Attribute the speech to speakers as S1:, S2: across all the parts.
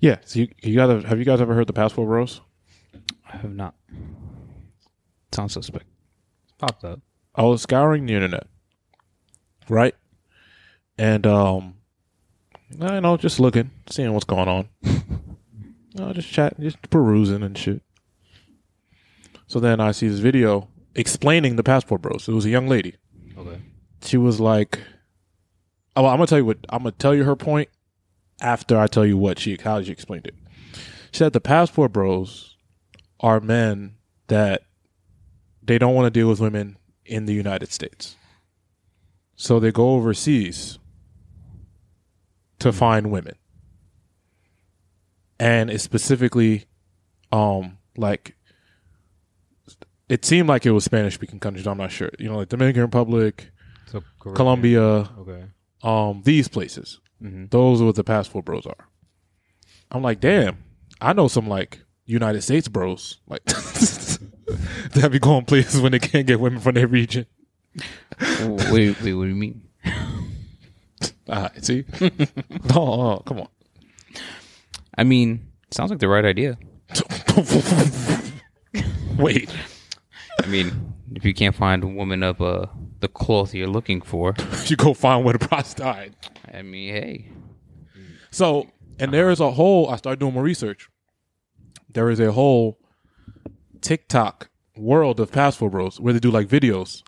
S1: Yeah. So you, you gotta have you guys ever heard the Passport Bros?
S2: I have not. Sounds suspect. Popped up.
S1: I was scouring the internet, right? And um, you know, just looking, seeing what's going on. you know, just chatting, just perusing and shit. So then I see this video explaining the Passport Bros. It was a young lady.
S2: Okay.
S1: She was like, "Oh, well, I'm gonna tell you what. I'm gonna tell you her point after I tell you what she how she explained it." She said the Passport Bros are men that they don't want to deal with women in the United States. So they go overseas to find women. And it's specifically um like it seemed like it was Spanish speaking countries, I'm not sure. You know, like Dominican Republic,
S2: So Korea.
S1: Colombia,
S2: Okay.
S1: um, these places.
S2: Mm-hmm.
S1: Those are what the passport bros are. I'm like, damn, I know some like United States bros, like that be going places when they can't get women from their region.
S2: wait, wait, what do you mean?
S1: All right, see, no, oh, come on.
S2: I mean, sounds like the right idea.
S1: Wait,
S2: I mean, if you can't find a woman of uh, the cloth you're looking for,
S1: you go find where the prostitute died.
S2: I mean, hey.
S1: So, and there is a whole, I started doing more research. There is a whole TikTok world of passport bros where they do like videos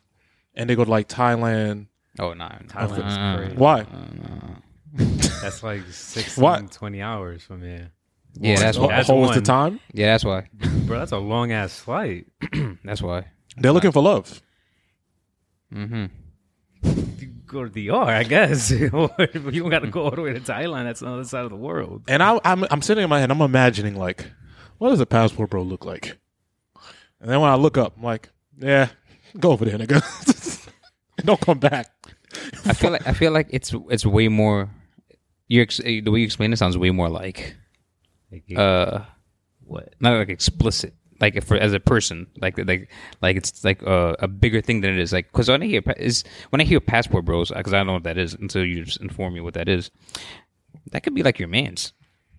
S1: and they go to like Thailand.
S2: Oh, no.
S3: Thailand is crazy.
S1: Why?
S3: That's like 16,
S1: What?
S3: 20 hours from here.
S2: Yeah, that's
S1: Oh,
S2: why.
S3: That's
S1: holds the
S3: one.
S1: time.
S2: Yeah, that's why.
S3: Bro, that's a long ass flight.
S2: That's why.
S1: They're looking for love.
S2: Mm-hmm.
S3: You go to DR, I guess. Or you don't got to go all the way to Thailand. That's on the other side of the world.
S1: And I, I'm, I'm sitting in my head, I'm imagining, like, what does a passport bro look like? And then when I look up, I'm like, yeah, go over there, nigga. Don't come back.
S2: I feel like I feel like it's it's way more. You're ex- eh, the way you explain it sounds way more like
S3: Like,
S2: uh
S3: what?
S2: not like explicit like if, as a person like like like it's like uh, a bigger thing than it is like because when I hear pa- is when I hear passport bros because I don't know what that is until you just inform me what that is. That could be like your man's.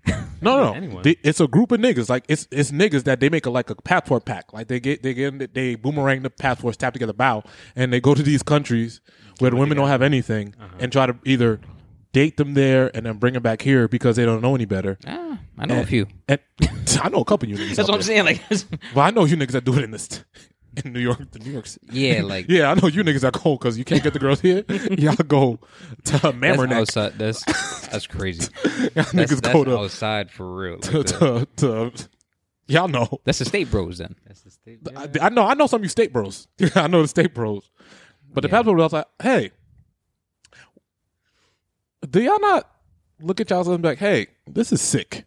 S1: No, no, no.
S3: anyone.
S1: They- it's a group of niggas. Like it's it's niggas that they make a like a passport pack. Like they get they get in- they boomerang the passports, tap together, bow, and they go to these countries where the women don't have anything
S2: Uh-huh.
S1: and try to either date them there and then bring them back here because they don't know any better.
S2: Ah, I know a few.
S1: And I know a couple of you niggas.
S2: That's
S1: out
S2: what I'm
S1: there.
S2: saying. Like,
S1: Well, I know you niggas that do it in this in New York, the New York City.
S2: yeah, like
S1: Yeah, I know you niggas that go because you can't get the girls here. Y'all go to
S2: that's
S1: Mammerneck.
S2: outside. That's that's crazy.
S1: Y'all
S2: That's,
S1: niggas
S2: that's
S1: go to,
S2: outside for real. Like
S1: to,
S2: the-
S1: to, to- y'all know.
S2: that's the state bros then.
S3: That's the state.
S1: I, I know. I know some of you state bros. I know the state bros, but the
S2: Yeah.
S1: passport bros like, hey, do y'all not look at y'all and be like, hey, this is sick.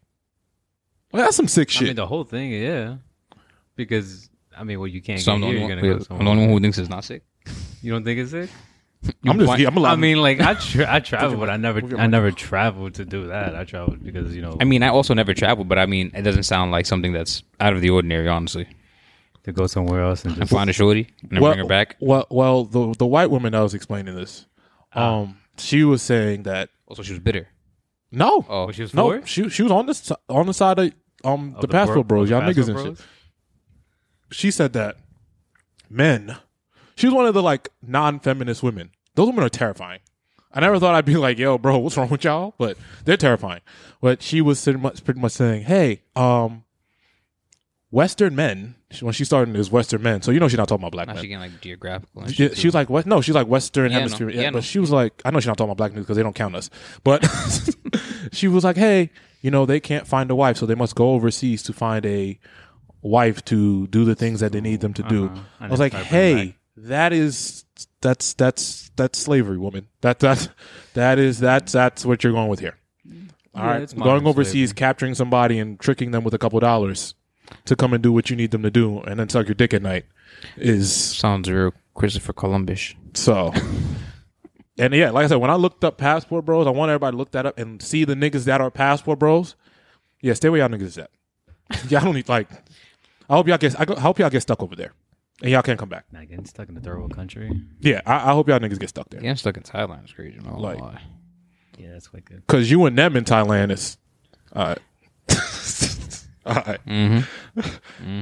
S1: Well, that's some sick
S3: I
S1: shit.
S3: mean, the whole thing, yeah. Because, I mean, well, you can't
S2: So I'm
S3: get
S2: the,
S3: here.
S2: only
S3: You're
S2: one,
S3: going
S2: wait,
S3: to go
S2: I'm the
S3: somewhere.
S2: only one who thinks it's not sick.
S3: You don't think it's sick?
S1: I'm just.
S2: Why-
S1: yeah, I'm allowed.
S3: I mean, like, I tra- I traveled,
S1: your
S3: but I
S1: mic.
S3: never
S1: Move your
S3: I
S1: mic.
S3: never traveled to do that. I traveled because, you know,
S2: I mean, I also never travel, but I mean, it doesn't sound like something that's out of the ordinary, honestly.
S3: to go somewhere else and
S2: And
S3: just.
S2: find a shorty and then
S1: well,
S2: bring her back.
S1: Well, well, the the white woman that was explaining this,
S3: Ah.
S1: um, she was saying that
S2: Also, she was bitter.
S1: no,
S2: Oh,
S3: Oh, she was
S1: no,
S3: for?
S1: she she was on this on the side of um the,
S3: Of
S1: passport
S3: bro-
S1: bros,
S3: of
S1: y'all niggas
S3: passport
S1: and shit.
S3: bros?
S1: she said that men she was one of the like non-feminist women those women are terrifying i never thought i'd be like yo bro what's wrong with y'all but they're terrifying but she was pretty much, pretty much saying hey um western men she- when she started is western men so you know she's not talking about black
S2: now
S1: men
S2: she getting like geographical. And
S1: she,
S2: shit,
S1: she was like, "What? No, she's like Western
S2: Yeah, I know.
S1: Hemisphere." Yeah,
S2: Yeah, I know.
S1: but she was like, "I know she's not talking about black news because they don't count us." But she was like, "Hey, you know, they can't find a wife, so they must go overseas to find a wife to do the things that they need them to do."
S3: Uh-huh.
S1: I
S3: And
S1: was
S3: then
S1: like,
S3: start bringing
S1: "Hey, that is that's that's that's slavery, woman. That that that is that's that's what you're going with here. All
S3: Yeah,
S1: right,
S3: it's
S1: going
S3: modern
S1: overseas, capturing somebody and tricking them with a couple dollars." To come and do what you need them to do, and then suck your dick at night, is
S2: sounds real Christopher Columbus.
S1: so, and yeah, like I said, when I looked up passport bros, I want everybody to look that up and see the niggas that are passport bros. Yeah, stay where y'all niggas is at. y'all don't need like. I hope y'all get. I go- I hope y'all get stuck over there, and y'all can't come back.
S3: Not getting stuck in the third world country.
S1: Yeah, I, I hope y'all niggas get stuck there
S2: Yeah, I'm stuck in Thailand. It's crazy. I'm not gonna
S1: Like-
S2: lie.
S3: Yeah, that's wicked.
S1: because you and them in Thailand is. Uh, All right.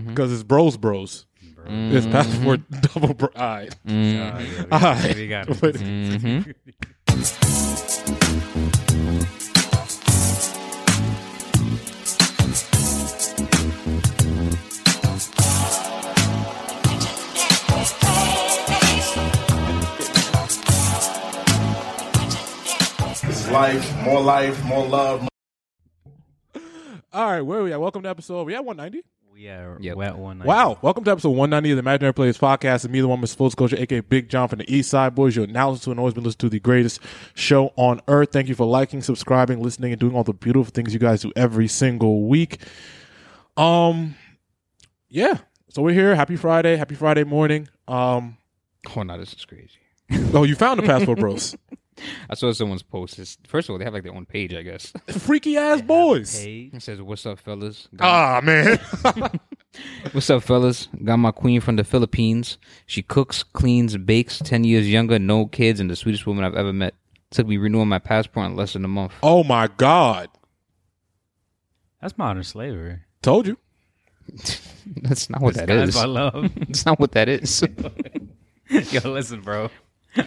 S1: Because it's bros, bros. It's passport double bro. All right. All
S3: Mm-hmm.
S1: right.
S3: We got it.
S1: Wait.
S4: This is life, more life, more love.
S1: All right. Where are we at? Welcome to episode. We at 190.
S3: We are
S2: Yep.
S3: wet one night.
S1: Wow. Welcome to episode 190 of the Imaginary Players podcast. And me, the one with sports culture, aka Big John from the East Side Boys, your analysis who has always been listening to the greatest show on earth. Thank you for liking, subscribing, listening, and doing all the beautiful things you guys do every single week. Um, yeah. So we're here. Happy Friday. Happy Friday morning. Um,
S2: Oh no, this is crazy.
S1: oh, you found the passport, bros.
S2: I saw someone's post. It's, first of all, they have like their own page, I guess.
S1: Freaky ass boys.
S3: Hey,
S2: It says, "What's up, fellas? Got-
S1: Ah, man.
S2: What's up, fellas? Got my queen from the Philippines. She cooks, cleans, bakes. Ten years younger, no kids, and the sweetest woman I've ever met. Took me renewing my passport in less than a month.
S1: oh, my God.
S3: that's modern slavery.
S1: Told you.
S2: That's not what that
S3: Guys
S2: is.
S3: by love.
S2: That's not what that is.
S3: Yo, listen, bro.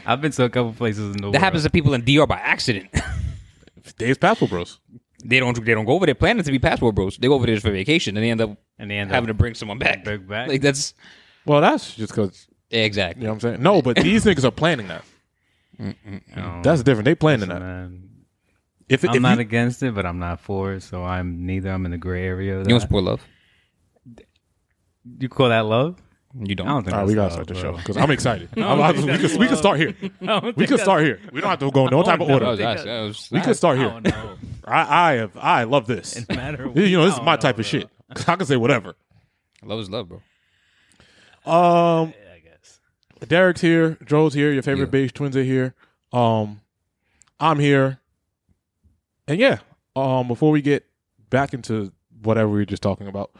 S3: I've been to a couple places in the world.
S2: that happens to people in DR by accident.
S1: Dave's passport, bros.
S2: they don't. They don't go over there planning to be passport bros. They go over there just for vacation, and they end up
S3: and they end
S2: having to
S3: up
S2: bring someone back.
S3: bring back.
S2: Like that's
S1: Well, that's just because,
S2: yeah, exactly.
S1: you know what I'm saying? No, but these niggas are planning that. That's different. They planning that.
S3: Oh, Man,
S1: If, if
S3: I'm not
S1: you-
S3: against it, but I'm not for it. So I'm neither. I'm in the gray area. of
S2: You don't
S3: that.
S2: spoil love.
S3: You call that love?
S2: You don't.
S3: I don't think.
S1: All right,
S3: that's
S1: we gotta
S3: love,
S1: start the show
S3: bro.
S1: because I'm excited. I'm-
S3: don't
S1: I'm-
S3: think
S1: we,
S3: that's
S1: could, we could
S3: love.
S1: start here.
S3: I don't think
S1: We could
S3: that's-
S1: start here. We don't have to go in no type of
S3: no,
S2: That was
S1: order.
S3: think
S2: us.
S3: that-
S2: That was-
S1: We could start
S3: I
S1: here.
S3: don't know.
S1: I, I have. I love this.
S3: It matter.
S1: You know, this
S3: I
S1: is
S3: don't
S1: my type
S3: though.
S1: of shit. 'Cause I can say whatever.
S2: Love is love, bro.
S1: Um,
S3: Yeah, I guess.
S1: Derek's here. Joel's here. Your favorite
S2: Yeah.
S1: beige twins are here. Um, I'm here. And yeah. Um, before we get back into whatever we were just talking about,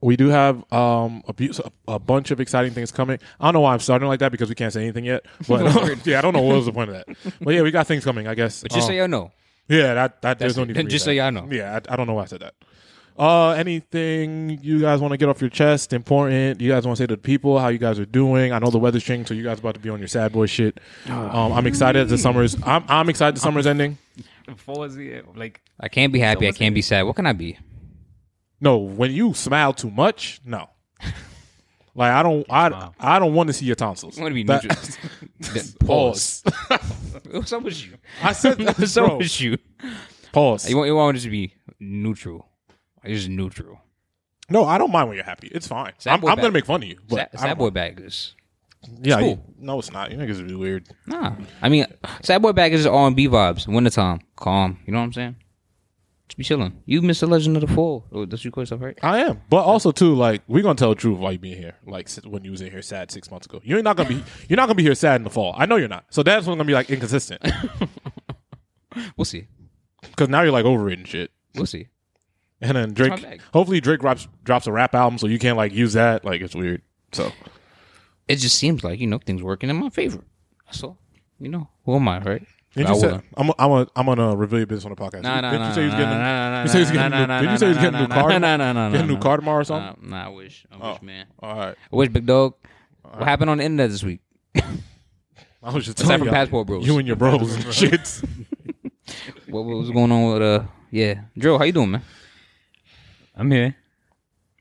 S1: we do have um a, bu- a bunch of exciting things coming. I don't know why I'm starting like that because we can't say anything yet. But yeah, I don't know what was the point of that. But yeah, we got things coming. I guess.
S2: But just
S1: Um,
S2: so y'all know,
S1: Yeah, that, that there's
S2: That's
S1: no
S2: it.
S1: need. To read
S2: Just so
S1: that.
S2: y'all know.
S1: Yeah, I, I don't know why I said that. Uh, anything you guys want to get off your chest? Important. You guys want to say to the people how you guys are doing? I know the weather's changing, so you guys about to be on your sad boy shit.
S2: Oh.
S1: Um, I'm excited. The summer's. I'm I'm excited. The summer's ending.
S3: Before is the like
S2: I can't be happy. I can't be sad. What can I be?
S1: No, when you smile too much, no. Like I don't. I I don't want to see your tonsils.
S2: I want to be
S1: That-
S2: neutral. That- pause.
S1: Pause.
S2: What's up with you?
S1: I said
S2: What's up
S1: bro,
S2: with you?
S1: pause.
S2: You want you want it to be neutral. It's just neutral.
S1: No, I don't mind when you're happy. It's fine.
S2: Sad
S1: I'm,
S2: boy
S1: I'm gonna
S2: back.
S1: make fun of you. But
S2: Sad,
S1: I
S2: sad
S1: don't-
S2: boy bag is
S1: Yeah.
S2: cool.
S1: you- no, it's not. You niggas would be weird.
S2: nah. I mean, sad boy bag is R and B vibes. Wintertime, calm. You know what I'm saying? Just be chilling. You missed the Legend of the Fall. Oh, that's you call yourself right?
S1: I am, but also too, like we're gonna tell the truth why you being here. Like si- when you was in here sad six months ago, you're not gonna be you're not gonna be here sad in the fall. I know you're not. So that's what's gonna be like inconsistent
S2: We'll see.
S1: because now you're like over it and shit.
S2: We'll see.
S1: And then
S2: It's my
S1: Drake,
S2: bag.
S1: hopefully Drake drops drops a rap album, so you can't like use that. Like it's weird. So
S2: It just seems like you know things working in my favor. That's all. You know who am I, right?
S1: did
S2: I
S1: you say,
S2: wouldn't.
S1: I'm I'm a, I'm gonna reveal your business on the podcast.
S2: Nah, nah,
S1: did you
S2: nah,
S1: say he was
S2: nah,
S1: getting? a-
S2: nah, nah,
S1: you say he was
S2: nah,
S1: getting
S2: nah,
S1: a
S2: nah,
S1: new- Did you say he was
S2: nah,
S1: getting a new
S2: nah, nah,
S1: car?
S2: nah, nah, nah,
S1: Getting a
S2: nah,
S1: new
S2: nah.
S1: car tomorrow or something?
S2: Nah, nah, I wish. I wish, man.
S1: All right.
S2: I wish, big dog. What happened on the internet this week?
S1: I was just
S2: Aside
S1: telling
S2: from
S1: you,
S2: passport bros.
S1: you and your bros and shits.
S2: What, what was going on with uh? Yeah, Joe, how you doing, man?
S3: I'm here.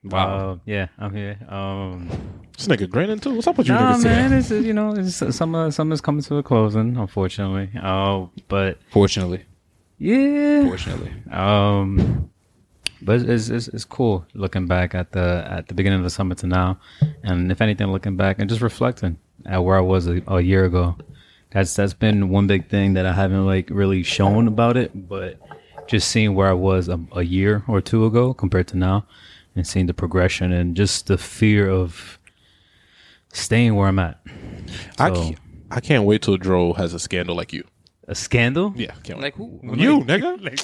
S2: Wow.
S3: Uh, yeah, I'm here. Um,
S1: This nigga grinning too. What's up with you
S3: nah,
S1: niggas
S3: Oh, man,
S1: today?
S3: this is you know, this is, summer summer's coming to a closing, unfortunately. Oh, but
S2: Fortunately,
S3: yeah,
S2: fortunately,
S3: Um, but it's, it's it's cool looking back at the at the beginning of the summer to now, and if anything, looking back and just reflecting at where I was a, a year ago. That's that's been one big thing that I haven't like really shown about it, but just seeing where I was a, a year or two ago compared to now, and seeing the progression and just the fear of staying where I'm at.
S1: I
S3: So-
S1: can't, I can't wait till Dro has a scandal like you.
S3: A scandal?
S1: Yeah, can't wait.
S2: like uh, who?
S1: You nigga, like,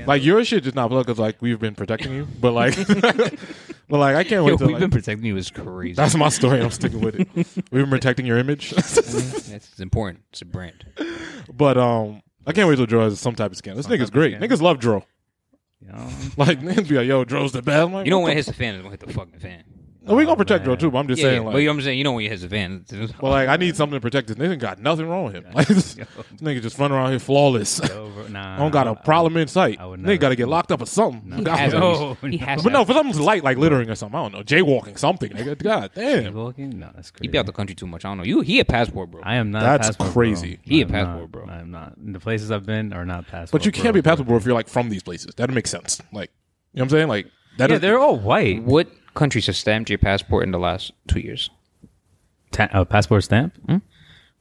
S2: All right.
S1: your shit just not plug because like we've been protecting you, but like, but like I can't wait.
S2: Yo,
S1: till,
S2: we've
S1: like-
S2: been protecting you. It's crazy.
S1: that's my story. I'm sticking with it. We've been protecting your image,
S2: That's important. It's a brand.
S1: but um, I can't wait till Dro has some type of scandal. This nigga's great. Niggas love Dro.
S3: You know?
S1: Like niggas be like, yo, Dro's the best. I'm like,
S2: You know
S1: what
S2: when it
S1: the-
S2: hits the fan, it's gonna hit the fucking fan.
S1: No, we gonna protect Dro
S3: man.
S1: too, but I'm just
S2: yeah,
S1: saying
S2: yeah,
S1: like
S2: but you know what I'm saying you know when it hits the fan. it's-
S1: But like, I need something to protect this nigga. Got nothing wrong with him. Like, this this nigga just run around here flawless.
S3: Over-
S1: I
S3: nah,
S1: don't got a problem in sight.
S3: I would
S1: Nigga
S3: never-
S1: got to get locked up or something. God,
S2: has
S1: no.
S2: to be- he has
S1: But
S2: to
S1: no,
S2: have-
S1: for something light like littering or something. I don't know. Jaywalking something. Nigga. God damn.
S3: Walking? No, that's crazy.
S2: he be out the country too much. I don't know. You he a passport, bro.
S3: I am not.
S1: That's
S3: passport,
S1: crazy.
S3: Bro.
S2: He a
S3: I'm
S2: passport,
S3: not.
S2: bro.
S3: I am not. The places I've been are not passport.
S1: But you can't
S3: bro.
S1: be passport bro if you're like from these places. That makes sense. Like, you know what I'm saying? Like that.
S3: Yeah,
S1: is-
S3: they're all white.
S2: what countries have stamped your passport in the last two years?
S3: Ta- uh, passport stamp.
S1: Hmm?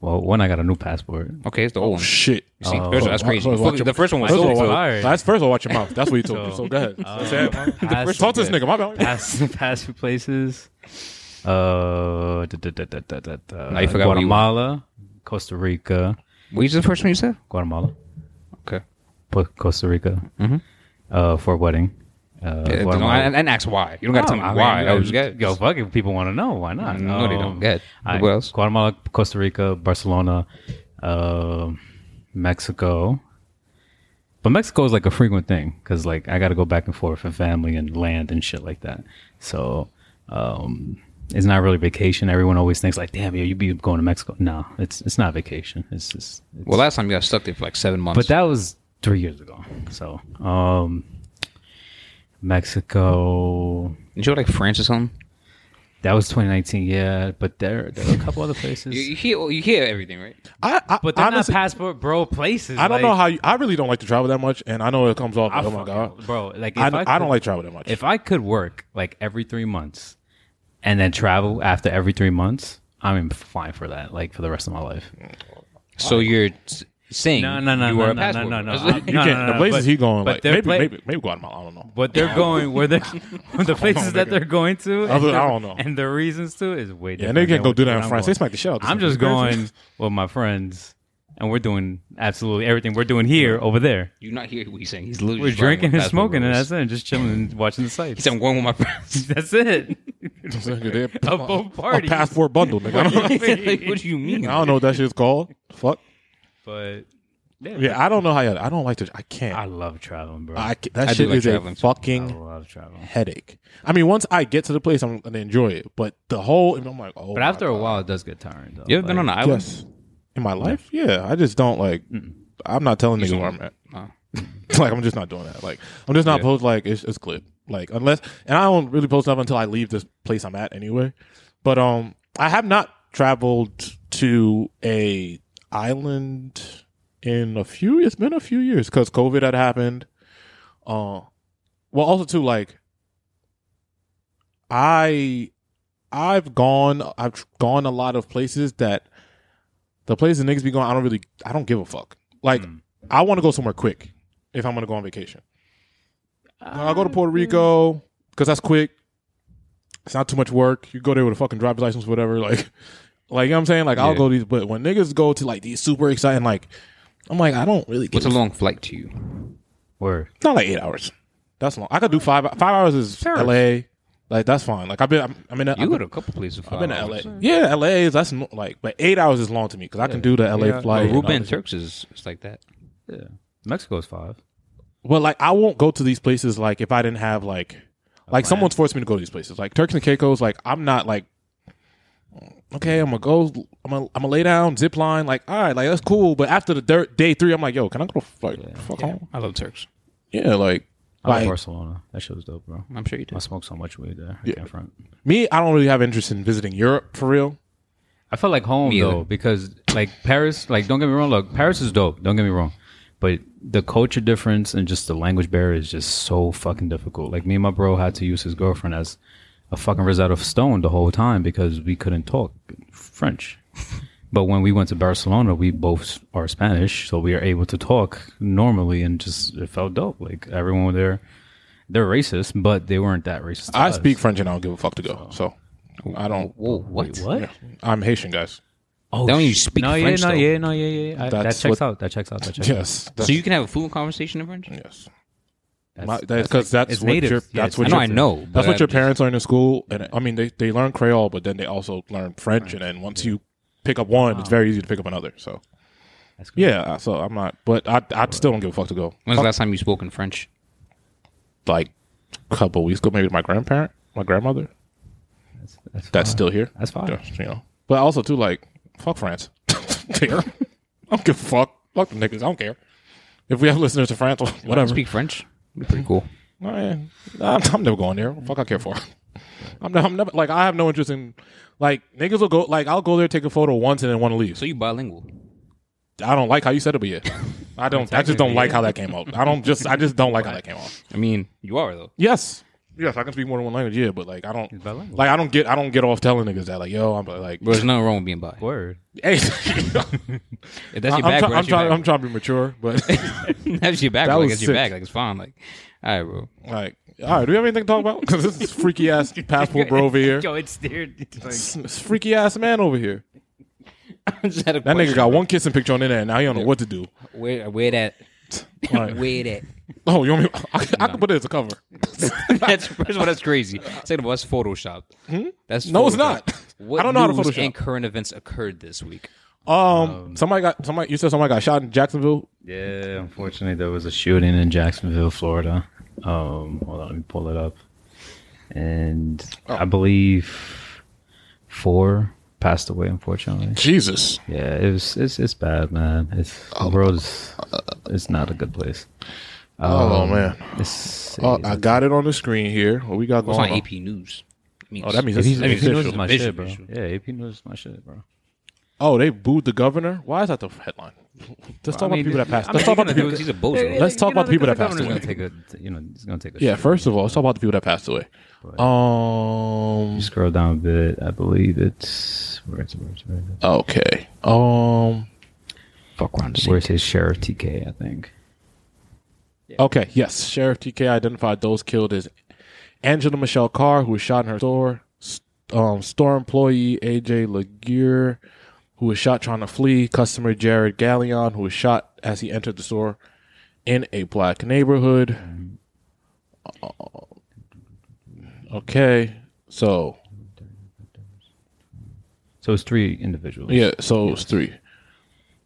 S3: Well, when I got a new passport.
S2: Okay, it's the old one. You
S1: shit.
S2: See,
S3: Oh.
S2: first, that's
S1: Watch-
S2: crazy.
S1: watch- watch
S2: the
S1: your-
S2: first one was
S1: First of
S2: so
S1: all,
S3: so
S1: wa-
S3: hard.
S1: That's first of all, watch your mouth. That's what he told you.
S3: So-
S1: So
S3: uh,
S1: go ahead. That's it.
S3: Pass-
S1: Talk to this nigga. My bad.
S3: Pass, pass places. Uh, da, da, da, da, da, da, da.
S2: Now you forgot what you
S3: Guatemala, Costa Rica,
S2: What is the first one you said?
S3: Guatemala,
S2: Okay.
S3: Po- Costa Rica,
S1: Mm-hmm.
S3: uh, for a wedding. Uh,
S2: Yeah, don't-
S3: Guatemala.
S2: and, and ask why. You don't got to
S3: Oh,
S2: tell
S3: I
S2: me why.
S3: mean,
S2: I was
S3: uh,
S2: good.
S3: Yo, fuck it. People want to know. Why not?
S2: No, they don't. Good.
S3: alright,
S2: Who else?
S3: Guatemala, Costa Rica, Barcelona, uh, Mexico. But Mexico is like a frequent thing because like I got to go back and forth for family and land and shit like that. So um, it's not really vacation. Everyone always thinks like, damn, yo, you be going to Mexico. No, it's it's not vacation. It's just it's,
S2: Well, last time you got stuck there for like seven months.
S3: but that was three years ago. So um, Mexico.
S2: Didn't you go to, like France or something?
S3: That was 2019, yeah. But there, there were a couple other
S2: You,
S3: places.
S2: you hear you hear everything, right?
S1: I, I,
S3: But they're
S1: honestly,
S3: not passport bro places.
S1: I don't
S3: like,
S1: know how you, I really don't like to travel that much, and I know it comes off.
S3: I
S1: Like, oh my
S3: fucking-
S1: god,
S3: bro! Like, if
S1: I,
S3: I,
S1: I,
S3: could,
S1: don't like travel that much.
S3: If I could work like every three months, and then travel after every three months, I'm fine for that. Like for the rest of my life.
S2: So you're s- saying
S3: No, no, no,
S2: you
S3: no,
S2: were a
S3: no,
S2: passport.
S3: no, no,
S2: That's
S3: no.
S2: what-
S1: you
S3: no,
S1: can't,
S3: no,
S1: the
S3: no,
S1: places
S3: but-
S1: he going,
S3: but
S1: like
S3: they're
S1: maybe,
S3: pla-
S1: maybe, maybe Guatemala. I don't know.
S3: But they're going where they're the places that
S1: nigga.
S3: they're going to. and
S1: I don't- I
S3: the-
S1: don't know.
S3: And the reasons to is way
S1: yeah,
S3: different.
S1: and they can't
S3: than
S1: go do
S3: what
S1: that in
S3: I'm
S1: France.
S3: going.
S1: They smack the shit out. of
S3: I'm
S1: this
S3: just
S1: nigga.
S3: going with my friends, and we're doing absolutely everything we're doing here over there.
S2: You're not hearing what he's saying. He's literally
S3: We're
S2: just writing
S3: drinking
S2: what
S3: and
S2: passport
S3: smoking, and
S2: rules.
S3: that's it. And just chilling and watching the sights.
S2: He said, I'm going with my friends.
S3: That's it.
S1: Nigga, they-
S3: Of both
S1: a
S3: parties.
S1: passport bundle. Nigga. I, don't,
S2: Like, what do you mean?
S1: I don't know what that shit's called. Fuck.
S3: But yeah,
S1: Yeah, I don't know how. You, I don't like to. I can't.
S3: I
S1: I,
S3: love traveling, bro.
S1: can't- that
S2: I do
S1: shit
S2: like
S1: is a
S2: traveling too.
S3: I
S1: fucking
S3: love traveling.
S1: headache. I mean, once I get to the place, I'm gonna enjoy it. But the whole, I'm like, oh.
S3: But after a while, it does get tiring, though.
S2: You ever been on an island?
S1: yes. In my life, yeah, I just don't like. I'm not telling niggas where I'm at.
S2: No.
S1: like I'm just not doing that. Like I'm just not post like it's, it's clip. Like unless and I don't really post up until I leave this place I'm at anyway. But um, I have not traveled to a island in a few. It's been a few years because COVID had happened. Uh, well, also too like I I've gone I've tr- gone a lot of places that the places niggas be going I don't really I don't give a fuck. Like
S2: Hmm.
S1: I want to go somewhere quick if I'm gonna go on vacation. When I go to Puerto Rico because that's quick. It's not too much work. You go there with a fucking driver's license, whatever. Like, like you know what I'm saying. Like I'll
S2: Yeah.
S1: go these, but when niggas go to like these super exciting, like I'm like I don't really. Give
S2: What's
S1: a
S2: a
S1: fuck.
S2: long flight to you?
S3: Word.
S1: It's Not like eight hours. That's long. I could do five. Five hours is L.A. Like that's fine. Like I've been. I'm, I'm in. A,
S2: You
S1: I've
S2: go
S1: been,
S2: to a couple places. for
S1: I've been to
S2: five
S1: L.A.
S2: hours.
S1: Yeah, L.A. is that's mo- like, but eight hours is long to me because I can do the L.A. flight.
S2: Well,
S1: and all
S2: Ruben
S1: this shit.
S2: Turks is it's like that.
S3: Yeah. Mexico's five.
S1: Well, like I won't go to these places like if I didn't have like like someone's forced me to go to these places. Like Turks and Caicos, like I'm not like okay, I'm gonna go I'm gonna, I'm gonna lay down, zip line, like all right, like that's cool. But after the dir- day three, I'm like, yo, can I go to like fuck home?
S2: I love Turks.
S1: Yeah, like
S3: I love
S1: like,
S3: Barcelona. That shit was dope, bro.
S2: I'm sure you do.
S3: I smoked so much weed there. I can't front.
S1: me, I don't really have interest in visiting Europe for real.
S3: I felt like home
S2: Me
S3: though
S2: either.
S3: because like Paris, like don't get me wrong, look, Paris is dope. Don't get me wrong, but the culture difference and just the language barrier is just so fucking difficult. Like me and my bro had to use his girlfriend as a fucking Rosetta Stone the whole time because we couldn't talk French. But when we went to Barcelona, we both are Spanish, so we are able to talk normally and just it felt dope. Like everyone there, they're racist, but they weren't that racist. to
S1: I
S3: us.
S1: speak French and I don't give a fuck to go. So I don't.
S2: Whoa, what?
S3: what?
S1: yeah. I'm Haitian, guys.
S3: Oh,
S2: Don't you
S3: sh-
S2: speak
S3: no,
S2: French,
S3: Yeah,
S2: though.
S3: no, yeah, no, yeah, yeah, yeah. I- That
S1: That's
S3: checks
S1: what-
S3: out. That checks out. That checks out.
S1: Yes, that's,
S2: So you can have a fluent conversation in French?
S1: yes.
S3: That's-
S1: My, that's because that's,
S3: it's
S1: what
S3: native.
S1: your
S3: Yeah,
S1: that's
S3: it's
S1: what
S2: I
S1: your-
S2: know, I know. but
S1: That's what your
S2: I'm
S1: parents learn in school, and I mean they, they learn Creole, but then they also learn French, and then once you pick up one, it's very easy to pick up another. So
S3: That's good.
S1: yeah, so I'm not, but I I still don't give a fuck to go.
S2: When's the last time you spoke in French?
S1: like a couple weeks ago, maybe to my grandparent, my grandmother. That's
S3: That's, fine.
S1: still here.
S3: That's fine.
S1: Just, you know. But also too, like, fuck France. Care. I don't give a fuck. Fuck the niggas. I don't care. If we have listeners to France,
S2: I
S1: whatever.
S2: speak French. Be pretty cool.
S1: All right. I'm, I'm never going there. Fuck, I care for. I'm, not, I'm never like I have no interest in like niggas will go like I'll go there take a photo once and then want to leave.
S2: So
S1: So
S2: you bilingual.
S1: I don't like how you said it, but yeah, I don't. I just don't like how that came out. I don't just. I just don't like how that came out.
S2: I mean, you are though.
S1: Yes. Yes, I can speak more than one language. Yeah, but like I don't
S3: bilingual.
S1: like I don't get I don't get off telling niggas that like yo I'm like
S2: Bro, there's nothing wrong with being bi.
S3: Word.
S1: hey
S2: If that's
S1: I'm, try- I'm
S2: your bag, bro, that's
S1: trying
S2: your bag.
S1: I'm trying to be mature, but
S2: that's your bag.
S1: That
S2: bro. Like,
S1: was
S2: that's your
S1: sick.
S2: bag. Like it's fine. Like, all right, bro.
S1: like all right. Do we have anything to talk about? Because this is freaky ass passport bro over here.
S2: Yo, it's there. It's like,
S1: This- this freaky ass man over here.
S2: I just had a
S1: That
S2: question.
S1: nigga got one kissing picture on the internet, and now he don't know what to do.
S2: Where, where that?
S1: Like,
S2: Where that?
S1: oh, you want me? I, can- I can put it as a cover.
S2: that's first of all, that's crazy. Second of all, that's Photoshop. That's
S1: Hmm? No, it's
S2: photoshopped.
S1: not.
S2: What
S1: I don't know how to
S2: news
S1: Photoshop.
S2: And current events occurred this week.
S1: Um, somebody got somebody. You said somebody got shot in Jacksonville.
S3: Yeah, unfortunately, there was a shooting in Jacksonville, Florida. Um, hold on, let me pull it up. And
S1: Oh.
S3: I believe four passed away, unfortunately.
S1: Jesus.
S3: Yeah, it was, it's it's bad, man. It's the world is it's not a good place. Um,
S1: oh man.
S3: It's,
S1: Oh, I got it on the screen here. What we got
S2: It's
S1: going
S2: on
S1: on?
S2: AP News. It means-
S1: Oh, that means
S3: AP,
S1: this is
S3: AP News
S1: official.
S3: is my
S2: Official,
S3: shit, bro.
S2: official.
S3: Yeah, AP News is my shit, bro.
S1: Oh, they booed the governor. Why is that the headline? Let's talk about
S3: mean,
S1: the people that passed.
S3: I
S1: Let's
S3: mean,
S1: talk about the
S2: He's
S1: people.
S2: a- he's a bozo.
S1: Let's talk about the people that passed
S3: It's
S1: away.
S3: gonna take a, you know, it's gonna take a.
S1: Yeah,
S3: shit.
S1: first of all, let's talk about the people that passed away. Um.
S3: scroll down a bit. I believe it's where it's where it's where it's.
S1: Okay. Um.
S2: Fuck around. and
S3: Where's his sheriff TK? I think.
S1: Okay, yes. Sheriff TK identified those killed as Angela Michelle Carr, who was shot in her store, s- um, store employee AJ Laguerre, who was shot trying to flee, customer Jared Galleon, who was shot as he entered the store in a black neighborhood. Uh, Okay, so
S3: So it's three individuals.
S1: yeah, so it's three.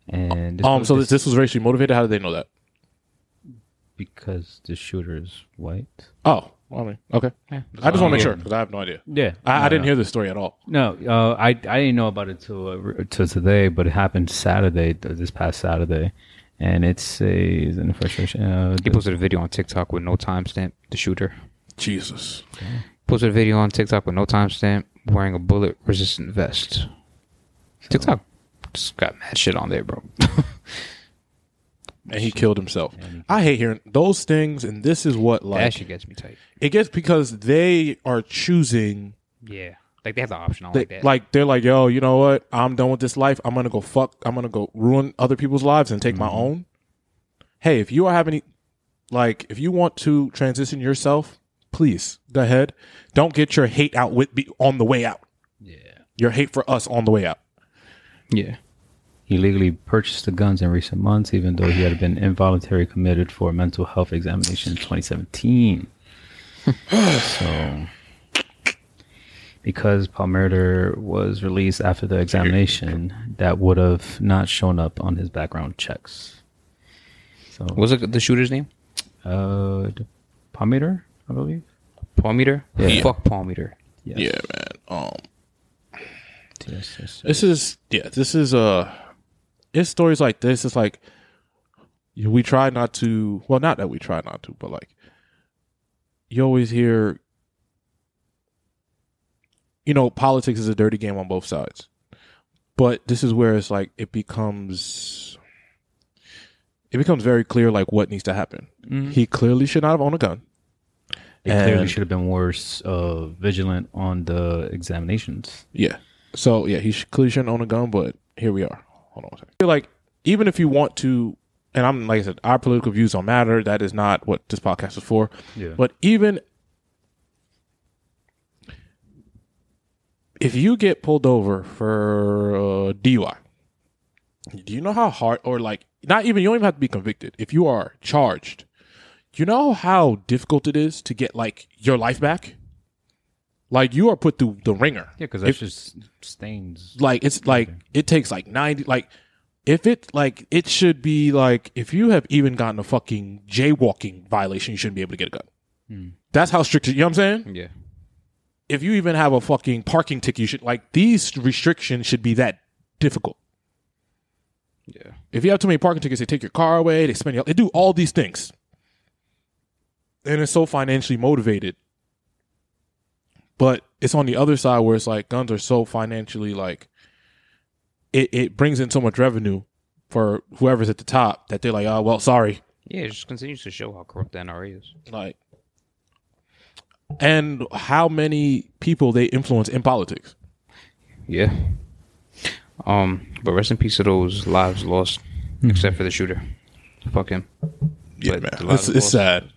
S3: And this
S1: Um,
S3: was
S1: so
S3: just
S1: this, this was racially motivated. How did they know that?
S3: because the shooter is white.
S1: Oh, well, I mean, okay. I just want to make sure because I have no idea.
S3: Yeah,
S1: I, I didn't hear this story at all.
S3: No, uh, I I didn't know about it till uh, till today, but it happened Saturday, th- this past Saturday, and it's a is in the frustration. Uh,
S2: He
S3: the-
S2: posted a video on TikTok with no timestamp. The shooter
S1: Jesus.
S2: posted a video on TikTok with no timestamp, wearing a bullet-resistant vest. TikTok just got mad shit on there, bro.
S1: and he killed himself. I hate hearing those things, and this is what
S2: that
S1: like
S2: shit gets me tight.
S1: it gets because they are choosing.
S2: Yeah, like they have the option. I don't
S1: They,
S2: like that.
S1: like they're like, yo, you know what? I'm done with this life. I'm gonna go fuck. I'm gonna go ruin other people's lives and take
S2: Mm-hmm.
S1: my own. Hey, if you are having, like, if you want to transition yourself, please go ahead. Don't get your hate out with be on the way out.
S3: yeah,
S1: Your hate for us on the way out.
S2: yeah,
S3: he legally purchased the guns in recent months, even though he had been involuntarily committed for a mental health examination in 2017. so, because Palmerter was released after the examination, that would have not shown up on his background checks. So,
S2: was it the shooter's name?
S3: Uh, d- Palmeter, I believe.
S2: Palmeter.
S3: Yeah.
S2: Fuck Palmeter.
S3: Yes.
S1: man. Um,
S3: Yes, yes, yes.
S1: This is yeah. This is uh, it's stories like this. It's like we try not to. Well, not that we try not to, but like you always hear. You know, politics is a dirty game on both sides, but this is where it's like it becomes. It becomes very clear like what needs to happen. He clearly should not have owned a gun.
S3: They clearly
S1: And-
S3: should have been worse uh, vigilant on the examinations.
S1: Yeah. So yeah, he should, clearly shouldn't own a gun, but here we are. Hold on. A second. I feel like even if you want to, and I'm like I said, our political views don't matter. That is not what this podcast is for.
S3: Yeah.
S1: But even if you get pulled over for uh, DUI, do you know how hard, or like not even you don't even have to be convicted if you are charged. You know how difficult it is to get like your life back. Like you are put through the ringer
S3: Yeah, because that's just stains.
S1: like it's like it takes like 90 like if it like it should be like if you have even gotten a fucking jaywalking violation you shouldn't be able to get a gun That's how strict. it- You know what I'm saying?
S2: Yeah.
S1: if you even have a fucking parking ticket, you should like these restrictions should be that difficult.
S2: Yeah.
S1: If you have too many parking tickets, they take your car away, they spend your, they do all these things. And it's so financially motivated. But it's on the other side where it's like guns are so financially like it, it brings in so much revenue for whoever's at the top that they're like, oh well, sorry.
S2: Yeah, it just continues to show how corrupt the NRA is.
S1: Like and how many people they influence in politics.
S2: Yeah. Um, but rest in peace to those lives lost, except for the shooter. Fuck him. Yeah, But man. a lot
S1: It's,
S2: of
S1: it's
S2: loss.
S1: sad.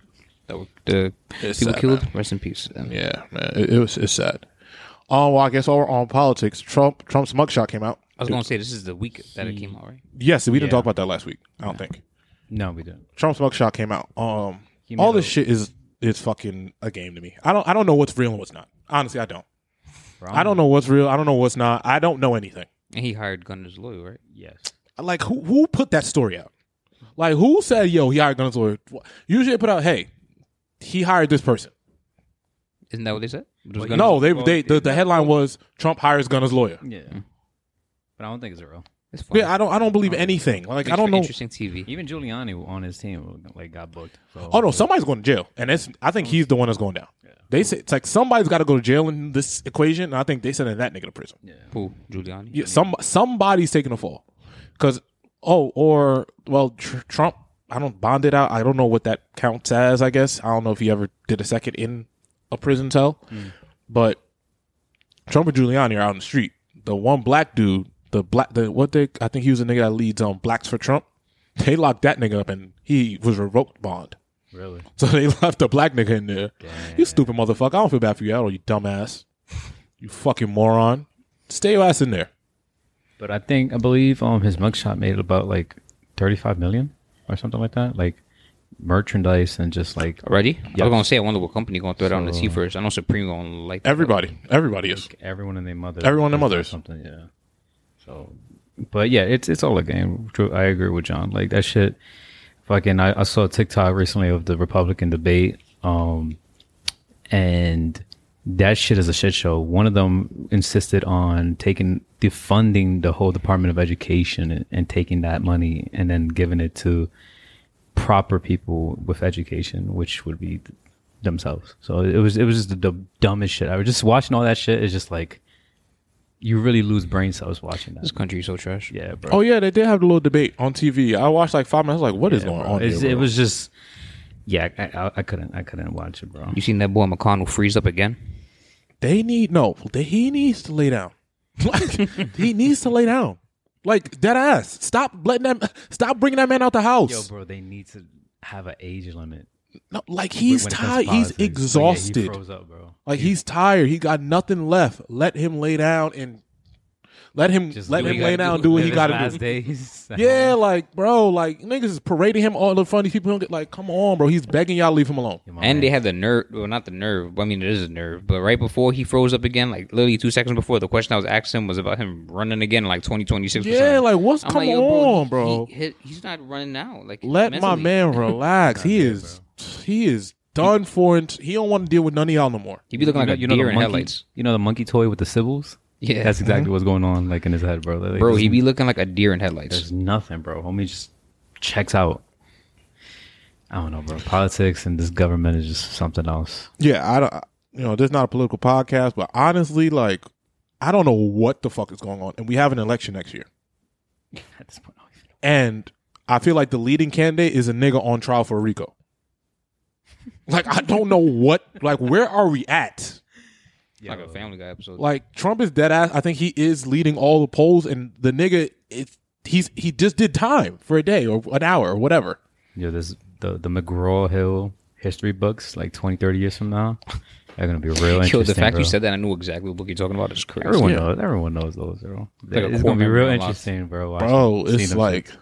S2: That was the
S1: It's
S2: people
S1: sad,
S2: killed. Rest in peace. to them.
S1: Yeah, man, it, it was it's sad. Oh well, I guess while we're on politics, Trump Trump's mugshot came out.
S2: I was gonna say this is the week that it came out, right?
S1: Yes, we didn't
S3: Yeah.
S1: talk about that last week. I don't think
S3: No, we don't.
S1: Trump's mugshot came out. Um,
S3: He
S1: all
S3: made
S1: this
S3: a-
S1: shit is is fucking a game to me. I don't I don't know what's real and what's not. Honestly, I don't. I
S3: Mm.
S1: don't know what's real. I don't know what's not. I don't know anything.
S2: And he hired Gunn as lawyer, right?
S3: Yes.
S1: Like who who put that story out? Like who said yo he hired Guns lawyer? Usually they put out hey he hired this person.
S2: Isn't that what they said? It was Gunn's-
S1: No, they they the, the headline was Trump hires Gunner's lawyer.
S3: Yeah. But I don't think it's real.
S2: It's funny.
S1: Yeah, I don't I don't believe anything. Like I
S2: Makes
S1: don't
S2: for
S1: know.
S2: Interesting TV.
S3: Even Giuliani on his team like got booked. So.
S1: Oh no, somebody's going to jail, and it's I think he's the one that's going down. They say it's like somebody's got to go to jail in this equation, and I think they sending that nigga to prison. Yeah,
S2: Who Giuliani?
S1: some somebody's taking a fall, because oh or well tr- Trump I don't bonded out. I don't know what that counts as. I guess I don't know if he ever did a second in a prison cell, but Trump and Giuliani are out in the street. The one black dude, the black the what they I think he was a nigga that leads on um, blacks for Trump. They locked that nigga up, and he was revoked bond.
S3: Really?
S1: So they left a black nigga in there. You stupid motherfucker. I don't feel bad for you at all, you dumbass. You fucking moron. Stay your ass in there.
S3: But I think I believe um his mugshot made about like thirty five million or something like that. Like merchandise and just like
S2: Already? I
S3: Yes.
S2: was gonna say I wonder what company gonna throw it out on the
S3: So-
S2: sea first. I know Supreme gonna like that.
S1: Everybody. Everybody is.
S3: everyone and their mother.
S1: Everyone and their mothers.
S3: Something, yeah. So, but yeah, it's it's all a game. True, I agree with John. Like that shit. Fucking, I, I saw a TikTok recently of the Republican debate, um, and that shit is a shit show. One of them insisted on taking defunding the whole Department of Education and, and taking that money and then giving it to proper people with education, which would be th- themselves. So it was it was just the dub- dumbest shit. I was just watching all that shit. It's just like you really lose brain cells watching that.
S2: This country is so trash.
S3: Yeah, bro.
S1: Oh yeah, they did have a little debate on TV. I watched like five minutes. I was like, what is
S3: Yeah,
S1: going
S3: bro.
S1: on?
S3: It's-
S1: here,
S3: it
S1: Oh, bro?
S3: was just yeah. I, I, I couldn't I couldn't watch it, bro.
S2: You seen that boy McConnell freeze up again?
S1: they need no. They, he needs to lay down. Like he needs to lay down. Like dead ass. Stop letting that. Stop bringing that man out the house.
S3: Yo, bro, they need to have an age limit.
S1: No, like he's
S3: when it comes to
S1: tired. He's
S3: politics. But yeah, he
S1: exhausted.
S3: froze up, bro.
S1: Like he's tired. He got nothing left. Let him lay down and let him let
S3: do
S1: him
S3: what
S1: lay
S3: he gotta
S1: down and do what he
S3: Live his
S1: got to
S3: last
S1: do.
S3: days.
S1: Yeah, like bro, like niggas is parading him all the funny people. Don't get like, come on, bro. He's begging y'all to leave him alone.
S2: And they had the nerve, well, not the nerve, but I mean, it is a nerve. But right before he froze up again, like literally two seconds before, the question I was asking him was about him running again, like 20, 26.
S1: Yeah, like what's come on, bro.
S2: he's not running out. Like
S1: Let my
S2: mentally.
S1: man relax. he is he is done for. And he don't want to deal with none of y'all no more.
S2: He be looking like a deer in
S3: monkey,
S2: headlights.
S3: You know the monkey toy with the symbols?
S2: Yeah.
S3: That's exactly what's going on like in his head, bro. Like,
S2: Bro,
S3: there's-
S2: he be looking like a deer in headlights.
S3: there's nothing, bro. Homie just checks out. I don't know, bro. Politics and this government is just something else.
S1: Yeah, I don't. You know, this is not a political podcast, but honestly, like, I don't know what the fuck is going on, and we have an election next year.
S3: At this point, I don't even know.
S1: and I feel like the leading candidate is a nigga on trial for Rico. Like I don't know what like where are we at?
S2: Like a Family Guy episode.
S1: Like Trump is dead ass. I think he is leading all the polls and the nigga it's he's he just did time for a day or an hour or whatever.
S3: Yo, this the the McGraw Hill history books, like 20, 30 years from now, they're gonna be real interesting.
S2: Yo, the fact
S3: bro.
S2: you said that, I knew exactly what book you're talking about. Is crazy.
S3: everyone
S1: Yeah.
S3: knows, everyone knows those, bro.
S2: like a
S3: it's
S2: core
S3: gonna be
S2: memory
S3: real
S2: unlocked.
S3: interesting, bro. watching-
S1: Bro,
S3: seeing
S1: it's
S3: them
S1: like
S3: shits.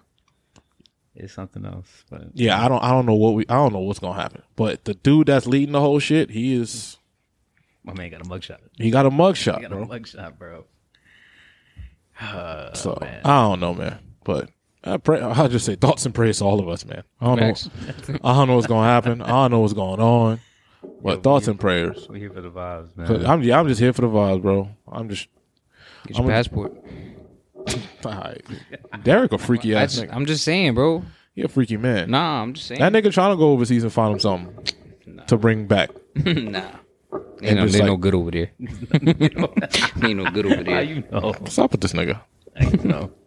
S3: it's something else. But
S1: yeah, I don't I don't know what we I don't know what's going to happen. But the dude that's leading the whole shit, he is
S3: my man got a mugshot.
S1: he got a mugshot,
S3: He got
S1: bro.
S3: a mugshot, bro.
S1: so
S2: Oh,
S1: I don't know, man. But I pray. I'll just say thoughts and prayers to all of us, man. I don't
S2: Facts.
S1: know. I don't know what's gonna happen. I don't know what's going on. But thoughts and prayers.
S3: We're here for the vibes, man.
S1: But I'm yeah, I'm just here for the vibes, bro. I'm just
S2: Get your
S1: I'm a-
S2: passport.
S1: alright. Derek a freaky
S2: I
S1: ass
S2: just,
S1: nigga.
S2: I'm just saying, bro.
S1: He a freaky man.
S2: Nah, I'm just saying.
S1: That nigga trying to go overseas and find him something to bring back.
S2: nah. Ain't, no,
S1: just like-
S2: ain't no good over there. ain't no good over
S3: How
S2: there.
S3: you know?
S1: What's up with this nigga?
S3: You know.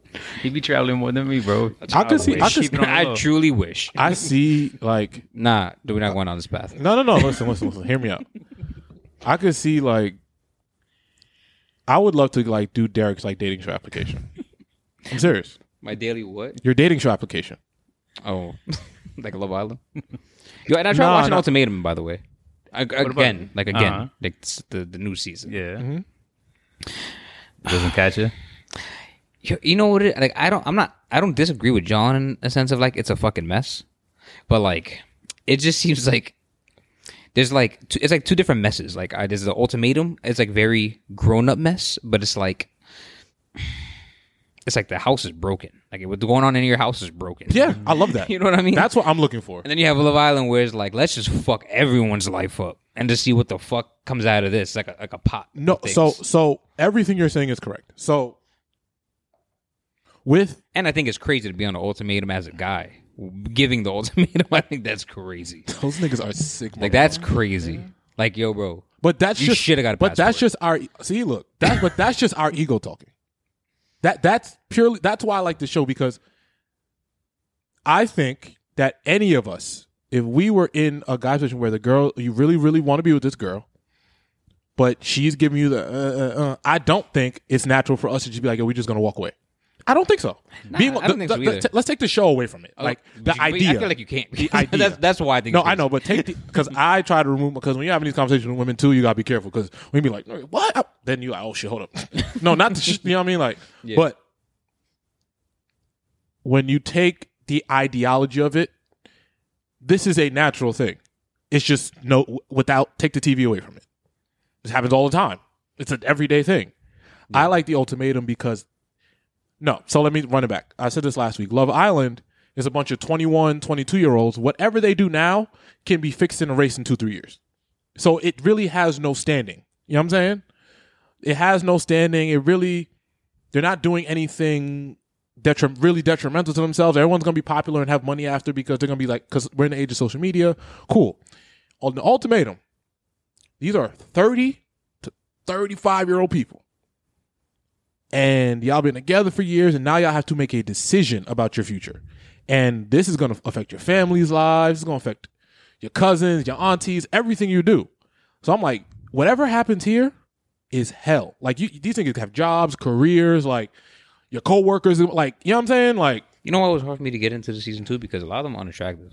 S3: He be traveling more than me, bro.
S1: I could see I could
S3: Keeping on the
S2: I
S3: low.
S2: truly wish.
S1: I see like
S2: Nah, do we not going on this path?
S1: No, no, no. Listen, listen, listen. Hear me out. I could see like I would love to like do Derek's like dating show application. I'm serious.
S2: My daily what?
S1: Your dating show application.
S2: Oh, like Love Island. Yo, and I tried
S1: Nah,
S2: watching
S1: nah.
S2: Ultimatum, by the way. I, again, like again,
S3: Uh-huh.
S2: like s- the the new season.
S3: Yeah.
S1: Mm-hmm.
S3: Doesn't catch you.
S2: Yo, you know what? It, like I don't, I'm not, I don't disagree with John in a sense of like it's a fucking mess, but like it just seems like there's like two, it's like two different messes. Like I, there's the ultimatum. It's like very grown up mess, but it's like it's like the house is broken. Like what's going on in your house is broken.
S1: Yeah, I love that.
S2: You know what I mean?
S1: That's what I'm looking for.
S2: And then you have Love Island, where it's like, let's just fuck everyone's life up and just see what the fuck comes out of this, like a, like a pot. of
S1: No,
S2: things.
S1: so so everything you're saying is correct. So with
S2: and I think it's crazy to be on the ultimatum as a guy giving the ultimatum. I think that's crazy.
S1: those niggas are sick.
S2: Like that's crazy. Like yo, bro,
S1: But that's
S2: You
S1: just
S2: shoulda got a
S1: But that's
S2: passport.
S1: just our see. Look, that's but that's just our ego talking. That that's purely that's why I like the show because I think that any of us, if we were in a guy's position where the girl you really really want to be with this girl, but she's giving you the uh, uh, uh, I don't think it's natural for us to just be like, "Yo, we just gonna walk away." I don't think so.
S2: I don't think so either.
S1: t- let's take the show away from it. Like
S2: But
S1: Uh, the
S2: you- but
S1: idea.
S2: I feel like you can't.
S1: The idea.
S2: that's that's why I think.
S1: No,
S2: it's
S1: I
S2: crazy.
S1: know, but take because I try to remove because when you're having these conversations with women too, you gotta be careful because we be like, what? I- Then you like, oh shit, hold up. no, not the shit. You know what I mean? Like, but when you take the ideology of it, this is a natural thing. It's just no without take the TV away from it. This happens all the time. It's an everyday thing. I like the ultimatum because no, so let me run it back. I said this last week. Love Island is a bunch of 21, 22 year olds. Whatever they do now can be fixed and erased in two, three years. So it really has no standing. You know what I'm saying? It has no standing. It really, they're not doing anything detrim- really detrimental to themselves. Everyone's going to be popular and have money after because they're going to be like, because we're in the age of social media. Cool. On the ultimatum, these are 30 to 35 year old people and y'all been together for years and now y'all have to make a decision about your future and this is going to affect your family's lives it's going to affect your cousins your aunties everything you do so i'm like whatever happens here is hell like you these niggas have jobs careers like your coworkers like you know what i'm saying like
S2: You know why it was hard for me to get into the season two because a lot of them are unattractive.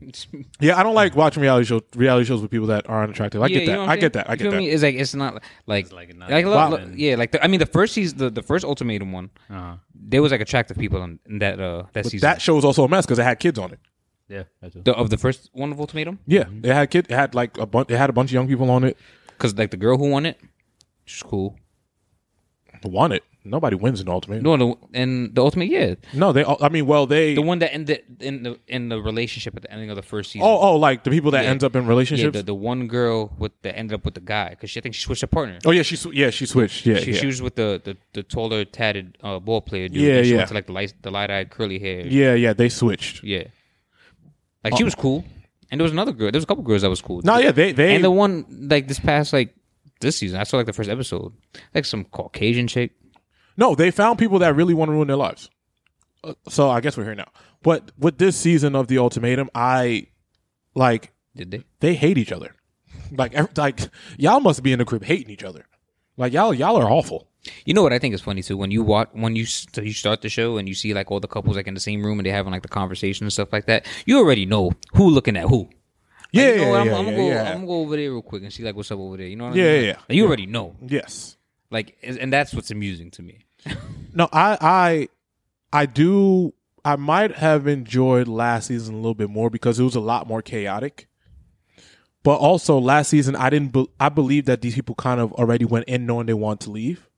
S2: It's-
S1: yeah i don't like watching reality shows reality shows with people that are unattractive i
S2: Yeah,
S1: get
S2: you know
S1: that
S2: what I'm
S1: i get
S2: saying?
S1: that i
S2: You
S1: get
S2: feel
S1: that
S2: me? It's like it's not like
S3: like
S2: like,
S3: not-
S2: like,
S1: Wow.
S2: look, look, yeah, like the, I mean the first season, the, the first ultimatum one,
S3: Uh-huh.
S2: there was like attractive people in, in that uh that
S1: but
S2: season
S1: that show was also a mess because it had kids on it
S3: Yeah. That's
S2: the, of the first one of ultimatum
S1: yeah it had kid it had like a bunch it had a bunch of young people on it
S2: because like the girl who won it, she's cool.
S1: won it nobody wins in ultimate
S2: No, the and the ultimate, yeah,
S1: No, they. all I mean, well, they.
S2: the one that ended in the in the relationship at the ending of the first season.
S1: oh, oh, like the people that
S2: Yeah.
S1: ends up in
S2: yeah,
S1: relationships.
S2: the, the one girl with that ended up with the guy because she I think she switched her partner.
S1: oh yeah, she. sw- Yeah, she switched. Yeah,
S2: She,
S1: yeah.
S2: she was with the, the, the taller, tatted uh, ball player dude.
S1: Yeah,
S2: and she
S1: yeah.
S2: Went to, like the light, the light eyed, curly hair.
S1: yeah, yeah. They switched.
S2: Yeah. Like she was cool. And there was another girl. There was a couple girls that was cool.
S1: No, yeah, they. They.
S2: And the one like this past like this season, I saw like the first episode. Like some Caucasian chick.
S1: no, they found people that really want to ruin their lives. Uh, so I guess we're here now. But with this season of the ultimatum, I like
S2: Did they?
S1: they hate each other. Like, ev- like y'all must be in the crib hating each other. Like y'all, y'all are awful.
S2: You know what I think is funny too when you watch when you s- so you start the show and you see like all the couples like in the same room and they having like the conversation and stuff like that. You already know who looking at who.
S1: Yeah,
S2: you know what?
S1: yeah,
S2: I'm,
S1: yeah,
S2: I'm,
S1: yeah,
S2: gonna go,
S1: yeah.
S2: I'm gonna go over there real quick and see like what's up over there. You know what I
S1: Yeah,
S2: mean?
S1: yeah, yeah.
S2: Like, You already know.
S1: yes.
S2: Like, is- and that's what's amusing to me.
S1: No, I I I do I might have enjoyed last season a little bit more because it was a lot more chaotic. But also last season I didn't be, I believe that these people kind of already went in knowing they want to leave.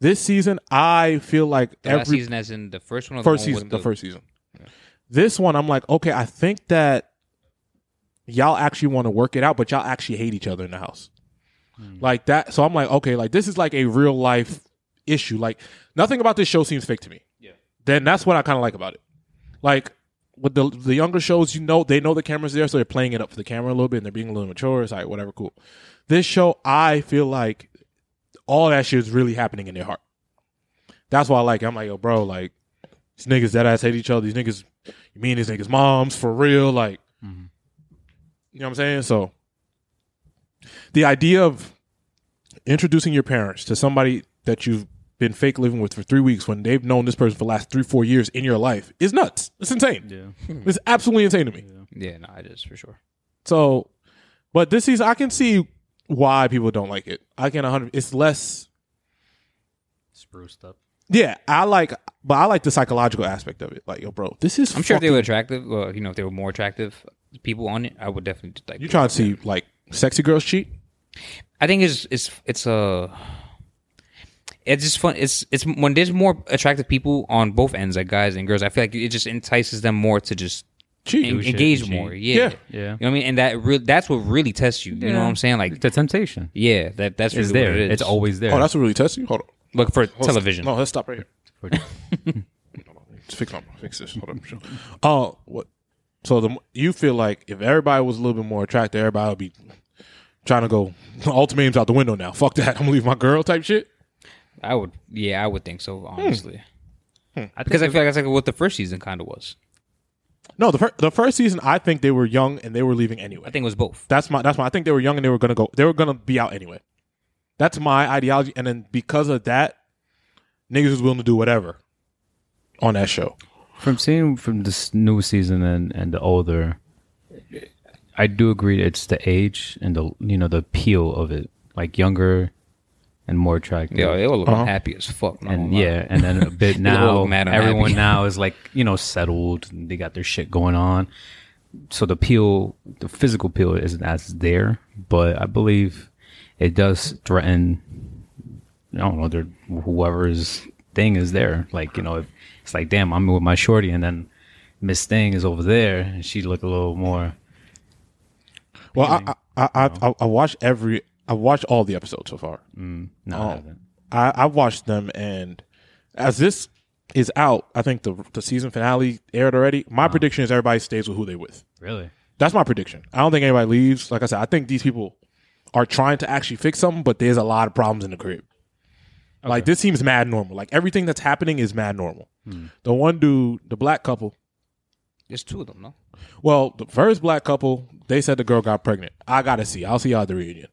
S1: This season I feel like
S2: The
S1: every
S2: last season, as in the first one, or the
S1: first
S2: one with
S1: season the first season. This one I'm like okay, I think that y'all actually want to work it out, but y'all actually hate each other in the house. Like that. So I'm like, okay, like this is like a real life issue. Like nothing about this show seems fake to me. Yeah. Then that's what I kind of like about it. Like with the the younger shows, you know, they know the camera's there, so they're playing it up for the camera a little bit, and they're being a little mature. It's like whatever, cool. This show, I feel like all that shit is really happening in their heart. That's why I like. It. I'm like, yo, bro, like these niggas that ass hate each other. These niggas, you mean these niggas moms for real? Like, you know what I'm saying? So the idea of introducing your parents to somebody that you've been fake living with for three weeks when they've known this person for the last three, four years in your life is nuts. It's insane.
S3: Yeah.
S1: It's absolutely insane to me.
S2: Yeah, no, it is for sure.
S1: So, but this is I can see why people don't like it. I can 100. It's less.
S3: Spruced up.
S1: Yeah, I like, but I like the psychological aspect of it. Like, yo, bro, this is.
S2: I'm sure if they were attractive, well, you know, if they were more attractive people on it, I would definitely like.
S1: You trying to see like sexy girls cheat?
S2: I think it's it's it's a. It's just fun. It's it's when there's more attractive people on both ends, like guys and girls. I feel like it just entices them more to just
S1: Cheat.
S2: en- engage
S3: cheat.
S2: more. Yeah.
S1: Yeah.
S3: Yeah.
S2: You know what I mean? And that re- that's what really tests you. You know what I'm saying? Like,
S3: The temptation
S2: yeah, that that's really
S3: is there.
S2: What it is.
S3: It's always there.
S1: Oh, that's what really tests you. Hold on.
S2: look for
S1: Hold on.
S2: television.
S1: No, let's stop right here. Let's fix, fix this. Hold on. Oh, what? So the you feel like if everybody was a little bit more attractive, everybody would be trying to go ultimate's out the window now. Fuck that. I'm gonna leave my girl type shit.
S2: I would, yeah, I would think so,
S3: Hmm.
S2: honestly,
S3: I
S2: because I
S3: think
S2: feel like that's like what the first season kind of was.
S1: No, the fir- the first season, I think they were young and they were leaving anyway.
S2: I think it was both.
S1: That's my that's my. I think they were young and they were gonna go. They were gonna be out anyway. That's my ideology. And then because of that, niggas was willing to do whatever on that show.
S3: from seeing from this new season and, and the older i do agree it's the age and the you know the appeal of it like younger and more attractive
S2: Yeah, they all look
S1: Uh-huh.
S2: happy as fuck. not
S3: and
S2: gonna lie.
S3: yeah and then Oh, a bit
S2: all
S3: now
S2: mad and
S3: everyone
S2: happy.
S3: now is like you know settled and they got their shit going on so the appeal the physical appeal isn't as there but i believe it does threaten I don't know, their whoever's thing is there. Like, you know, if, it's like, damn, I'm with my shorty, and then Miss Thing is over there, and she look a little more.
S1: Well, I I I, I, I, I watched every. I watched all the episodes so far.
S3: Mm,
S1: Um,
S3: No, I haven't.
S1: I, I watched them, and as this is out, I think the the season finale aired already. My prediction is everybody stays with who they with.
S3: really.
S1: That's my prediction. I don't think anybody leaves. Like I said, I think these people are trying to actually fix something, but there's a lot of problems in the crib. Like this seems mad normal. Like everything that's happening is mad normal.
S2: Hmm.
S1: The one dude, the black couple.
S2: there's two of them. No,
S1: Well, the first black couple, they said the girl got pregnant. I gotta see. I'll see y'all at the reunion.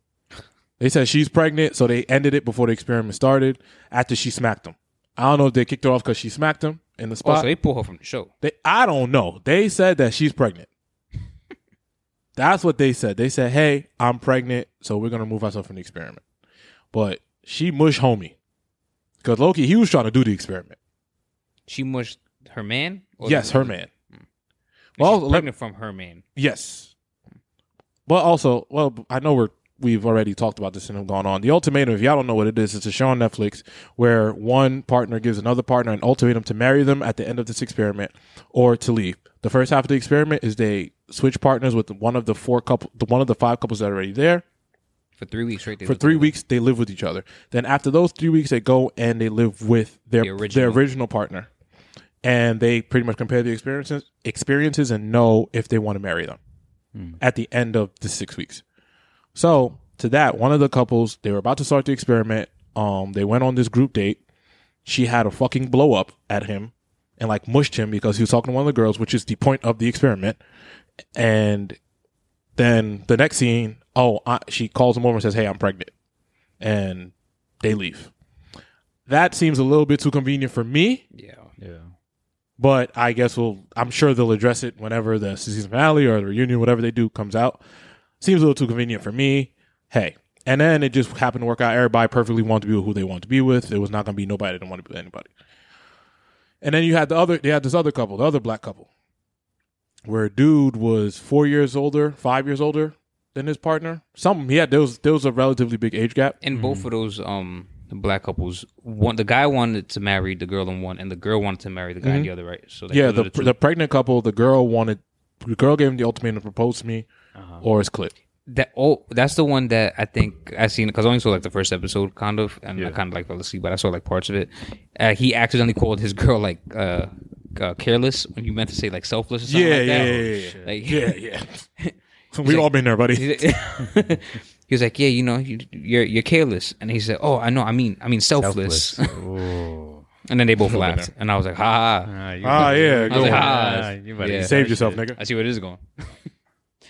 S1: They said she's pregnant, so they ended it before the experiment started. After she smacked him, I don't know if they kicked her off because she smacked him in the
S2: oh,
S1: spot.
S2: so they pull her from the show.
S1: They, I don't know. They said that she's pregnant. That's what they said. They said, "Hey, I'm pregnant, so we're gonna move ourselves from the experiment." But she mushed homie because Loki he was trying to do the experiment.
S2: She mushed her man. Or
S1: yes,
S2: the-
S1: her man.
S2: She's
S1: Well, let-
S2: pregnant from her man.
S1: yes, but also, well, I know we're we've already talked about this and have gone on. The ultimatum, if y'all don't know what it is, it's a show on Netflix where one partner gives another partner an ultimatum to marry them at the end of this experiment or to leave. The first half of the experiment is they switch partners with one of the four couple, the one of the five couples that are already there.
S2: For three weeks straight. they
S1: For
S2: lived
S1: three
S2: with
S1: weeks, they live with each other. Then after those three weeks, they go and they live with their
S2: The original.
S1: their original partner, and they pretty much compare the experiences experiences and know if they want to marry them
S2: Hmm.
S1: at the end of the six weeks. So to that, one of the couples they were about to start the experiment. Um, they went on this group date. She had a fucking blow up at him and like mushed him because he was talking to one of the girls, which is the point of the experiment. And then the next scene, oh, I, she calls him over and says, "Hey, I'm pregnant," and they leave. That seems a little bit too convenient for me,
S2: them. Yeah.
S3: Yeah.
S1: but I guess we'll. I'm sure they'll address it whenever the season finale or the reunion, whatever they do, comes out. Seems a little too convenient for me. Hey, and then it just happened to work out. Everybody perfectly wanted to be with who they wanted to be with. It was not going to be nobody that didn't want to be with anybody. And then you had the other. They had this other couple, the other black couple, where a dude was four years older, five years older than his partner. Some he had there was there was a relatively big age gap.
S2: And both of those um black couples, one the guy wanted to marry the girl in one, and the girl wanted to marry the guy in Mm-hmm. the other, right? So like,
S1: Yeah,
S2: those
S1: the
S2: are two-
S1: the pregnant couple, the girl wanted the girl gave him the ultimatum to propose to me.
S2: Uh-huh.
S1: or it's clip.
S2: That oh, that's the one that I think I seen because I only saw like the first episode, kind of, and I
S1: Yeah.
S2: kind of like fell asleep, but I saw like parts of it. Uh, he accidentally called his girl like uh, uh, careless when you meant to say like selfless. Or something like that. Like-
S1: yeah, yeah, We've all been there, buddy.
S2: He's like- he was like, "Yeah, you know, you, you're you're careless," and he said, "Oh, I know. I mean, I mean, selfless."
S3: Ooh.
S2: and then they both laughed, and I was like, "Ha!" ha.
S3: Ah, you
S1: Ah, yeah,
S2: I was
S1: go
S2: like,
S1: on.
S2: "Ha!"
S3: Ah, you better
S2: Yeah.
S3: get
S1: Save
S3: that
S1: yourself,
S3: shit.
S1: nigga.
S2: I see where this is going.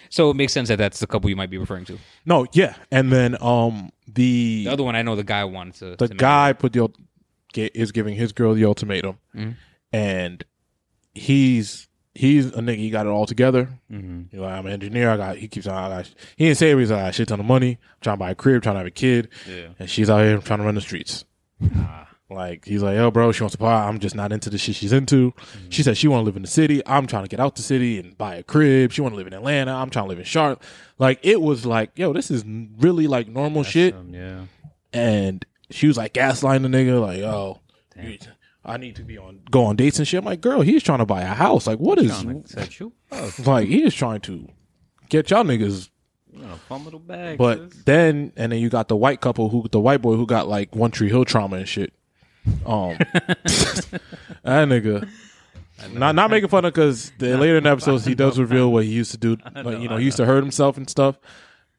S2: so it makes sense that that's the couple you might be referring to.
S1: No, yeah, and then um the
S2: The other one, I know the guy wanted to.
S1: the
S2: to marry.
S1: guy put the ult- ge- is giving his girl the ultimatum,
S2: Mm-hmm.
S1: and he's he's a nigga. He got it all together.
S3: Mm-hmm.
S1: He's like, I'm an engineer. I got. He keeps. on. I got. He didn't say it. But he's like, I got a shit ton of money. I'm trying to buy a crib. Trying to have a kid.
S3: Yeah.
S1: And she's out here trying to run the streets. Like he's like, yo, bro, she wants to buy. I'm just not into the shit she's into. She said she want to live in the city. I'm trying to get out the city and buy a crib. She want to live in Atlanta. I'm trying to live in Charlotte. Like it was like, yo, this is n- really like normal shit
S3: Um, yeah.
S1: and she was like gaslighting the nigga, like, oh, you- I need to be on go on dates and shit. I'm like, girl, he's trying to buy a house. Like, what is
S3: Like, set you up.
S1: like he is trying to get y'all niggas.
S3: You know, fun little bag.
S1: But
S3: sis.
S1: then and then you got the white couple who the white boy who got like one tree hill trauma and shit. Um that nigga. Not not making fun of because later in the episodes he does reveal what he used to do. Like, you know, he used to hurt himself and stuff.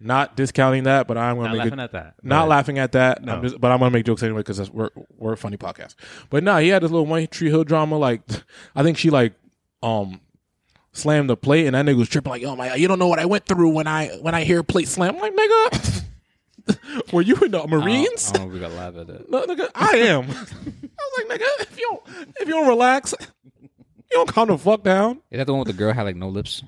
S1: Not discounting that, but I'm gonna
S3: not
S1: make
S3: laughing
S1: it,
S3: at that.
S1: not
S3: But
S1: laughing at that. I'm just, but I'm gonna make jokes anyway because we're we're a funny podcast. But nah, he had this little one tree hill drama. Like I think she like um slammed the plate, and that nigga was tripping like, "Oh my, you don't know what I went through when I when I hear a plate slam." I'm like, nigga, were you in the Marines?
S2: I don't know if we got live at that.
S1: No, nigga, I am. I was like, nigga, if you don't if you don't relax, you don't calm the fuck down.
S2: Is that the one with the girl had like no lips?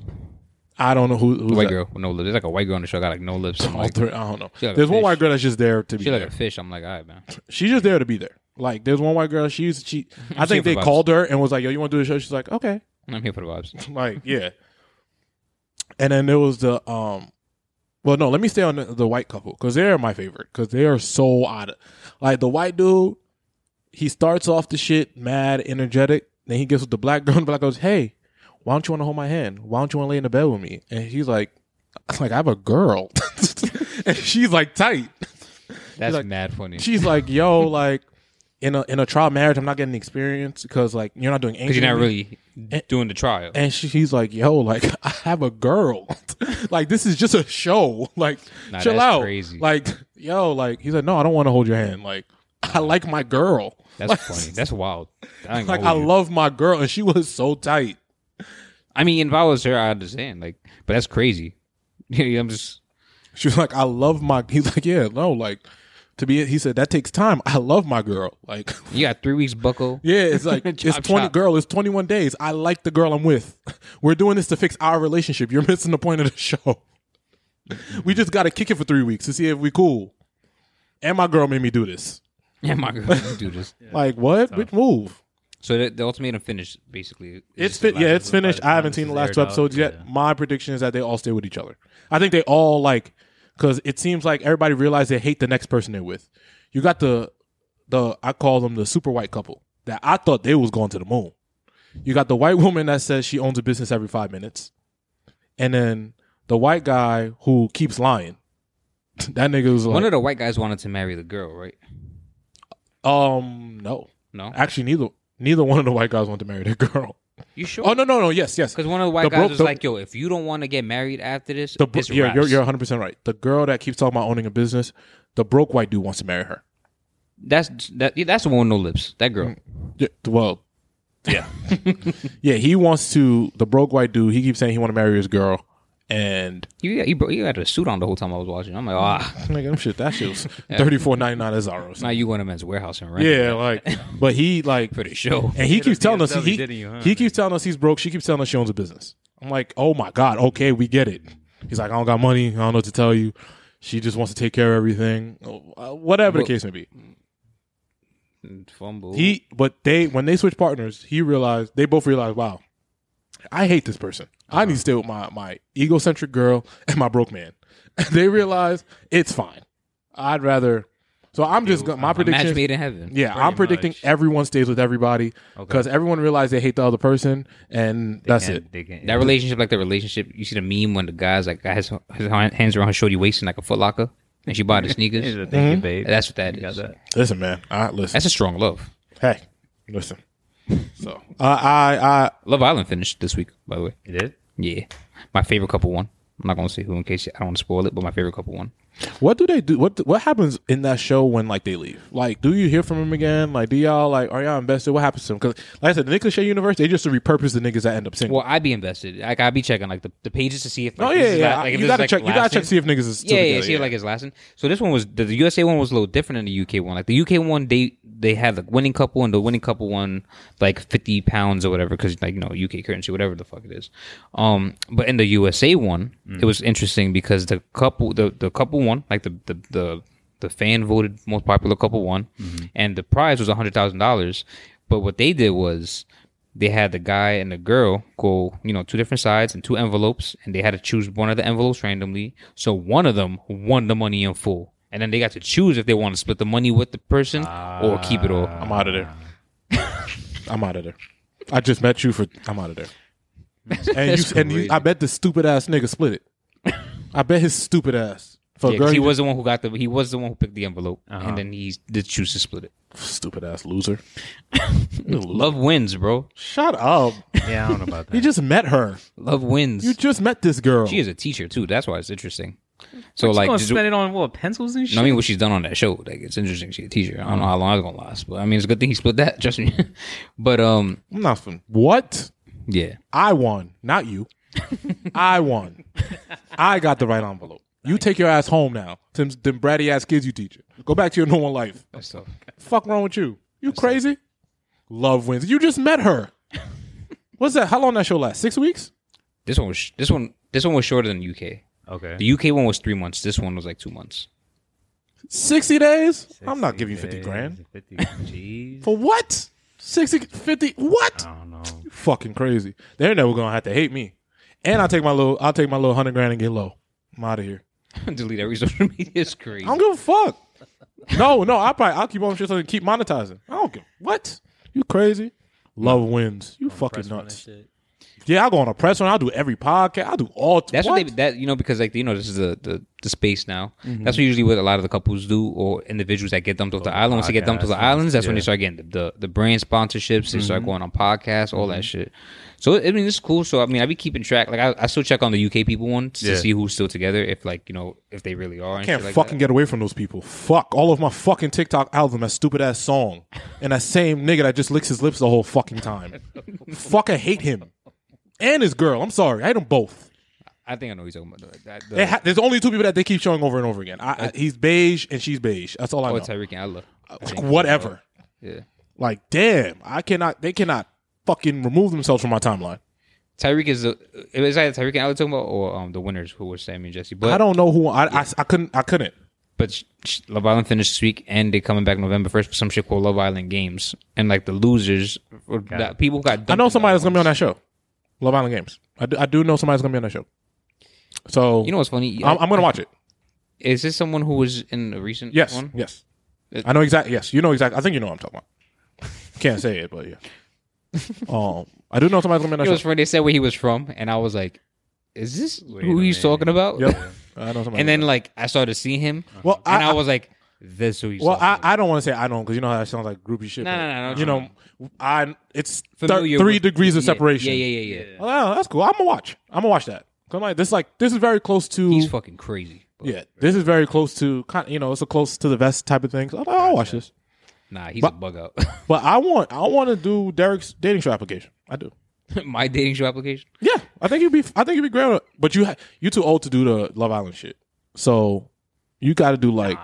S1: I don't know who who's
S2: The white
S1: that.
S2: girl with no lips. There's like a white girl on the show got like no lips. I'm
S1: All
S2: like,
S1: three- I don't know.
S2: like a
S1: There's one
S2: fish.
S1: white girl that's just there to be.
S2: she like
S1: there.
S2: a fish. I'm like, all right, man.
S1: She's just there to be there. Like there's one white girl. She used to cheat. I
S2: here
S1: think
S2: for
S1: they
S2: vibes.
S1: called her and was like, "Yo, you want to do the show?" She's like, "Okay."
S2: I'm here for the vibes.
S1: Like yeah. And then there was the um, well no, let me stay on the, the white couple because they're my favorite because they are so odd. Like the white dude, he starts off the shit mad, energetic. Then he gets with the black girl and the black goes, "Hey, why don't you want to hold my hand? Why don't you want to lay in the bed with me?" And he's like, "Like I have a girl," and she's like tight.
S2: That's
S1: like-
S2: mad funny.
S1: she's like, yo, like in a in a trial marriage, I'm not getting the experience because like you're not doing
S2: Because
S1: anything.
S2: you're not really doing the trial.
S1: And she, she's like, yo, like I have a girl. like this is just a show. Like
S2: Nah,
S1: chill
S2: that's
S1: out.
S2: crazy.
S1: Like yo, like he's like, no, I don't want to hold your hand. Like I like my girl.
S2: That's
S1: like,
S2: funny. That's wild. I, ain't
S1: Like
S2: gonna
S1: I
S2: hold you.
S1: love my girl, and she was so tight.
S2: I mean, if I was her, I understand. Like, but that's crazy. I'm just.
S1: She was like, I love my. He's like, yeah, no, like to be. He said that takes time. I love my girl. Like
S2: You got three weeks, buckle.
S1: Yeah, it's like it's
S2: Chop,
S1: twenty
S2: chop.
S1: girl, it's twenty one days. I like the girl I'm with. We're doing this to fix our relationship. You're missing the point of the show. we just gotta kick it for three weeks to see if we cool. And my girl made me do this.
S2: Yeah, my girl, you do this.
S1: like what? Which move?
S2: So the, the ultimatum finished basically.
S1: It's
S2: just the
S1: fit. Yeah,
S3: last-
S1: it's finished.
S3: by the
S1: I
S3: time
S1: haven't
S3: this
S1: seen the
S3: is
S1: last
S3: aired
S1: two
S3: out,
S1: episodes yet.
S3: yeah.
S1: My prediction is that they all stay with each other. I think they all like because it seems like everybody realized they hate the next person they're with. You got the the I call them the super white couple that I thought they was going to the moon. You got the white woman that says she owns a business every five minutes, and then the white guy who keeps lying. that nigga was
S2: One
S1: like,
S2: of the white guys wanted to marry the girl, right?
S1: um, no,
S2: No,
S1: actually neither neither one of the white guys wanted to marry that girl.
S2: you sure?
S1: Oh no no no yes yes
S2: Because one of the white
S1: The
S2: guys
S1: bro-
S2: was
S1: the-
S2: like, "Yo, if you don't want to get married after this,
S1: The bro-
S2: it's
S1: you're,
S2: wraps."
S1: you're you're 100 percent right. The girl that keeps talking about owning a business, the broke white dude wants to marry her.
S2: that's that. yeah, that's the one with no lips. That
S1: Mm.
S2: girl.
S1: Yeah, well, yeah, yeah. He wants to. The broke white dude. He keeps saying he want to marry his girl, and
S2: You you, bro, you had a suit on the whole time I was watching. I'm like, ah,
S1: nigga, them oh, shit. That shit was 34.99 at Zara. or
S2: now
S1: something.
S2: you going to men's warehouse and rent.
S1: Yeah, like, but he like,
S2: for the show.
S1: and he keeps telling us
S3: DSW,
S1: he
S3: didn't you, huh?
S1: he keeps telling us he's broke. She keeps telling us she owns a business. I'm like, oh my god, okay, we get it. He's like, I don't got money. I don't know what to tell you. She just wants to take care of everything, Uh, whatever the
S2: Well-
S1: case may be.
S2: Mm, Fumble.
S1: He, but they, when they switch partners, he realized they both realized, wow, I hate this person. I
S3: Uh-huh.
S1: need to stay with my my egocentric girl and my broke man. they realize it's fine. I'd rather So I'm just go- my
S3: uh-huh.
S2: a match
S1: prediction.
S2: made in heaven.
S1: Yeah, I'm predicting everyone stays with everybody because everyone realized they hate the other person, and that's
S3: Can't-
S1: it.
S3: They can't,
S2: That relationship, like the relationship, you see the meme when the guy's like got his, his hands around her shorty waist in like a Foot Locker, and she bought the
S3: Here's the
S2: sneakers.
S3: thing,
S1: Mm-hmm.
S3: babe.
S2: That's what that
S3: You got
S2: is.
S3: that.
S1: Listen, man. I listen.
S2: That's a strong love.
S1: hey, listen. So I I I
S2: Love Island finished this week, by the way.
S3: You did?
S2: Yeah, my favorite couple won. I'm not gonna say who in case I don't want to spoil it, but my favorite couple won.
S1: What do they do? What what happens in that show when like they leave? Like, do you hear from them again? Like, do y'all like are y'all invested? What happens to them? Because like I said, the Nicholas Shea universe, they just repurpose the niggas that end up single.
S2: Well, I'd be invested. Like I'd be checking like the, the pages to see if. Like,
S1: oh
S2: this
S1: yeah,
S2: is
S1: yeah.
S2: la- like, if
S1: you
S2: this
S1: gotta
S2: is, like,
S1: check. You gotta
S2: lasting.
S1: check to see if niggas is still
S2: Yeah, yeah,
S1: together,
S2: see like it's lasting. So this one was the, the USA one was a little different than the UK one. Like the UK one, they they had the winning couple and the winning couple won like fifty pounds or whatever because like you know UK currency, whatever the fuck it is. Um, but in the USA one,
S1: Mm.
S2: it was interesting because the couple the the couple won like the the the, the fan voted most popular couple won,
S1: Mm-hmm.
S2: and the prize was hundred thousand dollars. But what they did was they had the guy and the girl go, you know, two different sides and two envelopes, and they had to choose one of the envelopes randomly. So one of them won the money in full, and then they got to choose if they want to split the money with the person or keep it all.
S3: Ah.
S1: I'm out of there. I'm out of there. I just met you for. I'm out of there. And
S2: That's
S1: you and you,
S2: crazy.
S1: I bet the stupid ass nigga split it. I bet his stupid ass for
S2: Yeah,
S1: a Oh,
S2: 'cause
S1: girl.
S2: he
S1: He was
S2: was the one who got the he was the one who picked the envelope,
S3: Uh-huh.
S2: and then he did choose to split it.
S1: stupid ass loser.
S2: Love wins, bro.
S1: Shut up.
S3: Yeah, I don't know about that.
S1: You just met her.
S2: Love wins.
S1: You just met this girl.
S2: she is a teacher too. That's why it's interesting. So like,
S3: gonna
S2: just-
S3: spend it on what pencils and shit. Uh-huh.
S2: I mean, what she's done on that show, like it's interesting. She's a teacher. I don't know how long it's gonna last, but I mean, it's a good thing he split that. Trust me. but um,
S1: I'm not fin- What?
S2: yeah.
S1: I won, not you. I won. I got the right envelope. You take your ass home now. Them, them bratty ass kids you teach. Go back to your normal life. Fuck wrong with you? You crazy? Love wins. You just met her. What's that? How long that show last? Six weeks?
S2: This one was sh- this one this one was shorter than UK.
S3: okay.
S2: The UK one was three months. This one was like two months.
S1: Sixty days? I'm not giving you fifty grand.
S3: Fifty. Jeez.
S1: For what? 60, 50, What?
S3: I don't know.
S1: Fucking crazy. They're never gonna have to hate me. And I'll take my little I'll take my little hundred grand and get low. I'm out of here.
S2: Delete every social media. It's crazy.
S1: I don't give a fuck. No, no, I probably I'll keep on shit so I can keep monetizing. I don't give what? You crazy? Love wins. You fucking nuts. Yeah, I'll go on a press run. I'll do every podcast. I'll do all.
S2: That's what,
S1: what? Mm-hmm.
S2: they that you know because like you know this is the the, the space now. That's what usually what a lot of the couples do or individuals that get dumped
S1: Oh,
S2: off the island. Once they get dumped off the
S3: podcasts,
S2: islands, that's when they
S3: yeah.
S2: start getting the the, the brand sponsorships. They
S1: Mm-hmm.
S2: start going on podcasts, all that shit. So I mean, it's cool. So I mean, I be keeping track. Like I, I still check on the UK people ones
S3: Yeah.
S2: to see who's still together. If like you know if they really are. And
S1: can't
S2: shit like
S1: fucking
S2: that.
S1: get away from those people. Fuck all of my fucking TikTok album, that stupid ass song, and that same nigga that just licks his lips the whole fucking time. Fuck, I hate him and his girl. I'm sorry, I hate them both.
S2: I think I know what you're talking about. The- that- the-
S1: They ha- there's only two people that they keep showing over and over again. I, I, he's beige and she's beige. That's all I
S2: oh,
S1: know.
S2: Tyreek and Ella. I think.
S1: Uh, Whatever.
S2: Yeah.
S1: Like, damn, I cannot. They cannot fucking remove themselves from my timeline.
S2: Tyreek is the it was either Tyreek and Ella talking about or um the winners who were Sammy and Jesse. But
S1: I don't know who. I, I, I couldn't. I couldn't.
S2: but sh- sh- Love Island finished this week, and they're coming back November first for some shit called Love Island Games, and like the losers, or that people who got. Dumped
S1: I know somebody that's
S2: in
S1: gonna be
S2: Love
S1: on that show, Love Island Games. I do, I do know somebody's gonna be on that show. So
S2: Island. You know what's funny?
S1: I'm, I'm gonna watch it.
S2: Is this someone who was in a recent?
S1: Yes,
S2: One?
S1: yes. I know exactly. Yes, you know exactly. I think you know what I'm talking about. Can't say it, but yeah. Um, I do know somebody's gonna be on
S2: It
S1: that
S2: was
S1: show.
S2: funny. They said where he was from, and I was like, "Is this who
S3: a
S2: he's
S3: minute.
S2: talking about?"
S1: Yep. I know somebody.
S2: And then like I started seeing him,
S1: well,
S2: and I,
S1: I,
S2: was like, "This who he's."
S1: well,
S2: talking
S1: I,
S2: about.
S1: I don't want to say I don't because you know how that sounds like groupie shit.
S2: No,
S1: but,
S2: no, no, no,
S1: You
S2: no.
S1: know, I it's thir-
S2: Familiar
S1: three
S2: with-
S1: degrees of
S2: yeah,
S1: separation.
S2: Yeah, yeah, yeah, yeah.
S1: Well, Oh, that's cool. I'm gonna watch. I'm gonna watch that. 'Cause I'm like this. Like this is very close to.
S2: He's fucking crazy. But
S1: yeah, this is very close to. kind- You know, it's a close to the vest type of thing. So I'm like, I'll watch this.
S2: Nah, he's a
S1: But-
S2: bug out.
S1: But I want. I want to do Derek's dating show application. I do.
S2: My dating show application.
S1: Yeah, I think you'd be. I think you'd be great. on it. But you ha- you too old to do the Love Island shit. So you got to do like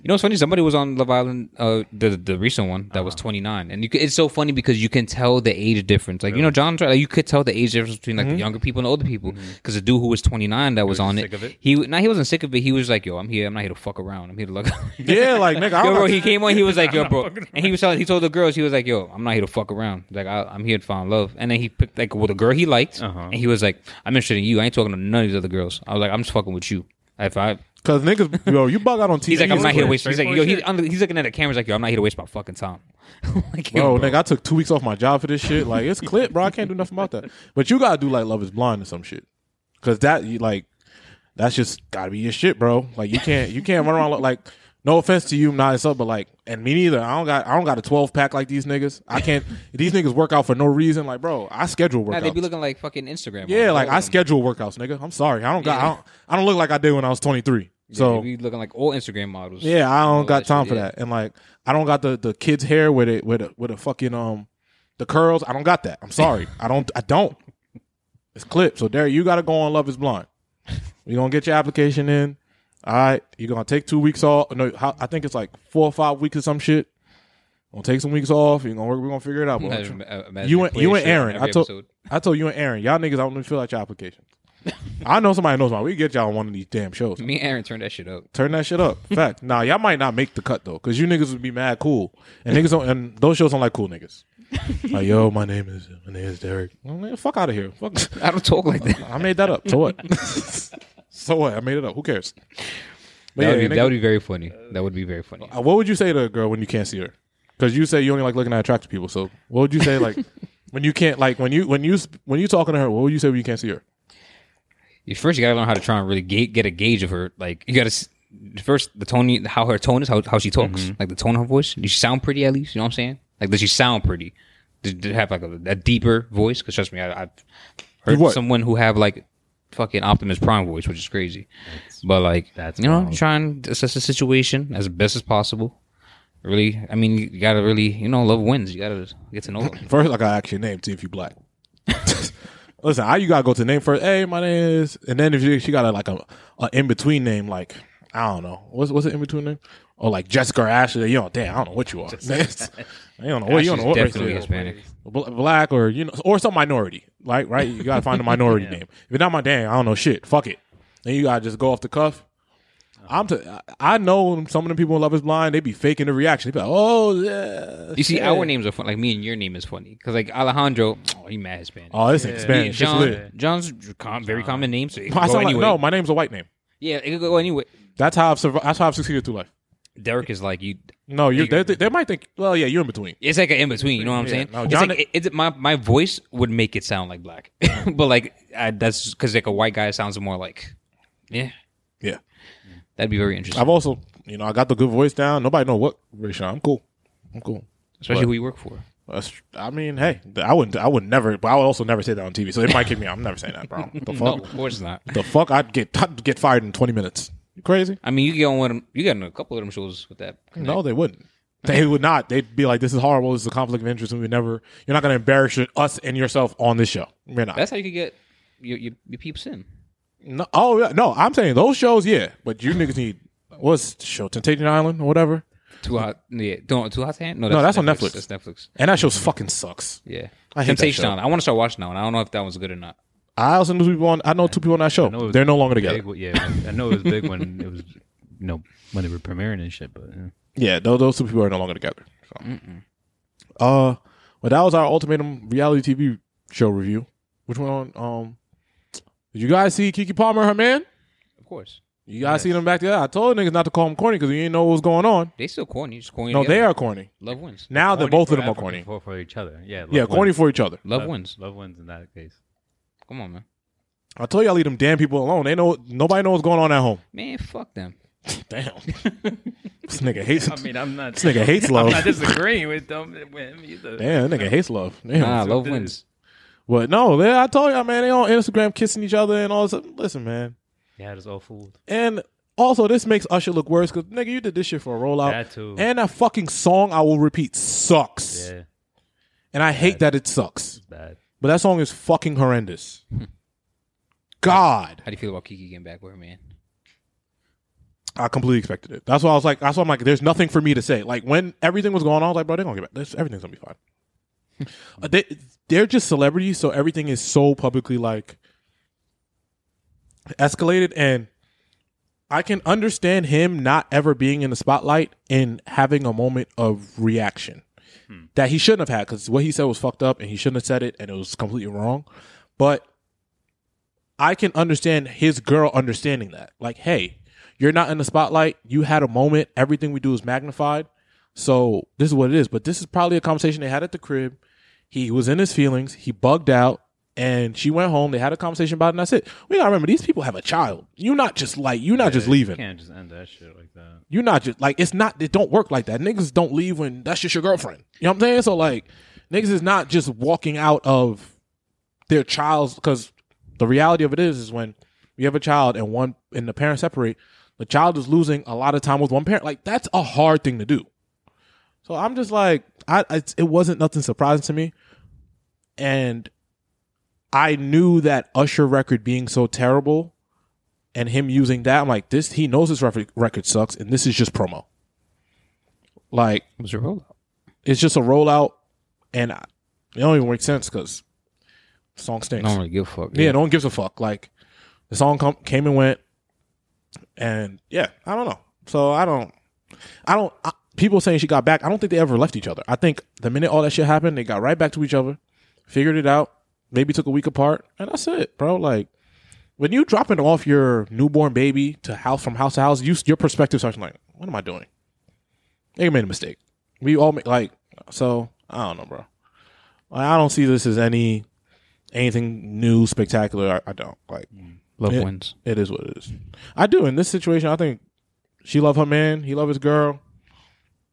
S2: You know what's funny? Somebody was on Love Island, uh, the the recent one that was
S3: Uh-huh.
S2: 29, and you could, it's so funny because you can tell the age difference. Like you know, John, Tra- like, you could tell the age difference between like
S3: Mm-hmm.
S2: the younger people and the older people. Because the dude who was 29 that was, on
S3: sick of it?
S2: he now he wasn't sick of it. He was like, "Yo, I'm here. I'm not here to fuck around. I'm here to look."
S1: yeah, like nigga. I
S2: Yo,
S1: don't know.
S2: bro, he came on. He was like, "Yo, bro," and he was telling, he told the girls, he was like, "Yo, I'm not here to fuck around. Like, I, I'm here to find love." And then he picked like with a girl he liked,
S3: Uh-huh.
S2: and he was like, "I'm interested in you. I ain't talking to none of these other girls. I was like, I'm just fucking with you." If I
S1: Because niggas, yo, you bug out on TV.
S2: He's like, I'm not here to
S1: anyway.
S2: waste. He's like, yo, he, on the- he's looking at the cameras like, yo, I'm not here to waste my fucking time. like, yo,
S1: Bro,
S2: bro.
S1: Oh, nigga, I took two weeks off my job for this shit. Like, it's clip, bro. I can't do nothing about that. But you gotta do like Love Is Blind or some shit, because that you like, that's just gotta be your shit, bro. Like, you can't you can't run around lo- like. No offense to you, not up, but like, and me neither. I don't got I don't got a twelve pack like these niggas. I can't. these niggas work out for no reason. Like, bro, I schedule
S2: Nah,
S1: workouts.
S2: they be looking like fucking Instagram.
S1: yeah,
S2: models.
S1: like
S2: All
S1: I
S2: of them.
S1: schedule workouts, nigga. I'm sorry, I don't got
S2: Yeah.
S1: I, don't, I don't look like I did when I was twenty three. So
S2: yeah, they be looking like all Instagram models.
S1: Yeah, I
S2: All
S1: don't got
S2: that
S1: time
S2: shit,
S1: for
S2: yeah.
S1: that. And like, I don't got the the kids' hair with it with a with a fucking um the curls. I don't got that. I'm sorry. I don't. I don't. It's clip. So Derek, you got to go on Love Is Blind. You gonna get your application in. All right, you're gonna take two weeks off. No, how, I think it's like four or five weeks or some shit. Gonna take some weeks off. You gonna work. We're gonna figure it out. bro.
S2: Imagine- imagine
S1: You and-
S2: playing
S1: you and
S2: shit on
S1: Aaron,
S2: every
S1: I told-
S2: episode.
S1: I told you and Aaron, y'all niggas, I don't even fill out your applications. I know somebody knows mine. We get y'all on one of these damn shows.
S2: me and Aaron turned that shit up.
S1: Turn that shit up. Fact. Nah, y'all might not make the cut though, because you niggas would be mad cool, and niggas don't, and those shows don't like cool niggas. Like, yo, my name is my name is Derek. Well, man, fuck out of here. Fuck.
S2: I don't talk like that.
S1: I made that up. So what? so what? I made it up. Who cares? But
S2: That,
S1: yeah,
S2: would be,
S1: nigga,
S2: that would be very funny. That would be very funny.
S1: uh, what would you say to a girl when you can't see her? Because you say you only like looking at attractive people. So what would you say like when you can't like when you when you sp- when you talking to her? What would you say when you can't see her?
S2: You- First, you gotta learn how to try and really ga- get a gauge of her. Like, you gotta s- first the tone, how her tone is, how how she talks,
S3: Mm-hmm.
S2: like the tone of her voice. Does she sound pretty at least? You know what I'm saying? Like, does she sound pretty? Did, did it have like a, a deeper voice? Because trust me, I, I've heard
S1: what?
S2: someone who have like fucking Optimus Prime voice, which is crazy. but like,
S3: that's
S2: you know,
S3: wild.
S2: try and assess the situation as best as possible. Really, I mean, you gotta really, you know, love wins. You gotta get to know them.
S1: First, I gotta ask your name, see if you black. Listen, I you gotta go to the name first. Hey, my name is, and then if she, she got a, like a, a in between name, like I don't know, what's what's an in between name? Or like Jessica or Ashley, you know, damn, I don't know what you are. I don't know what you don't know
S2: She's
S1: what race
S2: definitely
S1: you are.
S2: Hispanic.
S1: Bl- black or you know or some minority, like right? You gotta find a minority name. If it's not my damn, I don't know shit. Fuck it. Then you gotta just go off the cuff. I'm t- I I know some of the people in Love Is Blind. They be faking the reaction. They be like, oh yeah,
S2: You see,
S1: yeah.
S2: our names are funny. Like me and your name is funny because like Alejandro, oh, you mad Hispanic.
S1: Oh, this ain't
S3: Yeah.
S2: Me and
S1: Spanish. It's
S2: John,
S1: lit.
S2: John's a com- very common name, so it
S1: I
S2: could go
S1: sound like-
S2: anyway.
S1: no, my name's a white name.
S2: Yeah, it could go anyway.
S1: That's how I've survived. That's how I've succeeded through life.
S2: Derek is like you.
S1: No, you they, they, they might think. Well, yeah, you're in between.
S2: It's like an in between. You know what I'm
S1: Yeah,
S2: saying?
S1: no,
S2: it's
S1: John-
S2: like it, it's my my voice would make it sound like black, but like I, that's because like a white guy sounds more like yeah.
S1: Yeah,
S2: That'd be very interesting,
S1: I've also you know I got the good voice down. Nobody know what race I'm. I'm cool. I'm cool.
S2: especially who you work for.
S1: That's, I mean, hey, I wouldn't. I would never. But I would also never say that on TV. So they might kick me out. I'm never saying that, bro. The
S2: No,
S1: fuck.
S2: of course not.
S1: The fuck. I'd get I'd get fired in 20 minutes. You crazy?
S2: I mean, you get on one. of them- You got on a couple of them shows with that.
S1: No, they wouldn't. They would not. They'd be like, "This is horrible. This is a conflict of interest. and We would never. You're not going to embarrass us and yourself on this show. You're not.
S2: That's how you could get your, your, your peeps in.
S1: No, oh yeah, no, I'm saying those shows, yeah. But you niggas need what's the show, Temptation Island or whatever,
S2: Too hot, yeah. Don't too hot to hand. No,
S1: No, that's on Netflix.
S2: That's Netflix.
S1: and that show's fucking sucks. I
S2: Yeah,
S1: hate that
S2: Temptation
S1: show.
S2: Island. I want to start watching that one. I don't know if that one's good or not.
S1: I also know two people on. I know two people on that show.
S3: know it was
S1: They're no longer
S3: big,
S1: together.
S3: well, yeah, I know it was big when it was, you know, when they were premiering and shit. But yeah.
S1: Yeah, those, those two people are no longer together. So. Uh, but that was our ultimatum reality TV show review. Which one? Um, did you guys see Kiki Palmer, her man?
S2: Of course,
S1: You guys see them back there? I told niggas not to call them corny because you didn't know what was going on.
S2: they still corny. Just corny.
S1: No, they
S2: together.
S1: are corny.
S2: Love wins.
S1: Now that both
S3: for
S1: of them are
S3: Africa,
S1: corny.
S3: for, for each other. Yeah, love
S1: Yeah, corny
S3: wins.
S1: for each other.
S2: Love wins.
S3: Love wins in that case.
S2: Come on, man.
S1: I told y'all leave them damn people alone. They know nobody knows what's going on at home.
S2: Man, fuck them.
S1: Damn. this nigga hates.
S3: mean, I'm not.
S1: This nigga hates love.
S3: disagreeing with them either.
S1: Damn, that nigga hates love. Damn.
S2: Nah, love
S3: it
S2: wins.
S3: is.
S1: But no, they, I told y'all, man, they on Instagram kissing each other and all this. Listen, man.
S3: Yeah, it's all fooled.
S1: And also, this makes Usher look worse because, nigga, you did this shit for a rollout.
S3: That too.
S1: Uh, And that fucking song, I will repeat, sucks.
S3: Yeah,
S1: And I hate that it sucks.
S3: it's bad.
S1: But that song is fucking horrendous. God.
S2: How do you feel about Kiki getting back with her man?
S1: I completely expected it. That's why I was like, that's why I'm like, there's nothing for me to say. Like when everything was going on, I was like, bro, they're gonna get back. This, everything's gonna be fine. Uh, they, they're just celebrities, so everything is so publicly like escalated, and I can understand him not ever being in the spotlight and having a moment of reaction that he shouldn't have had because what he said was fucked up, and he shouldn't have said it, and it was completely wrong. But I can understand his girl understanding that. Like, hey, you're not in the spotlight. You had a moment. Everything we do is magnified. So this is what it is. But this is probably a conversation they had at the crib. He was in his feelings. He bugged out. And she went home. They had a conversation about it, and that's it. We gotta remember these people have a child. You're not just like you're not just leaving.
S3: Can't just end that shit like that.
S1: You're not just like it's not. It don't work like that. Niggas don't leave when that's just your girlfriend. You know what I'm saying? So like, niggas is not just walking out of their child's because the reality of it is is when you have a child and one and the parents separate, the child is losing a lot of time with one parent. Like that's a hard thing to do. So I'm just like, I it's, it wasn't nothing surprising to me, and I knew that Usher record being so terrible and him using that, I'm like, this he knows his record, record sucks, and this is just promo. Like
S2: It was a rollout.
S1: it's just a rollout, and I, it don't even make sense because song stinks.
S2: I don't really give a fuck.
S1: yeah. no one gives a fuck. Like the song come, came and went, and yeah, I don't know. So I don't, I don't. I, people saying she got back. I don't think they ever left each other. I think the minute all that shit happened, they got right back to each other, figured it out. Maybe took a week apart, and that's it, bro. Like when you dropping off your newborn baby to house from house to house, you your perspective starts like, what am I doing? They made a mistake. We all make like so. I don't know, bro. I I don't see this as any anything new, spectacular. I, I don't like.
S2: Love
S1: Yeah.
S2: wins.
S1: It is what it is. I do in this situation. I think she love her man. He love his girl.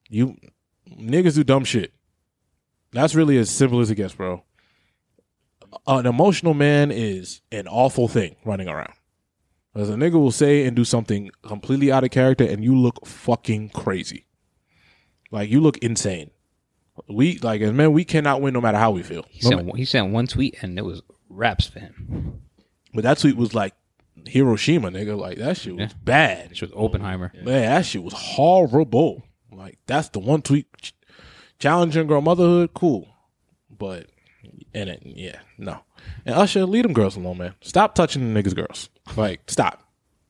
S1: You niggas do dumb shit. That's really as simple as it gets, bro. An emotional man is an awful thing running around. Because a nigga will say and do something completely out of character, and you look fucking crazy. Like you look insane. We like as men, we cannot win no matter how we feel.
S2: He
S1: No
S2: sent one- he sent one tweet and it was raps for him.
S1: But that tweet was like Hiroshima, nigga. Like that shit was bad.
S2: It was Oppenheimer.
S1: Man, that shit was horrible. Like that's the one tweet ch- challenging girl motherhood. Cool, but and it, yeah, no. And Usher, leave them girls alone, man. Stop touching the niggas' girls. Like stop.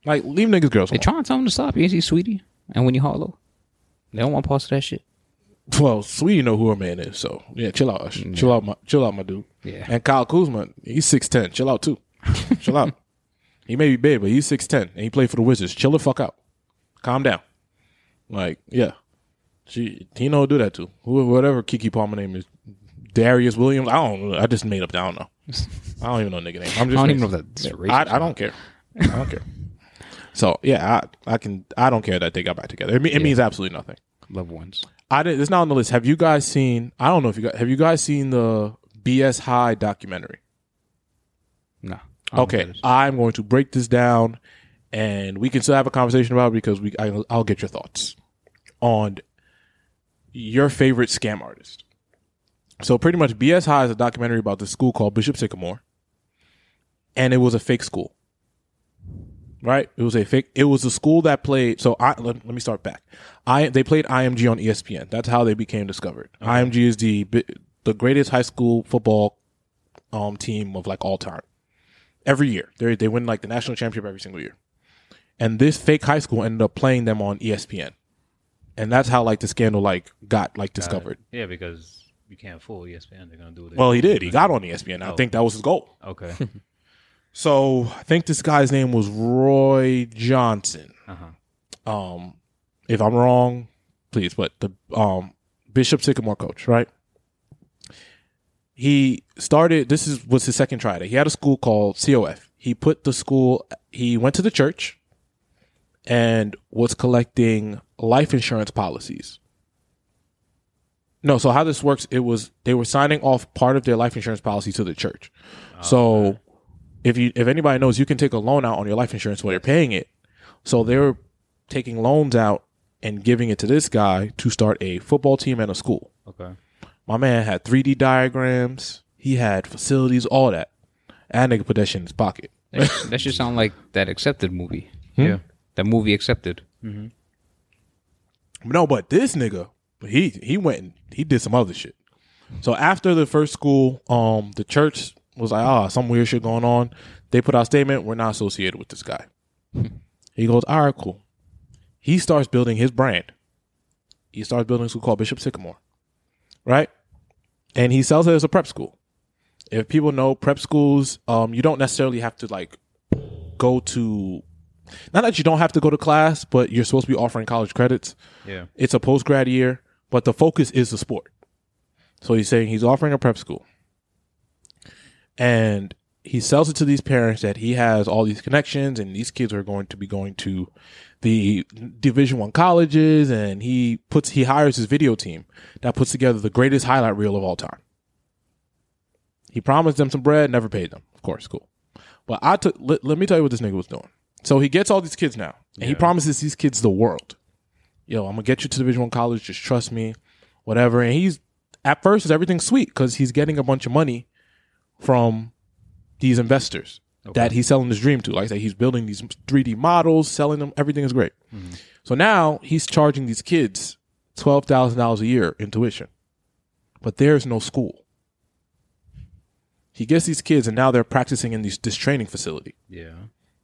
S1: Like leave niggas' girls
S2: They
S1: alone.
S2: trying to tell him to stop. You ain't see sweetie. And when you hollow, they don't want parts of that shit.
S1: well, sweetie know who her man is, so yeah, chill out, Usher. Chill out, my chill out, my dude.
S2: Yeah.
S1: And Kyle Kuzma, he's six ten. Chill out too. chill out. He may be big, but he's six ten and he played for the Wizards. Chill the fuck out. Calm down. Like yeah, she Tino will do that too. Who whatever Kiki Palmer name is, Darius Williams. I don't. know. I just made up. I don't know. I don't even know nigga name. I'm
S2: I
S1: just
S2: don't even know
S1: racist.
S2: if that's racist.
S1: I, I don't care. I don't care. So yeah, I I can I don't care that they got back together. It, me- it means absolutely nothing.
S2: Love wins.
S1: I didn't. It's not on the list. Have you guys seen? I don't know if you guys have you guys seen the BS High documentary.
S2: No.
S1: Okay, I'm going to break this down, and we can still have a conversation about it because we I, I'll get your thoughts on your favorite scam artist. So pretty much, BS High is a documentary about this school called Bishop Sycamore, and it was a fake school. Right, it was a fake. It was a school that played. So I let, let me start back. I they played IMG on E ESPN. That's how they became discovered. IMG is the bi- the greatest high school football um team of like all time every year. They they win like the national championship every single year. And this fake high school ended up playing them on E ESPN. And that's how like the scandal like got like discovered.
S3: Yeah, because you can't fool E ESPN. They're gonna do it.
S1: well, he did. He got on E ESPN. I
S3: Oh.
S1: think that was his goal.
S3: Okay.
S1: So I think this guy's name was Roy Johnson.
S3: Uh huh.
S1: um, if I'm wrong, please, but the um, Bishop Sycamore coach, right? He started. This is was his second try. at it. He had a school called COF. He put the school. He went to the church, and was collecting life insurance policies. No, so how this works? It was they were signing off part of their life insurance policy to the church. so, if you if anybody knows, you can take a loan out on your life insurance while you're paying it. So they were taking loans out and giving it to this guy to start a football team and a school.
S3: Okay.
S1: My man had 3D diagrams. He had facilities, all that. And nigga put that shit in his pocket.
S2: That, that should sound like that accepted movie.
S1: Hmm?
S3: Yeah.
S2: That movie accepted.
S1: No, but this nigga, he he went and he did some other shit. So after the first school, um, the church was like, ah, some weird shit going on. They put out a statement, we're not associated with this guy. he goes, all right, cool. He starts building his brand. He starts building a school called Bishop Sycamore, right? And he sells it as a prep school. If people know prep schools, um, you don't necessarily have to like go to not that you don't have to go to class, but you're supposed to be offering college credits.
S3: Yeah.
S1: It's a post grad year, but the focus is the sport. So he's saying he's offering a prep school. And he sells it to these parents that he has all these connections and these kids are going to be going to the division 1 colleges and he puts he hires his video team that puts together the greatest highlight reel of all time. He promised them some bread, never paid them. Of course, cool. But I took let, let me tell you what this nigga was doing. So he gets all these kids now, and he promises these kids the world. Yo, I'm gonna get you to Division One college. Just trust me, whatever. And he's at first is everything sweet because he's getting a bunch of money from these investors that he's selling his dream to. Like I say, he's building these 3D models, selling them. Everything is great. So now he's charging these kids twelve thousand dollars a year in tuition, but there's no school. He gets these kids, and now they're practicing in these, this training facility
S3: Yeah.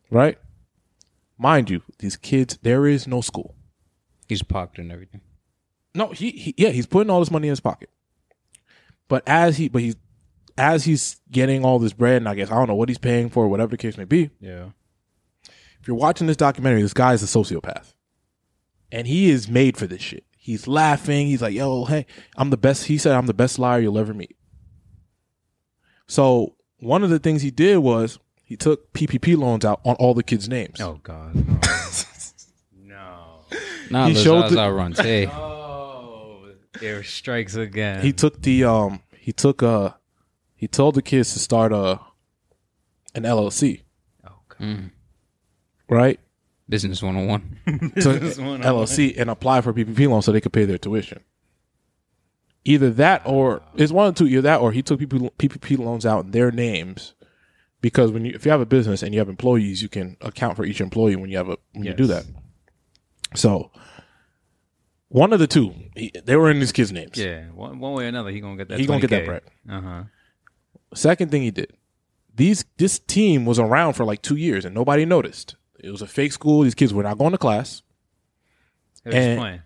S1: right? Mind you, these kids, there is no school.
S2: He's parked and everything.
S1: No, he, he yeah, he's putting all this money in his pocket. But as he but he's as he's getting all this bread, and I guess I don't know what he's paying for, whatever the case may be.
S3: Yeah.
S1: If you're watching this documentary, this guy is a sociopath. And he is made for this shit. He's laughing. He's like, yo, hey, I'm the best. He said, I'm the best liar you'll ever meet. So one of the things he did was he took PPP loans out on all the kids' names.
S3: Oh God. No. no.
S2: Nah,
S1: He
S2: he
S1: showed
S2: showed
S1: the-
S2: runs. Hey,
S3: Oh, it strikes again.
S1: he took the um he took uh he told the kids to start uh an LLC,
S3: oh God.
S1: Mm, right?
S2: business one on one.
S1: To
S3: one
S1: LLC and apply for PPP loan so they could pay their tuition. Either that or it's one or two. Either that or he took PPP lo- PPP loans out in their names because when you if you have a business and you have employees, you can account for each employee when you have a when you do that.
S3: Yes.
S1: So one of the two, he, they were in these kids' names.
S3: Yeah. One, one way or another, he gonna get that.
S1: He gonna get that
S3: 20K.
S1: bread.
S3: Uh-huh.
S1: Second thing he did, these this team was around for like two years and nobody noticed. It was a fake school. These kids were not going to class,
S3: It was
S1: And-
S3: playing.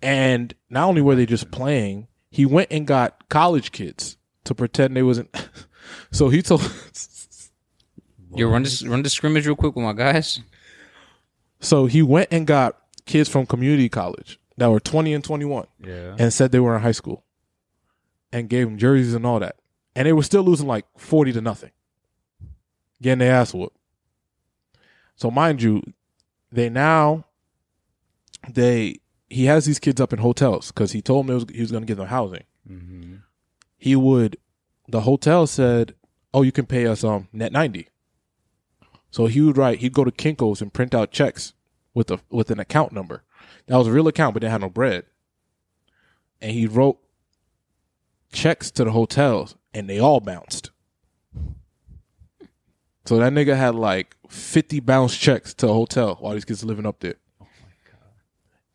S1: and not only were they just playing, he went and got college kids to pretend they wasn't. so he told,
S2: Yo, run this run the scrimmage real quick with my guys.
S1: so he went and got kids from community college that were twenty and twenty one,
S3: Yeah.
S1: and said they were in high school, and gave them jerseys and all that, and they were still losing like forty to nothing, getting their ass whooped. So mind you, they now they he has these kids up in hotels because he told them it was, he was going to give them housing.
S3: Mm-hmm.
S1: He would the hotel said, "Oh, you can pay us um net 90." So he would write he'd go to Kinko's and print out checks with a with an account number. That was a real account but they had no bread. And he wrote checks to the hotels and they all bounced. So that nigga had like 50 bounce checks to a hotel while these kids living up there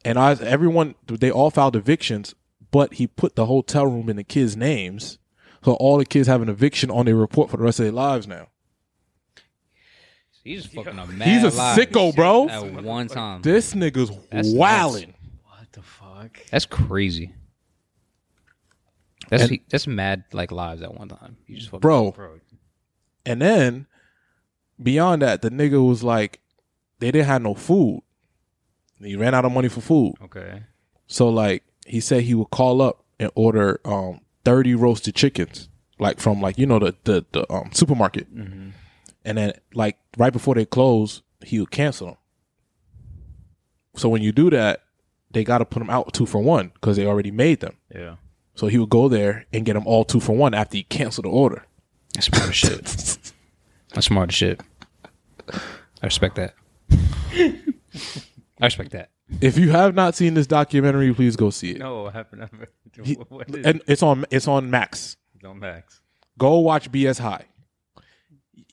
S1: and I everyone they all filed evictions, but he put the hotel room in the kids' names, so all the kids have an eviction on their report for the rest of their lives now.
S2: He's fucking a mad.
S1: He's a
S2: liar.
S1: sicko, bro.
S2: At one time,
S1: This nigga's
S2: That's
S1: wilding.
S3: What the fuck?
S2: that's crazy. That's he- that's mad like lives at one time. You just fucking,
S1: bro.
S3: Bro.
S1: And then beyond that, the nigga was like, they didn't have no food. He ran out of money for food,
S3: Okay.
S1: so like he said he would call up and order um thirty roasted chickens, like from like you know the the, the um supermarket.
S3: Mm-hmm.
S1: and then like right before they close, he would cancel them. So when you do that, they got to put them out two for one because they already made them.
S3: Yeah.
S1: So he would go there and get them all two for one after he canceled the order.
S2: That's smart as shit. That's smart as shit. I respect that. I respect that.
S1: If you have not seen this documentary, please go see it.
S3: No, I have never. What is
S1: And it's on it's on Max.
S3: Don't max.
S1: Go watch BS High.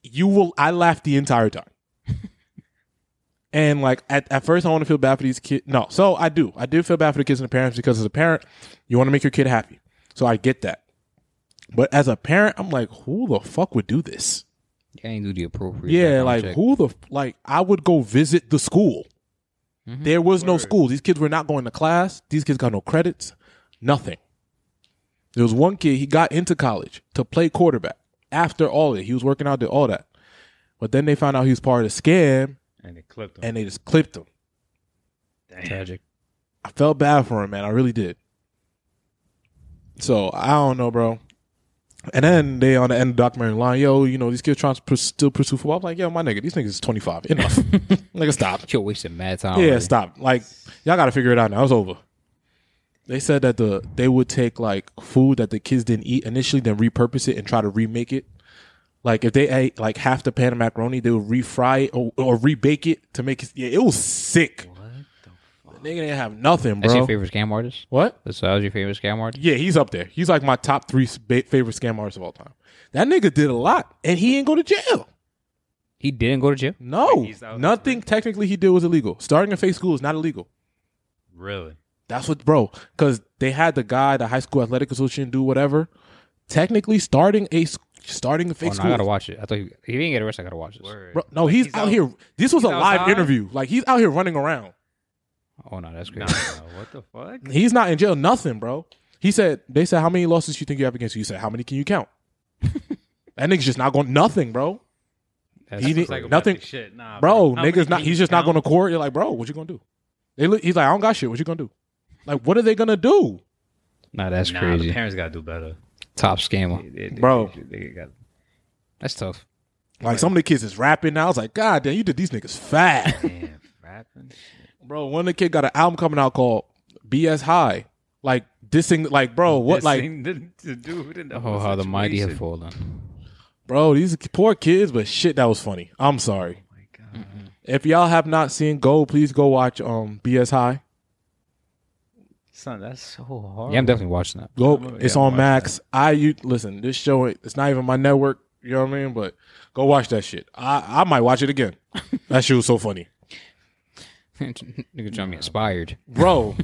S1: You will. I laughed the entire time. and like at, at first, I want to feel bad for these kids. No, so I do. I do feel bad for the kids and the parents because as a parent, you want to make your kid happy. So I get that. But as a parent, I'm like, who the fuck would do this?
S2: I ain't do the appropriate.
S1: Yeah,
S2: background
S1: like
S2: check.
S1: who the f- like I would go visit the school.
S2: Mm-hmm.
S1: There was no school. These kids were not going to class. These kids got no credits, nothing. There was one kid he got into college to play quarterback. After all that, he was working out, did all that. But then they found out he was part of the scam
S3: And they clipped him.
S1: and they just clipped him.
S2: Tragic.
S1: I felt bad for him, man. I really did. So I don't know, bro. And then they on the end of the documentary line, yo, you know, these kids trying to pers- still pursue football. I'm like, yo, my nigga, these niggas is 25. Enough. nigga, stop.
S2: You're wasting mad time.
S1: Yeah,
S2: already.
S1: stop. Like, y'all got to figure it out now. It's over. They said that the they would take like food that the kids didn't eat initially, then repurpose it and try to remake it. Like if they ate like half the pan of macaroni, they would refry it or, or rebake it to make it. Yeah, it was sick. What the fuck? Nigga didn't have nothing,
S2: That's
S1: bro.
S2: your favorite scam artist?
S1: What?
S2: That's that was your favorite scam artist?
S1: Yeah, he's up there. He's like my top three s- ba- favorite scam artists of all time. That nigga did a lot, and he didn't go to jail.
S2: He didn't go to jail?
S1: No,
S3: he's out-
S1: nothing technically he did was illegal. Starting a fake school is not illegal.
S3: Really?
S1: That's what, bro. Because they had the guy, the high school athletic association, do whatever. Technically, starting a s- starting a fake
S2: Oh, no, I
S1: school.
S2: gotta watch it. I thought he, he didn't get arrested. I gotta watch this.
S3: Word.
S1: bro, no, he's,
S3: he's
S1: out,
S3: out-
S1: here. This was a
S3: he's
S1: live
S3: outside?
S1: interview. Like he's out here running around.
S2: Oh no, that's
S3: Nah,
S2: crazy.
S3: what the fuck?
S1: He's not in jail. Nothing, bro. He said. They said, "How many losses you think you have against you?" He said, "How many can you count?" that nigga's just not going. Nothing, bro.
S2: That's
S1: He
S2: crazy.
S1: didn't- nothing-
S3: Shit. Nah,
S1: Bro,
S3: How many
S1: niggas not.
S3: can
S1: He's
S3: you
S1: just not going
S3: count?
S1: to court. You're like, bro, what you gonna do? They look, he's like, I don't got shit. What you gonna do? Like, what are they gonna do,
S2: Nah, that's
S3: Nah,
S2: crazy.
S3: the parents gotta do better.
S2: Top scammer.
S3: They- they- they-
S1: Bro.
S3: they- they got-
S2: That's tough.
S1: Like, some of the kids is rapping now. I was like, God damn, you did these niggas fat.
S3: Damn, rapping.
S1: Bro, one of the kid got an album coming out called BS High. Like dissing like bro, what
S3: This
S1: like
S3: thing did- to do it in the
S2: Oh,
S3: whole
S2: how the mighty have
S3: situation.
S2: fallen.
S1: bro, these poor kids, but shit that was funny. I'm sorry.
S3: Oh my God.
S1: If y'all have not seen Go, please go watch um BS High.
S3: Son, that's so hard.
S2: Yeah, I'm definitely watching that.
S1: Go
S3: gonna-
S1: it's
S3: yeah,
S1: on
S3: watch
S1: Max. I you listen, this show it's not even my network, you know what I mean? But go watch that shit. I, I might watch it again. that shit was so funny.
S2: Nigga, trying to be inspired.
S1: Bro.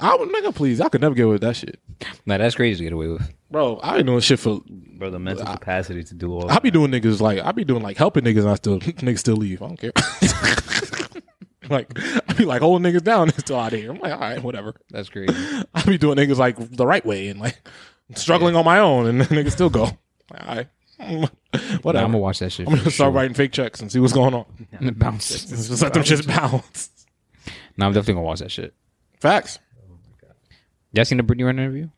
S1: I would nigga please. I could never get away with that shit.
S2: Nah, that's crazy to get away with.
S1: Bro, I ain't doing shit for
S3: bro, the mental capacity to do all.
S1: I be doing niggas like I be doing like helping niggas and I still niggas still leave. I don't care. like I be like holding niggas down and still out of here. I'm like, all right, whatever.
S2: That's crazy.
S1: I be doing niggas like the right way and like struggling on my own and niggas still go. Like, all right. Mm,
S2: Nah,
S1: Whatever.
S2: I'm
S1: I'm,
S2: gonna watch that shit.
S1: gonna start writing fake checks and see what's going on.
S2: writing. Bounce.
S1: Just let them just bounce.
S2: No, I'm definitely gonna watch that shit.
S1: Facts.
S2: Y'all seen the Brittany Renner interview?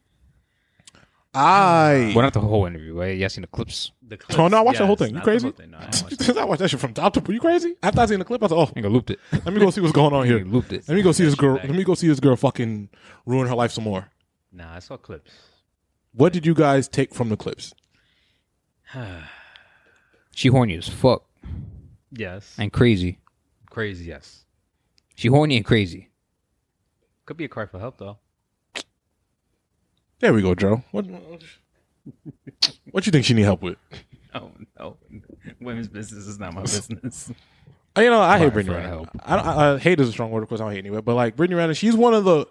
S1: I
S2: Well, not the whole interview, right? Y'all seen the clips?
S3: the clips.
S1: Oh no, I watched the whole thing.
S3: Yes,
S1: You
S3: not the
S1: crazy?
S3: whole thing. No, I watched it.
S1: I watched that shit from top to you crazy? After I seen the clip, I said, Oh,
S2: I think I looped it.
S1: let me go see what's going on
S2: I
S1: here.
S2: looped it.
S1: Let me go see this girl
S3: back.
S1: let me go see this girl fucking ruin her life some more.
S3: Nah, I saw clips.
S1: What did you guys take from the clips?
S2: She horny as fuck
S3: Yes,
S2: and crazy.
S3: crazy. Yes,
S2: She horny and crazy.
S3: could be a cry for help though.
S1: There we go, Joe. What what you think she need help with?
S3: Oh no, women's business is not my business.
S1: Uh, You know, I hate
S2: Crying
S1: Brittany
S2: for
S1: Renner.
S2: help.
S1: I, don't- I, I hate is a strong word, of course. I don't hate anyway, but like Brittany Renner, she's one of the.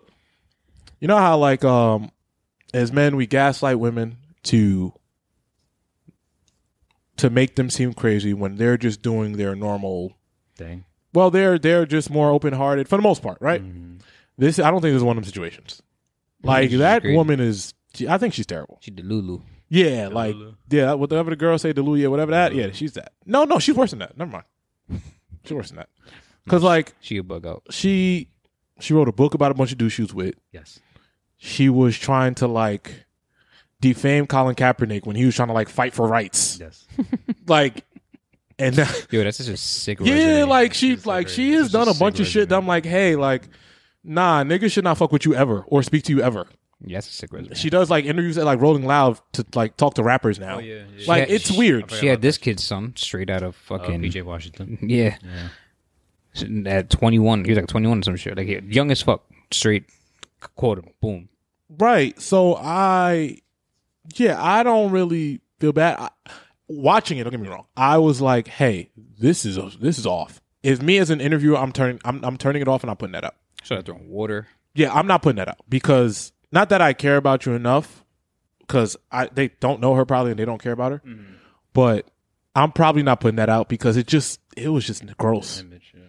S1: You know how like um, as men we gaslight women to to make them seem crazy when they're just doing their normal.
S3: Dang.
S1: Well, they're they're just more open hearted for the most part, right?
S2: Mm-hmm.
S1: This I don't think this is one of them situations. Like
S2: she's
S1: that
S2: crazy.
S1: woman is. She, I think she's terrible.
S2: She delulu.
S1: Yeah, like
S3: Delulu.
S1: yeah, whatever the girl say, Delulu, yeah, whatever that. Yeah, she's that. No, no, she's worse than that. Never mind. She's worse than that. Cause like
S2: She a bug out.
S1: she she wrote a book about a bunch of dudes she was with.
S3: Yes.
S1: She was trying to like defame Colin Kaepernick when he was trying to like fight for rights.
S3: Yes.
S1: Like and now,
S2: Yo, that's just a sick.
S1: yeah,
S2: resume.
S1: like she
S3: She's
S1: like
S3: like,
S1: she has
S3: this is
S1: done a
S3: sick
S1: bunch of shit that I'm like, hey, like, nah, niggas should not fuck with you ever or speak to you ever.
S2: yeah, that's a sick resume.
S1: She does like interviews at like Rolling Loud to like talk to rappers now.
S3: Oh, yeah, yeah.
S1: Like
S2: Yeah,
S1: it's weird. Oh,
S2: She had this kid's son straight out of fucking
S3: PJ Washington.
S2: yeah. At 21, he was like 21 or some shit. Like he- young as fuck, straight quarter, boom.
S1: Right. So I, yeah, I don't really feel bad. I, watching it, don't get me wrong. I was like, hey, this is this is off. If me as an interviewer, I'm turning, I'm, I'm turning it off and I'm putting that up.
S2: Started throwing water.
S1: Yeah, I'm not putting that up because not that I care about you enough, because I they don't know her probably and they don't care about her, but I'm probably not putting that out because it just it was just gross.
S3: Image. Yeah.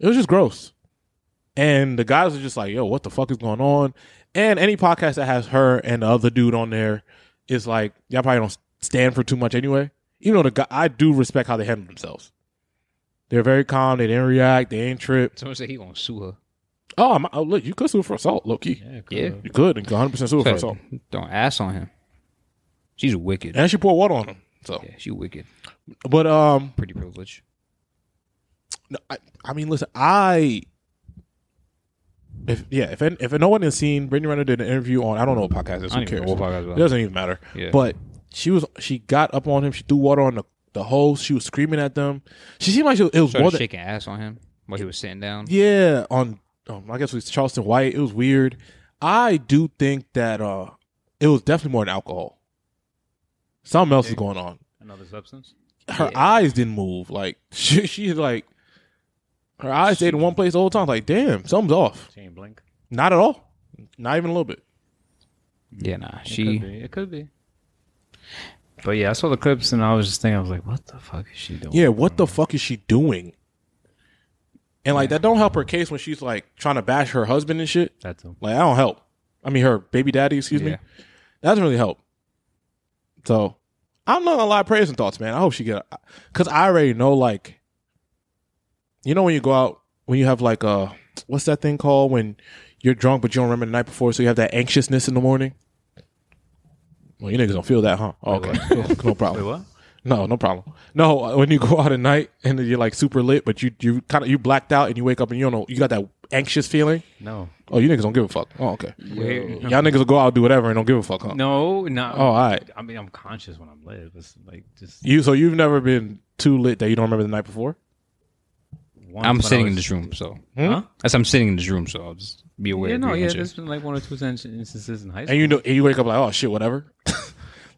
S1: It was just gross. And the guys were just like, yo, what the fuck is going on? And any podcast that has her and the other dude on there is like, y'all probably don't stand for too much anyway. even though the guy, I do respect how they handle themselves. They're very calm. They didn't react. They ain't trip.
S2: Someone said he gonna sue her.
S1: Oh, I'm, oh look, you could sue for assault, low key.
S2: Yeah.
S1: You could, and 100 percent sue for assault.
S2: Don't ass on him. She's wicked.
S1: And she poured water on him. So,
S2: Yeah, she wicked.
S1: but um,
S2: Pretty privileged.
S1: No, I, I mean, listen, I. If yeah, if if no one has seen Brittany Renner did an interview on I don't know what podcast it is,
S2: I
S1: who
S2: don't even
S1: cares?
S2: know what podcast it was.
S1: It doesn't even matter.
S2: Yeah.
S1: But she was she got up on him. She threw water on the the host. She was screaming at them. She seemed like she, it was
S2: Started
S1: more than
S2: shaking ass on him while he was sitting down.
S1: yeah on um, I guess it was Charleston White. It was weird. I do think that uh it was definitely more than alcohol. Something else is going on
S3: Another substance.
S1: her eyes didn't move. Like she, she's like, her eyes stayed in one place the whole time. Like, damn, something's off.
S3: She ain't blink.
S1: Not at all. Not even a little bit.
S2: Yeah, nah.
S3: It
S2: She
S3: could be. It could be. But yeah, I saw the clips and I was just thinking, I was like, what the fuck is she doing?
S1: Yeah, what the fuck is she doing? And like that don't help her case when she's like trying to bash her husband and shit.
S3: That too.
S1: Like I don't help. I mean her baby daddy, excuse me.
S2: Yeah.
S1: That doesn't really help. So I'm not gonna lie, prayers and thoughts, man. I hope she get because I already know like you know when you go out when you have like uh what's that thing called when you're drunk but you don't remember the night before, so you have that anxiousness in the morning. Well, you niggas don't feel that, huh? Oh, okay, no problem.
S3: Wait, what?
S1: No, no problem. No, uh, when you go out at night and then you're like super lit, but you you kind of you blacked out and you wake up and you don't know you got that anxious feeling.
S3: No.
S1: Oh, you niggas don't give a fuck. Oh, okay.
S3: Wait.
S1: Y'all niggas will go out do whatever and don't give a fuck. Huh?
S3: No, no.
S1: Oh, all right.
S3: I mean, I'm conscious when I'm lit. It's like just
S1: You so you've never been too lit that you don't remember the night before.
S3: once
S2: I'm
S3: when I
S2: sitting in
S3: was-
S2: this room, so
S3: Huh?
S2: as I'm sitting in this room, so I'll just be aware.
S3: Yeah,
S2: of
S3: no,
S2: you
S3: yeah.
S2: and shit.
S3: There's been like one or two inc- instances in high school.
S1: And you know and you wake up like oh shit whatever. like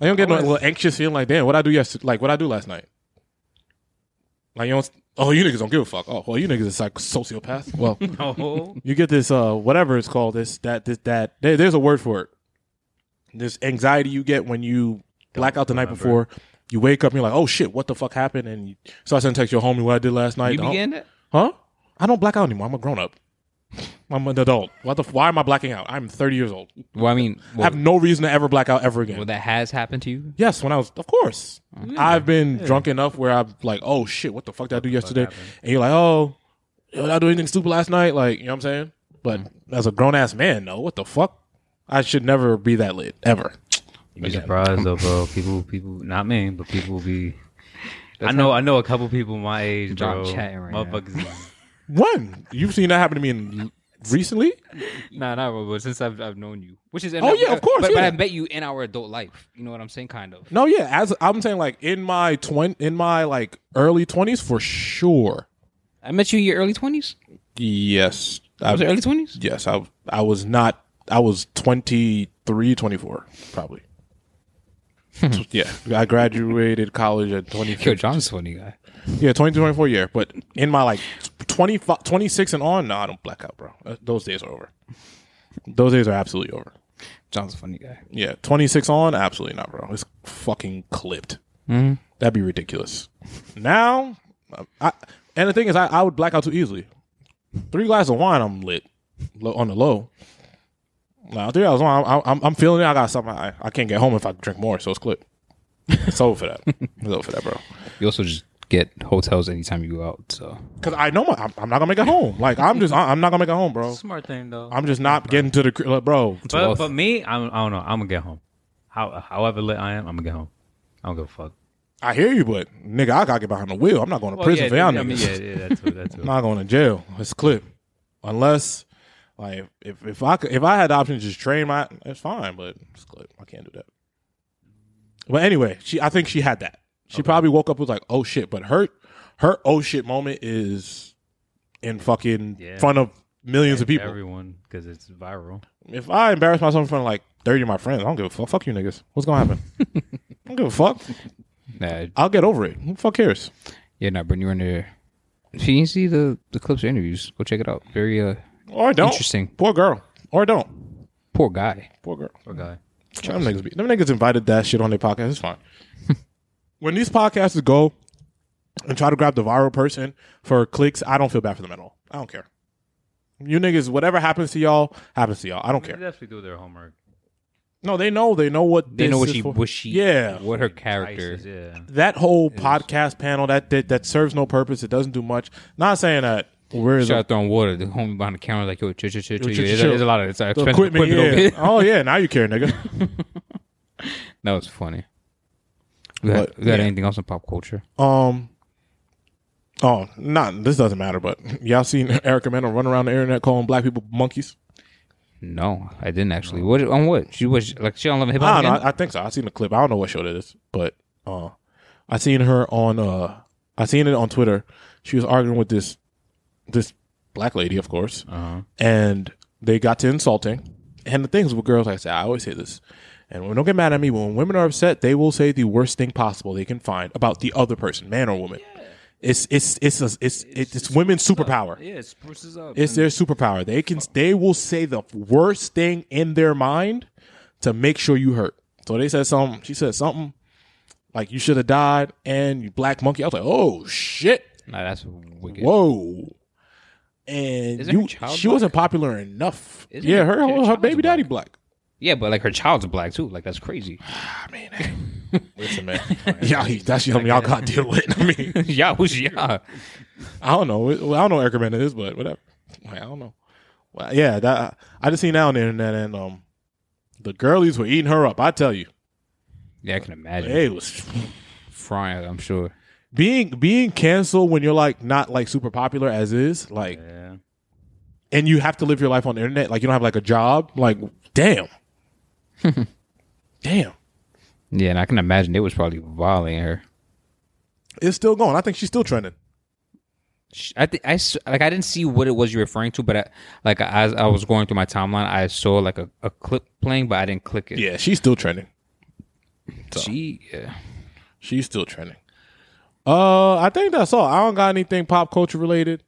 S1: you don't get no
S3: was-
S1: little anxious feeling like damn what I do yesterday like what I do last night. Like you don't. Oh, you niggas don't give a fuck. Oh, well, you niggas is like sociopath. Well,
S3: no.
S1: you get this uh whatever it's called this that this that there, there's a word for it this anxiety you get when you black out the night
S3: remember.
S1: before you wake up and you're like oh shit what the fuck happened and you, so i sent a text your homie what i did last night
S2: you
S1: I don't-
S2: began that?
S1: huh i don't black out anymore i'm a grown-up i'm an adult what the f- why am i blacking out i'm 30 years old
S2: Well, I mean,
S1: i
S2: well,
S1: have no reason to ever black out ever again
S2: well, that has happened to you.
S1: Yes, when I was, of course. I've been drunk enough where I'm like, oh shit, what the fuck did I do yesterday? And you're like, oh, did I do anything stupid last night? Like, you know what I'm saying? But as a grown ass man, no, what the fuck? I should never be that lit ever.
S3: You'd be surprised though, bro. People, people, not me, but people will be. I know, I know a couple people my age,
S2: John
S3: bro.
S2: chatting right now.
S3: Motherfuckers, is-
S1: When you've seen that happen to me in, recently?
S2: Nah, nah, bro, but since I've, I've known you, which is
S1: Oh, yeah, of course,
S2: But, but
S1: yeah.
S2: I met you in our adult life. You know what I'm saying? Kind of.
S1: No, yeah. As I'm saying, like in my twen in my like early twenties for sure.
S2: I met you in your early twenties.
S1: Yes, I
S2: Was it early twenties?
S1: Yes, I I was not. I was 23, 24, probably. Tw- yeah, I graduated college at 23.
S2: Yo, John's a funny guy.
S1: Yeah, 22, 24, yeah. But in my like 25, 26 and on, no, I don't black out, bro. Uh, Those days are over. Those days are absolutely over.
S2: John's a funny guy.
S1: Yeah, 26 on, absolutely not, bro. It's fucking clipped.
S3: Mm-hmm.
S1: That'd be ridiculous. Now, I, and the thing is, I, I would black out too easily. Three glasses of wine, I'm lit low, on the low. Now, three hours on, I'm, I'm, I'm feeling it. I got something. I, I can't get home if I drink more, so it's clipped. it's over for that. It's over for that, bro.
S2: You also just get hotels anytime you go out. So
S1: Because I know my, I'm, I'm not going to make it home. Like, I'm just, I, I'm not going to make it home, bro.
S3: smart thing though.
S1: I'm just not getting to the, cr- like, bro.
S3: but,
S2: 12th.
S3: but me, I'm, I don't know. I'm gonna get home. How, however lit I am, I'm gonna get home. I don't give a fuck.
S1: I hear you, but nigga, I got to get behind the wheel. I'm not going to prison for
S3: yeah,
S1: y'all
S3: I mean,
S1: niggas.
S3: yeah, yeah, that's too, that's too.
S1: I'm not going to jail. It's clip. Unless like if if I could, if I had the option to just train my it's fine, but it's clip. I can't do that. But anyway, she I think she had that. She probably woke up with like, oh shit, but her her oh shit moment is in fucking
S3: Yeah.
S1: front of millions of people.
S3: Everyone, because it's viral.
S1: if I embarrass myself in front of like 30 of my friends, I don't give a fuck. Fuck you niggas. What's gonna happen? I don't give a fuck.
S2: nah,
S1: I'll get over it. Who the fuck cares?
S2: yeah, nah, Brittany Renner. If you didn't see the the clips or interviews, go check it out. Very uh,
S1: Or don't.
S2: Interesting.
S1: Poor girl. Or don't.
S2: poor guy.
S1: Poor girl.
S3: Poor guy.
S1: Them niggas, be, them niggas invited that shit on their podcast. It's fine. when these podcasters go and try to grab the viral person for clicks, I don't feel bad for them at all. I don't care. You niggas, whatever happens to y'all, happens to y'all. I don't
S3: They
S1: care.
S3: definitely do their homework.
S1: No, they know. They know what
S2: They
S1: this
S2: know what
S1: is
S2: she,
S1: for.
S2: what she,
S1: Yeah.
S2: what her character.
S3: Yeah.
S1: that whole podcast panel that, that that serves no purpose. It doesn't do much. Not saying that. Where is
S2: Start throwing water. The homie behind the camera like, yo, chill, chill, chill, chill.
S1: chill,
S2: Yeah,
S1: chill.
S2: There's a lot of it's
S1: the
S2: expensive
S1: equipment?
S2: equipment over
S1: yeah.
S2: here.
S1: oh yeah. Now you care, nigga.
S2: That was funny. We got,
S1: But,
S2: we got
S1: yeah.
S2: anything else in pop culture?
S1: Um. Oh, not this doesn't matter. But y'all seen Erica Mendel run around the internet calling black people monkeys?
S2: No, I didn't actually. What on what? She was like she on Love and Hip
S1: I
S2: Hop.
S1: don't know.
S2: again?
S1: I, I think so. I seen the clip. I don't know what show that is, but uh, I seen her on uh, I seen it on Twitter. She was arguing with this this black lady, of course,
S3: Uh-huh.
S1: and they got to insulting. And the things with girls, like I said, I always say this, and women don't get mad at me. When women are upset, they will say the worst thing possible they can find about the other person, man or woman. It's it's it's a, it's it's, it's women's superpower.
S3: Yeah, it spruces up.
S1: It's their superpower. They can they will say the worst thing in their mind to make sure you hurt. So they said something. She said something like you should have died and you black monkey. I was like, oh shit,
S2: Nah, that's wicked.
S1: whoa. And
S2: Isn't
S1: you,
S2: her child
S1: she wasn't popular enough.
S2: Isn't
S1: yeah,
S2: her-
S1: her her,
S2: her child's
S1: baby daddy black.
S2: Yeah, but like her child's black too. Like that's crazy.
S1: I mean, listen, man, y'all that's something y'all got to deal with. I mean,
S2: yeah, who's yeah?
S1: I don't know. Well, I don't know what Anchorman it is, but whatever. Like, I don't know. Well, yeah, that I just seen that on the internet, and um, the girlies were eating her up. I tell you,
S2: Yeah, I can imagine
S1: it was
S2: frying. I'm sure.
S1: being being canceled when you're like not like super popular as is, like,
S3: Yeah.
S1: and you have to live your life on the internet. Like you don't have like a job. Like, damn, damn,
S2: Yeah, and I can imagine it was probably violating her.
S1: it's still going. I think she's still trending.
S2: Sh- I think I s- like I didn't see what it was you're referring to, but I, like as I was going through my timeline, I saw like a, a clip playing, but I didn't click it.
S1: Yeah, she's still trending.
S2: she. Yeah.
S1: She's still trending. Uh, I think that's all. I don't got anything pop culture related.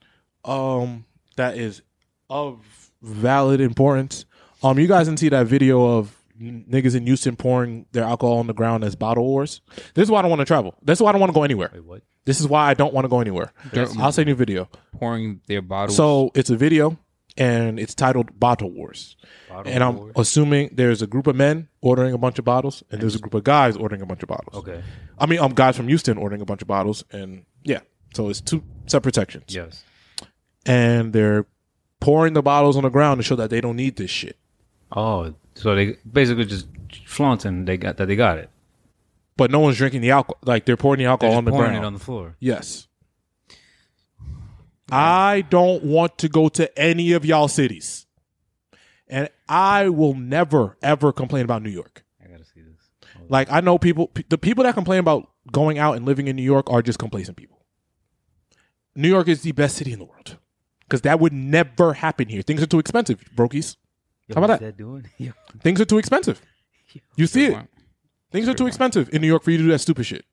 S1: Um, that is of valid importance. Um, you guys didn't see that video of n- niggas in Houston pouring their alcohol on the ground as bottle wars. This is why I don't want to travel. This is why I don't want to go anywhere.
S3: What?
S1: This is why I don't want to go anywhere. I'll send you a video.
S2: pouring their bottles.
S1: So it's a video and it's titled Bottle Wars. and I'm assuming there's a group of men ordering a bunch of bottles and there's a group of guys ordering a bunch of bottles.
S3: Okay.
S1: I mean, um, guys from Houston ordering a bunch of bottles, and yeah, so it's two separate sections,
S3: Yes.
S1: and they're pouring the bottles on the ground to show that they don't need this shit.
S3: Oh, so they basically just flaunting they got that they got it.
S1: But no one's drinking the alcohol; like they're pouring the
S3: They're
S1: alcohol
S3: just
S1: on the
S3: pouring
S1: ground.
S3: it on the floor.
S1: yes, I don't want to go to any of y'all cities, and I will never ever complain about New York.
S3: I gotta see this.
S1: Like I know people, p- the people that complain about going out and living in New York are just complacent people. New York is the best city in the world because that would never happen here. Things are too expensive, brokies. How about
S3: what's
S1: that?
S3: doing? Yo,
S1: Things are too expensive. You see
S2: Good
S1: it.
S2: point.
S1: Things are too expensive in New York for you to do that stupid shit.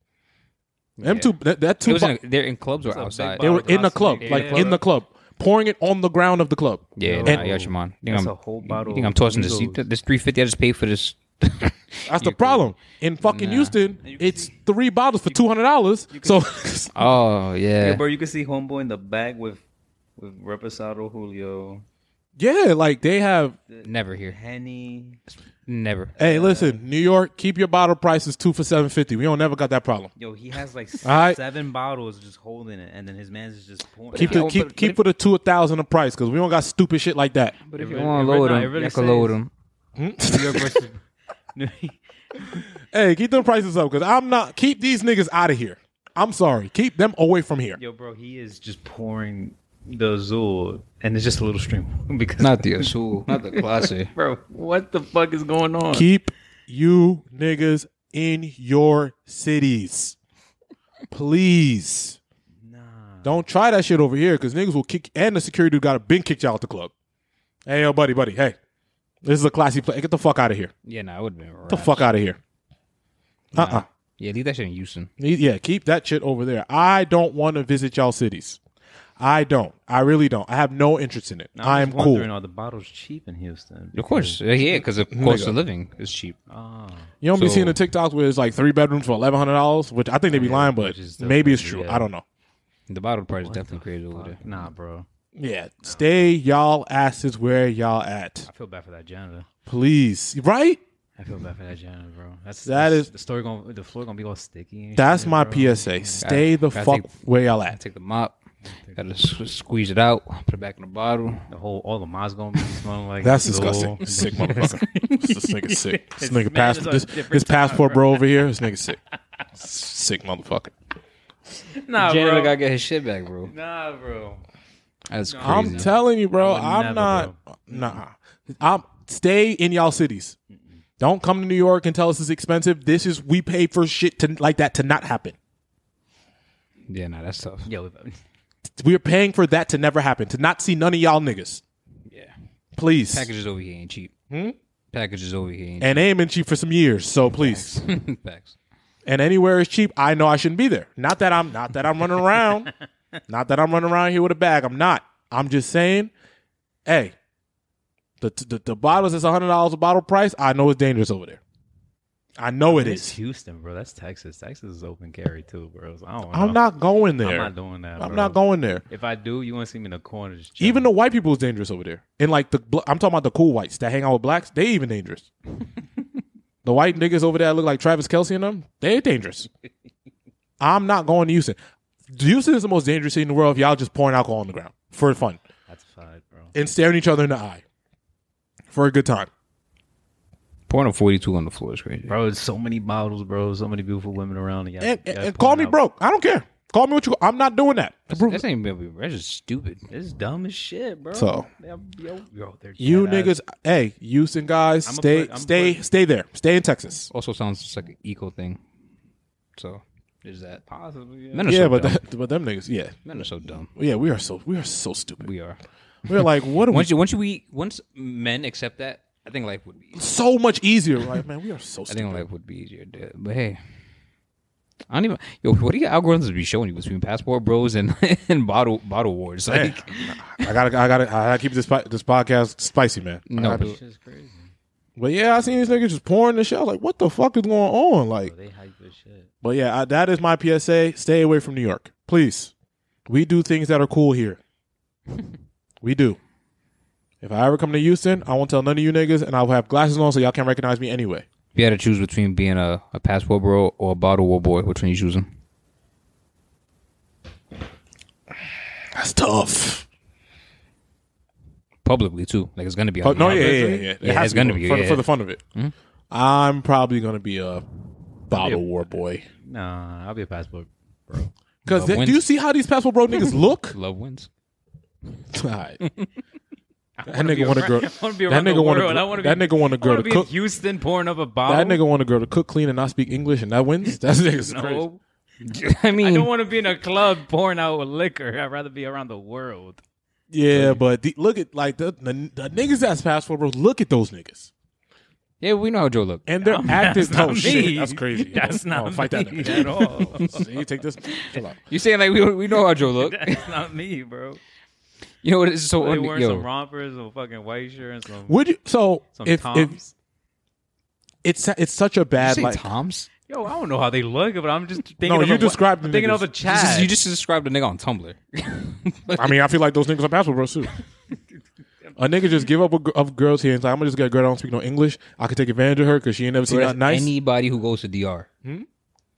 S1: Them
S2: Yeah.
S1: two, that, that
S2: It
S1: two,
S2: was in a, they're in clubs or
S3: a big
S2: outside.
S1: they were in the
S3: Glass
S1: club,
S3: thing.
S1: like
S3: Yeah.
S1: in the club, pouring it on the ground of the club.
S2: Yeah,
S3: And-
S2: nah, yeah, Shimon. You think
S3: That's
S2: I'm-
S3: a whole bottle
S2: You think I'm
S3: of
S2: tossing this? You-
S3: Migos.
S2: This three fifty I just paid for this.
S1: That's the problem. In fucking Houston, it's three bottles for two hundred dollars. So
S2: Oh yeah,
S5: bro, you can see homeboy in the back with with Reposado, Julio,
S1: yeah, like they have
S2: never here,
S5: Henny.
S2: never.
S1: Hey, listen, New York, keep your bottle prices two for seven fifty. We don't never got that problem.
S5: Yo, he has like
S1: Alright.
S5: seven bottles just holding it, and then his man's is just pouring.
S1: Keep
S5: it.
S1: the,
S2: but-
S1: keep
S2: but
S1: keep
S2: if-
S1: for the two thousand a price because we don't got stupid shit like that.
S2: But if
S3: It
S2: you
S3: really-
S2: want
S3: it
S2: to
S3: really-
S2: load
S3: nah, it
S2: them,
S3: really
S2: you can load
S3: says-
S2: them.
S3: New York versus
S1: Hey, keep them prices up because I'm not keep these niggas out of here. I'm sorry, keep them away from here.
S5: Yo, bro, he is just.
S3: just pouring the Azul, and it's just a little stream because
S2: Not the Azul, not the Clase.
S5: Bro, what the fuck is going on?
S1: Keep you niggas in your cities, please. Don't try that shit over here because niggas will kick and the security got a been kicked you out the club. Hey, yo, buddy, buddy, hey, this is a classy play. Get the fuck out of here.
S2: yeah, nah, I would have been.
S1: Get the fuck out of here. Uh uh
S2: Yeah, leave that shit in Houston.
S1: Yeah, keep that shit over there. I don't want to visit y'all cities. I don't. I really don't. I have no interest in it.
S3: Now,
S1: I am
S3: just wondering,
S1: cool.
S3: Are the bottles cheap in Houston?
S2: Of course, uh, yeah, because of cost of living is cheap.
S3: Oh,
S1: You don't be
S2: So-
S1: seeing the TikToks where it's like three bedrooms for eleven hundred dollars, which I think they be lying, but
S3: which is
S1: maybe it's true.
S3: definitely-
S1: I don't know.
S2: The bottle part is definitely created over there.
S3: nah, bro.
S1: Yeah, stay y'all asses where y'all at,
S3: I feel bad for that janitor.
S1: please. Right?
S3: I feel bad for that Gianna, bro. That's
S1: That
S3: that's-
S1: is-
S3: the story. Going the floor gonna be all sticky. and
S1: That's
S3: shit,
S1: my
S3: bro.
S1: PSA. Stay the
S2: gotta
S1: fuck
S2: take-
S1: where y'all
S2: I
S1: at.
S2: take the mop, gotta s- squeeze it out, put it back in the bottle.
S3: The whole all the mods gonna be smelling like
S1: That's
S3: the
S1: disgusting.
S3: whole-
S1: Sick motherfucker. this nigga sick. This nigga
S3: man is
S1: passport.
S3: on
S1: This,
S3: a different
S1: this passport bro over here. This nigga sick. Sick motherfucker.
S3: Nah,
S2: Janitor
S3: bro.
S2: gotta get his shit back, bro.
S3: Nah, bro.
S2: That's crazy.
S1: I'm telling you, bro.
S3: I would
S1: I'm
S3: never,
S1: not. Nah. I'm stay in y'all cities. Don't come to New York and tell us it's expensive. This is we pay for shit to like that to not happen.
S2: yeah, nah, that's tough.
S3: Yo,
S1: We're paying for that to never happen. To not see none of y'all niggas.
S2: Yeah,
S1: Please.
S2: packages over here ain't cheap. Hmm? Packages over here ain't
S1: And they ain't been cheap for some years, so please.
S2: cheap. Facts.
S1: and anywhere is cheap, I know I shouldn't be there. Not that I'm not that I'm running around. not that I'm running around here with a bag. I'm not. I'm just saying, hey, the the, the bottles that's hundred dollars a bottle price, I know it's dangerous over there. I know it
S3: it's
S1: is.
S3: Houston, bro. That's Texas. Texas is open carry too, bro. So I don't know.
S1: I'm not going there.
S3: I'm not doing that.
S1: I'm
S3: bro.
S1: not going there.
S3: If I do, you want to see me in the corner? Just
S1: Even the white people is dangerous over there. And like the bl- I'm talking about the cool whites that hang out with blacks, they even dangerous. the white niggas over there that look like Travis Kelsey and them, they dangerous. I'm not going to Houston. Houston is the most dangerous city in the world if y'all just pouring alcohol on the ground for fun
S3: that's fine, bro.
S1: and staring each other in the eye for a good time.
S2: Pouring a 42 on the floor is crazy.
S3: Bro, there's so many bottles, bro. So many beautiful women around. Y'all,
S1: And, and,
S3: y'all
S1: and call me
S3: pulling out-
S1: broke. I don't care. Call me what you. I'm not doing that. To prove-
S2: That's not even that's just stupid.
S3: It's dumb as shit, bro.
S1: So.
S3: Yo, yo, yo, they're
S1: You
S3: dead ass.
S1: niggas, hey, Houston guys,
S3: I'ma
S1: stay,
S3: put- I'ma
S1: stay,
S3: put-
S1: stay there, stay in Texas.
S2: Also sounds just like an eco thing. So there's that.
S3: Possibly, yeah.
S2: Men are
S1: yeah,
S2: so
S1: but
S2: dumb.
S1: that, but them niggas, yeah,
S2: men are so dumb.
S1: yeah, we are so we are so stupid.
S2: We are.
S1: We're like, what are we?
S2: Once you once you we once men accept that, I think life would be.
S1: so much easier. Like, man, we are so
S2: I
S1: stupid.
S2: think life would be easier. dude. But hey, I don't even. Yo, what do your algorithms be showing you between passport bros and and bottle bottle wars?
S1: Man,
S2: Like,
S1: I gotta, I gotta, I gotta keep this po- this podcast spicy, man. I
S2: no,
S1: gotta-
S2: but-
S3: Shit's crazy.
S1: but yeah, I seen these niggas just pouring the shit. I was like, what the fuck is going on? Like,
S3: They hype as shit.
S1: but yeah, I, that is my PSA. Stay away from New York, please. We do things that are cool here. we do. If I ever come to Houston, I won't tell none of you niggas, and I will have glasses on so y'all can't recognize me anyway.
S2: if you had to choose between being a, a passport bro or a bottle war boy, which one you choosing?
S1: That's tough.
S2: Publicly too, like it's gonna be.
S1: Oh,
S2: on
S1: no, yeah,
S2: the-
S1: yeah, yeah, yeah. It has
S2: it's
S1: to
S2: gonna be
S1: for,
S2: yeah,
S1: the- for the fun of it. I'm probably gonna be a bottle war boy.
S3: Nah, I'll be a passport, bro.
S1: Because
S2: Love
S1: do you
S2: wins.
S1: see how these passport bro niggas look?
S2: love wins.
S1: All right. That nigga want to grow. That
S3: I wanna be around
S1: nigga
S3: the
S1: want to.
S3: world. I wanna be-
S1: That nigga want to
S3: I
S1: grow
S3: wanna
S1: to
S3: be in
S1: cook.
S3: Houston pouring up a bottle.
S1: That nigga want to grow to cook, clean, and not speak English, and that wins. That nigga's crazy.
S3: No.
S2: I mean,
S3: I don't want to be in a club pouring out with liquor. I'd rather be around the world.
S1: Yeah, but the, look at like the, the the niggas that's passport bro. Look at those niggas,
S2: yeah, we know how Joe look.
S1: and they're acting.
S3: not
S1: Oh shit,
S3: me.
S1: that's crazy.
S3: That's
S1: Oh,
S3: not
S1: oh, fight that
S3: me
S1: nigga.
S3: at all.
S1: So you take this. Chill out.
S2: You saying like we we know how Joe look?
S3: That's not me, bro.
S2: You know what is so
S3: They
S2: un-
S3: wearing
S2: yo,
S3: some rompers, some fucking white shirt, and some
S1: Would you? So
S3: some
S1: if, if
S3: toms.
S1: it's it's such a
S2: you
S1: bad
S2: say
S1: like.
S2: Tom's?
S3: Yo, I don't know how they look, but I'm just thinking.
S1: No,
S3: of
S1: you
S3: the,
S1: described
S3: I'm
S1: the
S3: thinking
S1: niggas.
S3: of the
S2: You just,
S3: Chad.
S2: you just described a nigga on Tumblr.
S1: I mean, I feel like those niggas are passport bros too. A nigga just give up with, gr- of girls here and like, I'm gonna just get a girl that don't speak no English. I could take advantage of her because she ain't never seen
S2: Whereas
S1: nothing nice.
S2: Anybody who goes to DR.
S3: Hmm?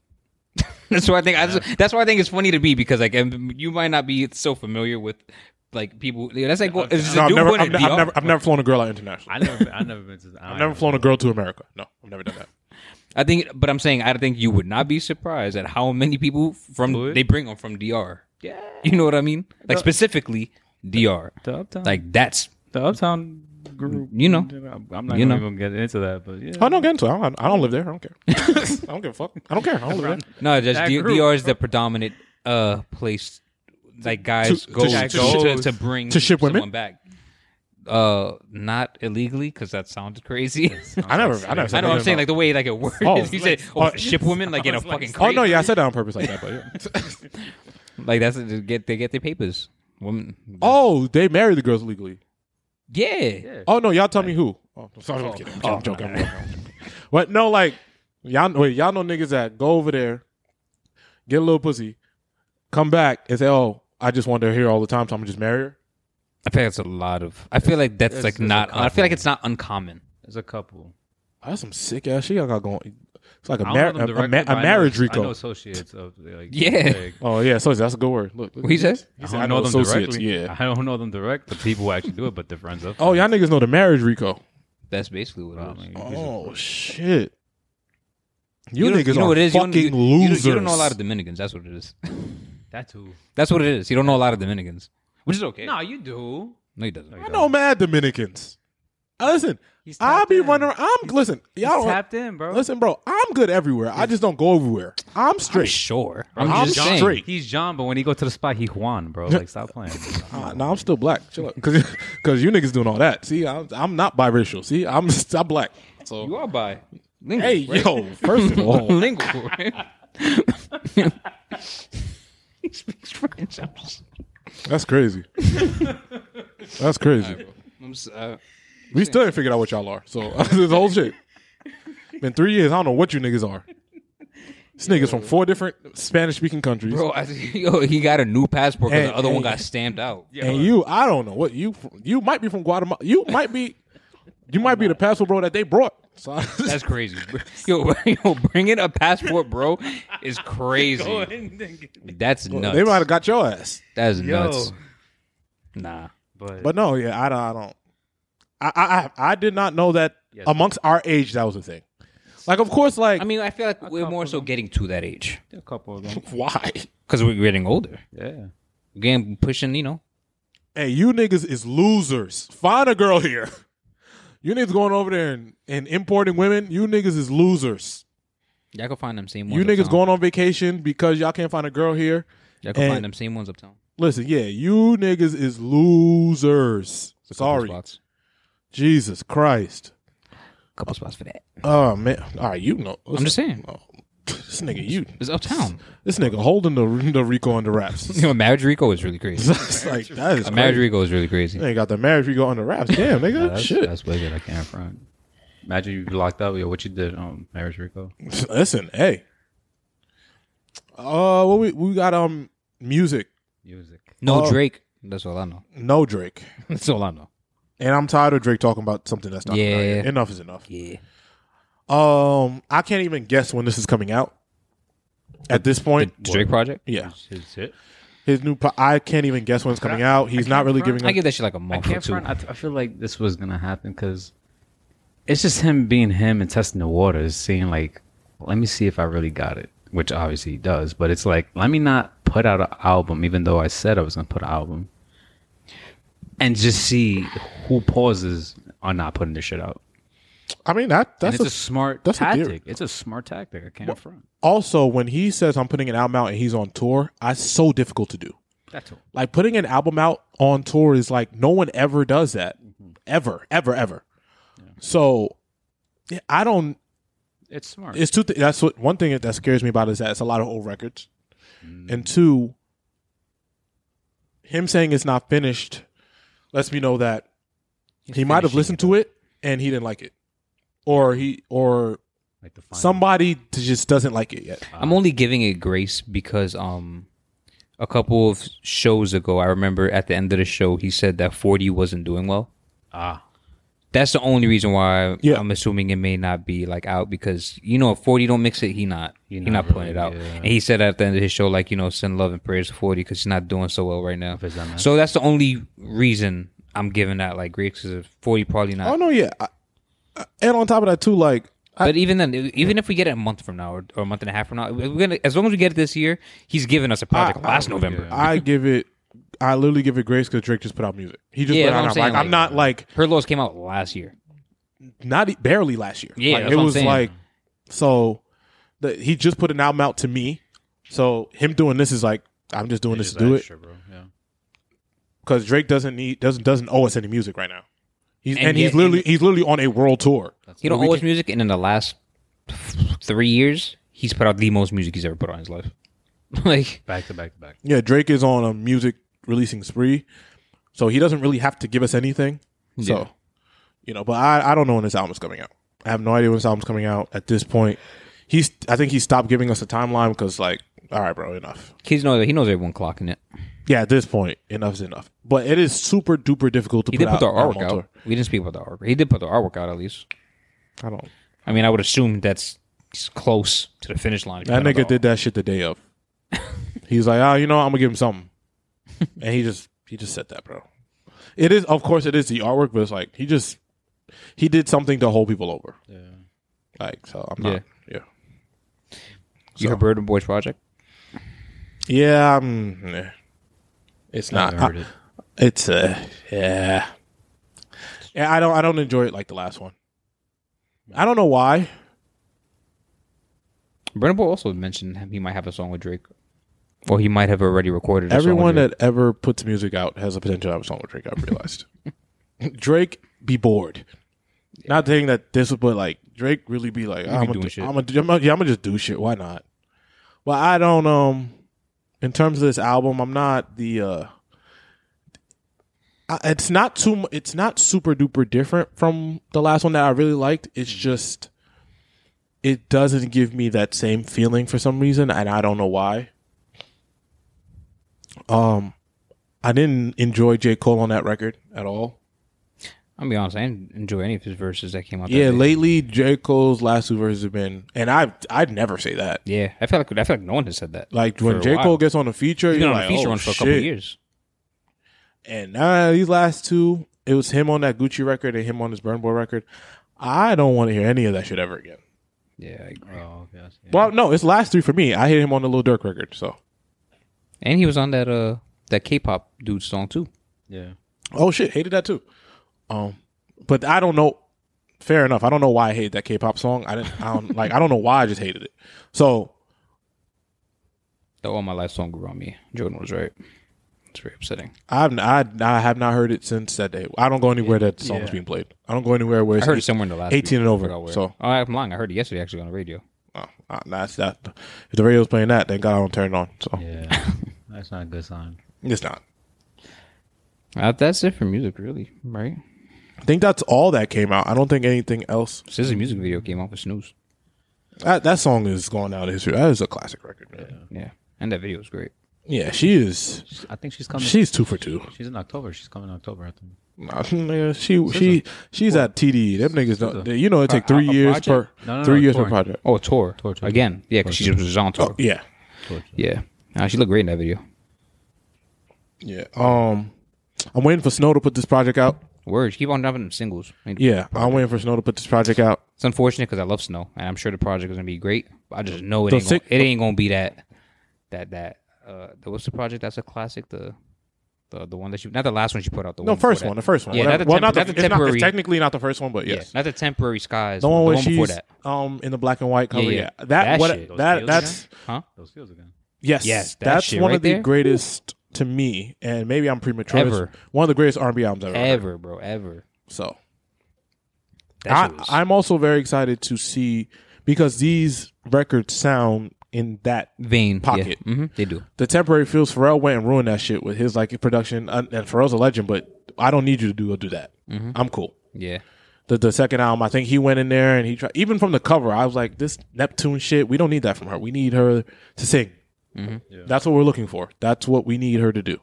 S2: that's why I think I just, that's why I think it's funny to me because like um, you might not be so familiar with like people. yeah, That's like well, is this
S1: No,
S2: a
S1: I've
S2: dude
S1: never,
S2: going
S1: I've,
S2: to
S1: ne-
S2: DR?
S1: I've never, I've never flown a girl out internationally.
S3: I never, I never been to. I
S1: I've never flown a girl to America. No, I've never done that.
S2: I think, but I'm saying I think you would not be surprised at how many people from
S3: Would?
S2: they bring on from DR.
S3: Yeah,
S2: You know what I mean? Like specifically DR.
S3: the uptown, like
S2: Like that's
S3: the uptown group.
S2: You know.
S3: I'm not
S2: You
S3: gonna
S2: know.
S3: even get into that, but yeah,
S1: I don't get into it. I don't, I don't live there. I don't care. I don't give a fuck. I don't care. I don't live there.
S2: no, just
S3: That
S2: D-
S3: group.
S2: DR is the predominant uh place like guys
S1: to-
S2: go to,
S1: to-
S2: to,
S3: goes.
S2: to bring
S1: To ship women?
S2: someone back. Uh, not illegally because that sounded crazy.
S1: I never, I never.
S2: I
S1: said
S2: know what I'm
S1: that.
S2: saying, like the way like it works.
S1: Oh,
S2: you said, "Oh,
S1: like-
S2: ship women like in a fucking
S1: Oh
S2: crate.
S1: no, yeah, I said that on purpose like that. But yeah.
S2: Like that's they get they get their papers. Women,
S1: oh, they marry the girls legally.
S2: yeah.
S1: Oh no, y'all tell me who. Oh, I'm sorry, I'm kidding. I'm joking, I'm joking, I'm joking. But no, like y'all, wait, y'all know niggas that go over there, get a little pussy, come back and say, "Oh, I just wanted her here all the time, so I'm gonna just marry her."
S2: I feel like that's a lot of. I feel like that's
S3: It's-
S2: like
S3: it's a
S2: not. I feel
S3: couple.
S2: like it's not uncommon.
S3: There's a couple.
S1: Oh, That's some sick ass shit y'all got going. It's like a,
S3: I don't
S1: mar-
S3: know them
S1: a, a,
S3: directly,
S1: ma-
S3: but
S1: a
S3: I know-
S1: marriage
S3: I know
S1: Rico.
S3: associates of like
S2: Yeah.
S3: like,
S1: Oh yeah, so that's a good word. Look, look
S2: What he says?
S1: He
S3: I
S1: said,
S3: don't
S1: I
S3: know, them
S1: associates,
S3: directly.
S1: Yeah.
S3: I don't know them direct. The people who actually do it, but their friends of.
S1: Oh, y'all niggas know the marriage Rico.
S2: That's basically what
S3: Wow,
S2: it is.
S3: man.
S1: Oh shit. You,
S2: don't-
S1: niggas are
S2: what it is?
S1: fucking
S2: you don't, you- you don't-
S1: losers.
S2: You don't know a lot of Dominicans. That's what it is.
S3: That too.
S2: That's what it is. You don't know a lot of Dominicans, which is okay.
S3: No, you do.
S2: no he doesn't.
S1: I know mad Dominicans. Listen,
S3: He's
S1: I'll
S3: tapped
S1: be
S3: in.
S1: running. I'm listen, y'all. don't-
S3: tapped in, bro.
S1: Listen, bro. I'm good everywhere. I just don't go everywhere. I'm
S2: I'm
S1: straight.
S2: sure.
S1: I'm
S2: just
S1: John
S2: saying.
S1: Drake.
S3: He's John, but when he go to the spot, he Juan, bro. Like, stop playing.
S1: Uh, no, I'm still black. Chill out, because because you niggas doing all that. See, I'm, I'm not biracial. See, I'm I'm black.
S2: You are by.
S1: Hey, yo. First of all,
S2: Lingual. he speaks French. I'm, just,
S1: that's crazy. That's crazy.
S2: I'm s- uh,
S1: We still ain't figured out what y'all are. So this whole shit. Been three years. I don't know what you niggas are. This niggas from four different Spanish speaking countries.
S2: bro. I, yo, he got a new passport because
S1: Hey,
S2: the other one
S1: hey.
S2: got stamped out.
S1: and you, I don't know what you. fr- You might be from Guatemala. You might be. You might be the passport bro that they brought. So
S2: That's crazy. bro. Yo, yo, bringing a passport, bro, is crazy. That's nuts.
S1: they might have got your ass.
S2: That's
S5: Yo.
S2: nuts. Nah.
S3: but,
S1: But no, yeah, I don't. I, don't. I, I, I- I did not know that amongst our age that was a thing. Like, of course, like
S2: I mean, I feel like we're more so getting to that age
S3: a couple of them.
S1: why?
S2: because we're getting older.
S3: Yeah.
S2: We're getting pushing, you know.
S1: Hey, you niggas is losers. Find a girl here. You niggas going over there and, and importing women. You niggas is losers.
S2: Y'all can find them same ones.
S1: You niggas
S2: uptown.
S1: going on vacation because y'all can't find a girl here.
S2: Y'all can
S1: and-
S2: find them same ones uptown.
S1: Listen, yeah, you niggas is losers. Sorry,
S2: Couple spots.
S1: Jesus Christ.
S2: Couple spots for that.
S1: Oh man, all right, you know.
S2: I'm just saying.
S1: Oh, this nigga, you,
S2: It's uptown.
S1: this nigga holding the the Rico under wraps.
S2: You know, marriage Rico is really crazy.
S1: It's like that is
S2: A marriage
S1: crazy.
S2: Rico is really crazy.
S1: They got the marriage Rico under wraps. Damn, nigga,
S3: That's,
S1: shit.
S3: That's wicked. I can't front. Imagine you be locked up. Yo, what you did on Marriage Rico?
S1: Listen, hey. Uh, what we we got um music.
S3: Music.
S2: No
S1: Oh.
S2: Drake. That's all I know.
S1: No Drake,
S2: That's all I know.
S1: and I'm tired of Drake talking about something that's not.
S2: Yeah.
S1: familiar. enough is enough.
S2: Yeah.
S1: Um, I can't even guess when this is coming out. At this point,
S2: The Drake Project.
S1: yeah,
S3: His hit.
S1: his new. Pro- I can't even guess when it's coming out. He's not really giving.
S2: I
S1: up.
S2: give that shit like a
S3: I
S2: month or
S3: can't
S2: two.
S3: front. I, th- I feel like this was gonna happen because it's just him being him and testing the waters, seeing like, let me see if I really got it, which obviously he does. But it's like, let me not put out an album, even though I said I was gonna put an album, and just see who pauses on not putting this shit out.
S1: I mean that
S3: And
S1: that's
S3: it's a,
S1: a,
S3: smart
S1: that's a theory.
S3: tactic. it's a smart tactic. I can't front.
S1: also when he says I'm putting an album out and he's on tour. I so difficult to do.
S3: That's all.
S1: Like putting an album out on tour is like no one ever does that, ever, ever, ever. So yeah, I don't.
S3: It's smart.
S1: It's two. Th- that's what one thing that scares me about is that it's a lot of old records, and two, him saying it's not finished lets me know that he might have
S2: finishing
S1: listened to it and he didn't like it, or he or
S3: like the final.
S1: somebody just doesn't like it yet.
S2: I'm only giving it grace because um a couple of shows ago I remember at the end of the show he said that 40 wasn't doing well.
S3: Ah.
S2: That's the only reason why
S1: Yeah.
S2: I'm assuming it may not be like out because you know if 40 don't mix it he not he, not,
S3: not
S2: putting it
S3: really,
S2: out.
S3: yeah.
S2: And he said at the end of his show like you know send love and prayers to 40 cuz he's not doing so well right now.
S3: it's not nice.
S2: So that's the only reason I'm giving that like grace cuz 40 probably not.
S1: Oh no, yeah, I, I- and on top of that too, like
S2: But even then, e-, even if we get it a month from now or, or a month and a half from now, we're gonna as long as we get it this year, he's giving us a project last November.
S1: I give it. I literally give it grace because Drake just put out music. He just
S2: Yeah,
S1: put
S2: that's
S1: out.
S2: what
S1: I'm,
S2: I'm saying,
S1: like, I'm
S2: like-
S1: not like
S2: Her laws came out last year.
S1: not e- barely last year.
S2: Yeah,
S1: Like,
S2: that's
S1: it
S2: what I'm
S1: was
S2: saying.
S1: like so. The, he just put an album out to me. So him doing this is like I'm just doing this to do it
S3: bro. Yeah.
S1: because Drake doesn't need doesn't doesn't owe us any music right now. He's and,
S2: And
S1: he's
S2: yet-
S1: literally he's literally on a world tour.
S2: He don't owe us music, and in the last three years, he's put out the most music he's ever put out in his life. like
S3: Back to back to back.
S1: Yeah, Drake is on a music releasing spree, so he doesn't really have to give us anything. So, you know, but I I don't know when this album's coming out. I have no idea when this album's coming out at this point. He's I think he stopped giving us a timeline because like, all right, bro, enough.
S2: he's knows he knows everyone clocking it.
S1: Yeah, at this point, enough's enough. But it is super duper difficult to
S2: He
S1: put
S2: did put
S1: out
S2: the
S1: an album
S2: artwork
S1: on
S2: out.
S1: tour.
S2: We didn't speak about the artwork. He did put the artwork out at least.
S1: I don't.
S2: I mean, I would assume that's he's close to the finish line. if
S1: That
S2: you got it
S1: nigga
S2: all.
S1: did that shit the day of. He's like, ah, you know, I'm gonna give him something, and he just he just said that, bro. It is, of course, it is the artwork, but it's like he just he did something to hold people over. Yeah. Like so, I'm not. Yeah.
S2: You heard Bird and Boys Project?
S1: Yeah. I'm, eh. It's not.
S3: Never heard it.
S1: It's uh yeah. Yeah, I don't I don't enjoy it like the last one. I don't know why.
S2: Bird and Boy also mentioned him- he might have a song with Drake, or he might have already recorded. A
S1: Everyone
S2: song with
S1: that ever puts music out has a potential to have a song with Drake, I've realized. Drake be bored. Not saying that this would but like Drake really be like, I'm
S2: doing
S1: gonna
S2: shit.
S1: I'm gonna yeah, I'm gonna just do shit. Why not? Well, I don't um in terms of this album, I'm not the uh I- it's not too mu- it's not super duper different from the last one that I really liked. It's
S2: Mm-hmm.
S1: just it doesn't give me that same feeling for some reason and I don't know why. Um I didn't enjoy J. Cole on that record at all.
S2: Drake. I'll be honest, I didn't enjoy any of his verses that came out.
S1: Yeah,
S2: that day.
S1: lately J. Cole's last two verses have been and I I'd never say that.
S2: yeah. I feel like I feel like no one has said that.
S1: Like
S2: for
S1: when
S2: a
S1: J.
S2: while.
S1: Cole gets on a feature,
S2: he's
S1: you're
S2: been on
S1: like,
S2: a feature
S1: oh,
S2: run for a
S1: shit.
S2: couple of years.
S1: And uh, these last two, it was him on that Gucci record and him on his Burn Boy record. I don't want to hear any of that shit ever again.
S2: Yeah, I agree.
S3: Oh, okay. I see.
S1: Well, no, it's last three for me. I hit him on the Lil Durk record. So,
S2: and he was on that uh that K-pop dude song too.
S3: Yeah.
S1: oh shit, hated that too. Um, but I don't know. Fair enough. I don't know why I hated that K-pop song. I didn't. I don't like. I don't know why I just hated it. So
S2: The All My Life song grew on me. Jordan was right. It's very upsetting.
S1: I've I, I have not heard it since that day. I don't go anywhere that song's
S3: Yeah.
S1: being played. I don't go anywhere where
S2: I
S1: it's
S2: heard it somewhere in the last
S1: 18
S2: week.
S1: and
S2: I
S1: over,
S2: forgot where.
S1: so-
S2: oh, I'm lying. I heard it yesterday actually on the radio.
S1: Oh, uh, that's that. If the radio's playing that, then God, I don't turn it on. So
S3: Yeah. That's not a good sign.
S1: it's not.
S2: Uh, that's it for music, really, right?
S1: I think that's all that came out. I don't think anything else.
S2: Since the music video came out with Snooze.
S1: That, that song is going out of history. That is a classic record. Man.
S2: Yeah. And that video was great.
S1: Yeah. she is.
S3: I think she's coming.
S1: She's two for two.
S3: she's in October. She's coming in October, I think.
S1: Nah, nigga, she she she's at TDE. Them niggas don't. they- you know, it take
S2: Pro-
S1: three
S2: a
S1: years per
S2: project?
S3: No, no,
S1: three
S3: no,
S1: years per
S3: touring.
S1: project. Oh,
S2: Oh, tour.
S3: Tour, tour.
S2: Again. Yeah, because she was on tour.
S1: Yeah,
S2: Yeah. Uh, she looked great in that video.
S1: yeah. Um, I'm waiting for Snow to put this project out.
S2: Words. Keep on dropping them singles. I mean,
S1: Yeah, I'm waiting for Snow to put this project out.
S2: It's unfortunate because I love Snow, and I'm sure the project is going to be great. But I just know it
S1: The
S2: ain't,
S1: sick-
S2: gonna, it ain't going to be that, that, that, uh, the, what's the project that's a classic? The, the, the one that she, not the last one she put out. The
S1: No,
S2: one before
S1: first
S2: that.
S1: one, the first one.
S2: Yeah,
S1: Whatever.
S2: not the,
S1: well,
S2: temp-
S1: not the,
S2: not the
S1: it's not-
S2: temporary.
S1: it's technically not the first one, but
S2: yeah,
S1: yes,
S2: not the temporary skies.
S1: the one where
S2: before
S1: she's
S2: that.
S1: um in the black and white color. Yeah,
S2: yeah.
S1: that,
S2: That
S1: what
S2: shit.
S1: that
S3: Those
S1: that's
S2: Huh?
S3: Those fields again.
S1: Yes,
S2: Yes, that
S1: that's
S2: shit
S1: one
S2: right
S1: of the
S2: there.
S1: greatest to me, and maybe I'm premature. It's
S2: Ever.
S1: one of the greatest R&B albums ever. heard.
S2: Ever, bro, ever.
S1: So
S2: That
S1: I,
S2: shit was-
S1: I'm also very excited to see because these records sound in that
S2: vein
S1: pocket.
S2: Yeah. hmm They do.
S1: the temporary feels. Pharrell went and ruined that shit with his like production, and and Pharrell's a legend, but I don't need you to do do that.
S2: Mm-hmm.
S1: I'm cool.
S2: Yeah.
S1: The, the second album, I think he went in there and he tried. Even from the cover, I was like, this Neptune shit. We don't need that from her. We need her to sing.
S2: Mm-hmm.
S1: That's what we're looking for. That's what we need her to do.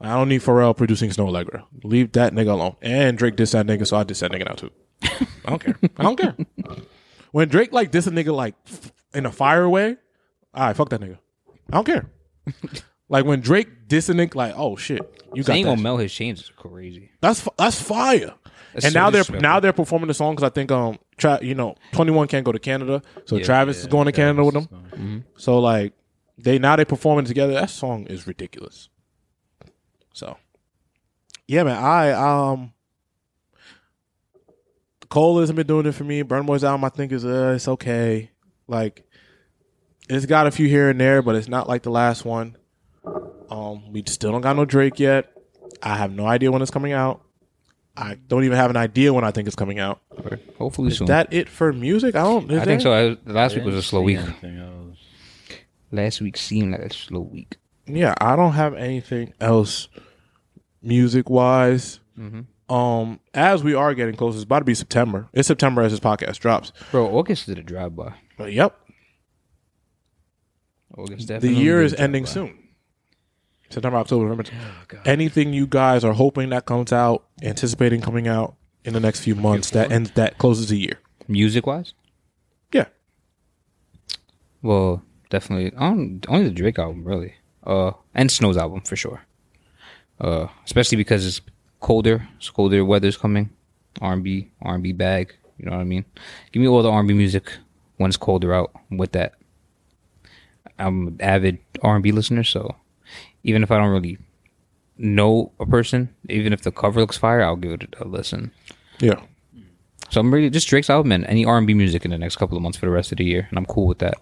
S1: I don't need Pharrell producing Snow Allegra. Leave that nigga alone. And Drake dissed that nigga, so I dissed that nigga now too. I don't care. I don't care. When Drake like diss a nigga like f- in a fire way, all right, fuck that nigga. I don't care. like when Drake diss a nigga, like oh shit, you got
S2: Saying
S1: that.
S2: gonna melt his chains is crazy.
S1: That's fi- that's fire.
S2: That's
S1: and
S2: so
S1: now they're
S2: disrespectful.
S1: now they're performing the song because I think um tra- you know Twenty One can't go to Canada, so Travis is going to Canada with them. So like they now they performing together. That song is ridiculous. So yeah, man. I um Cole hasn't been doing it for me. Burn Boy's album I think is uh it's okay. Like it's got a few here and there, but it's not like the last one. Um, we still don't got no Drake yet. I have no idea when it's coming out. I don't even have an idea when I think it's coming out.
S2: Hopefully soon.
S1: That it for music? I don't.
S2: I think so. I, the last week was a slow week.
S3: Anything else?
S2: Last week seemed like a slow week.
S1: Yeah, I don't have anything else music wise. Um, as we are getting close, it's about to be September. It's September as this podcast drops.
S2: Bro, August did a drive by.
S1: But yep,
S2: August
S1: the
S2: definitely.
S1: year
S2: did
S1: is
S2: a drive-by.
S1: ending soon. September, October, November. anything you guys are hoping that comes out, anticipating coming out in the next few months that ends that closes the year.
S2: music wise.
S1: Yeah.
S2: Well, definitely. On, only the Drake album, really. Uh, and Snow's album for sure. Uh, especially because it's colder. It's colder weather's coming. R and B, R and B bag. You know what I mean? Give me all the R and B music when it's colder out. I'm with that, I'm an avid R and B listener. So even if I don't really know a person, even if the cover looks fire, I'll give it a listen.
S1: Yeah.
S2: So I'm really just Drake's album and any R and B music in the next couple of months for the rest of the year, and I'm cool with that.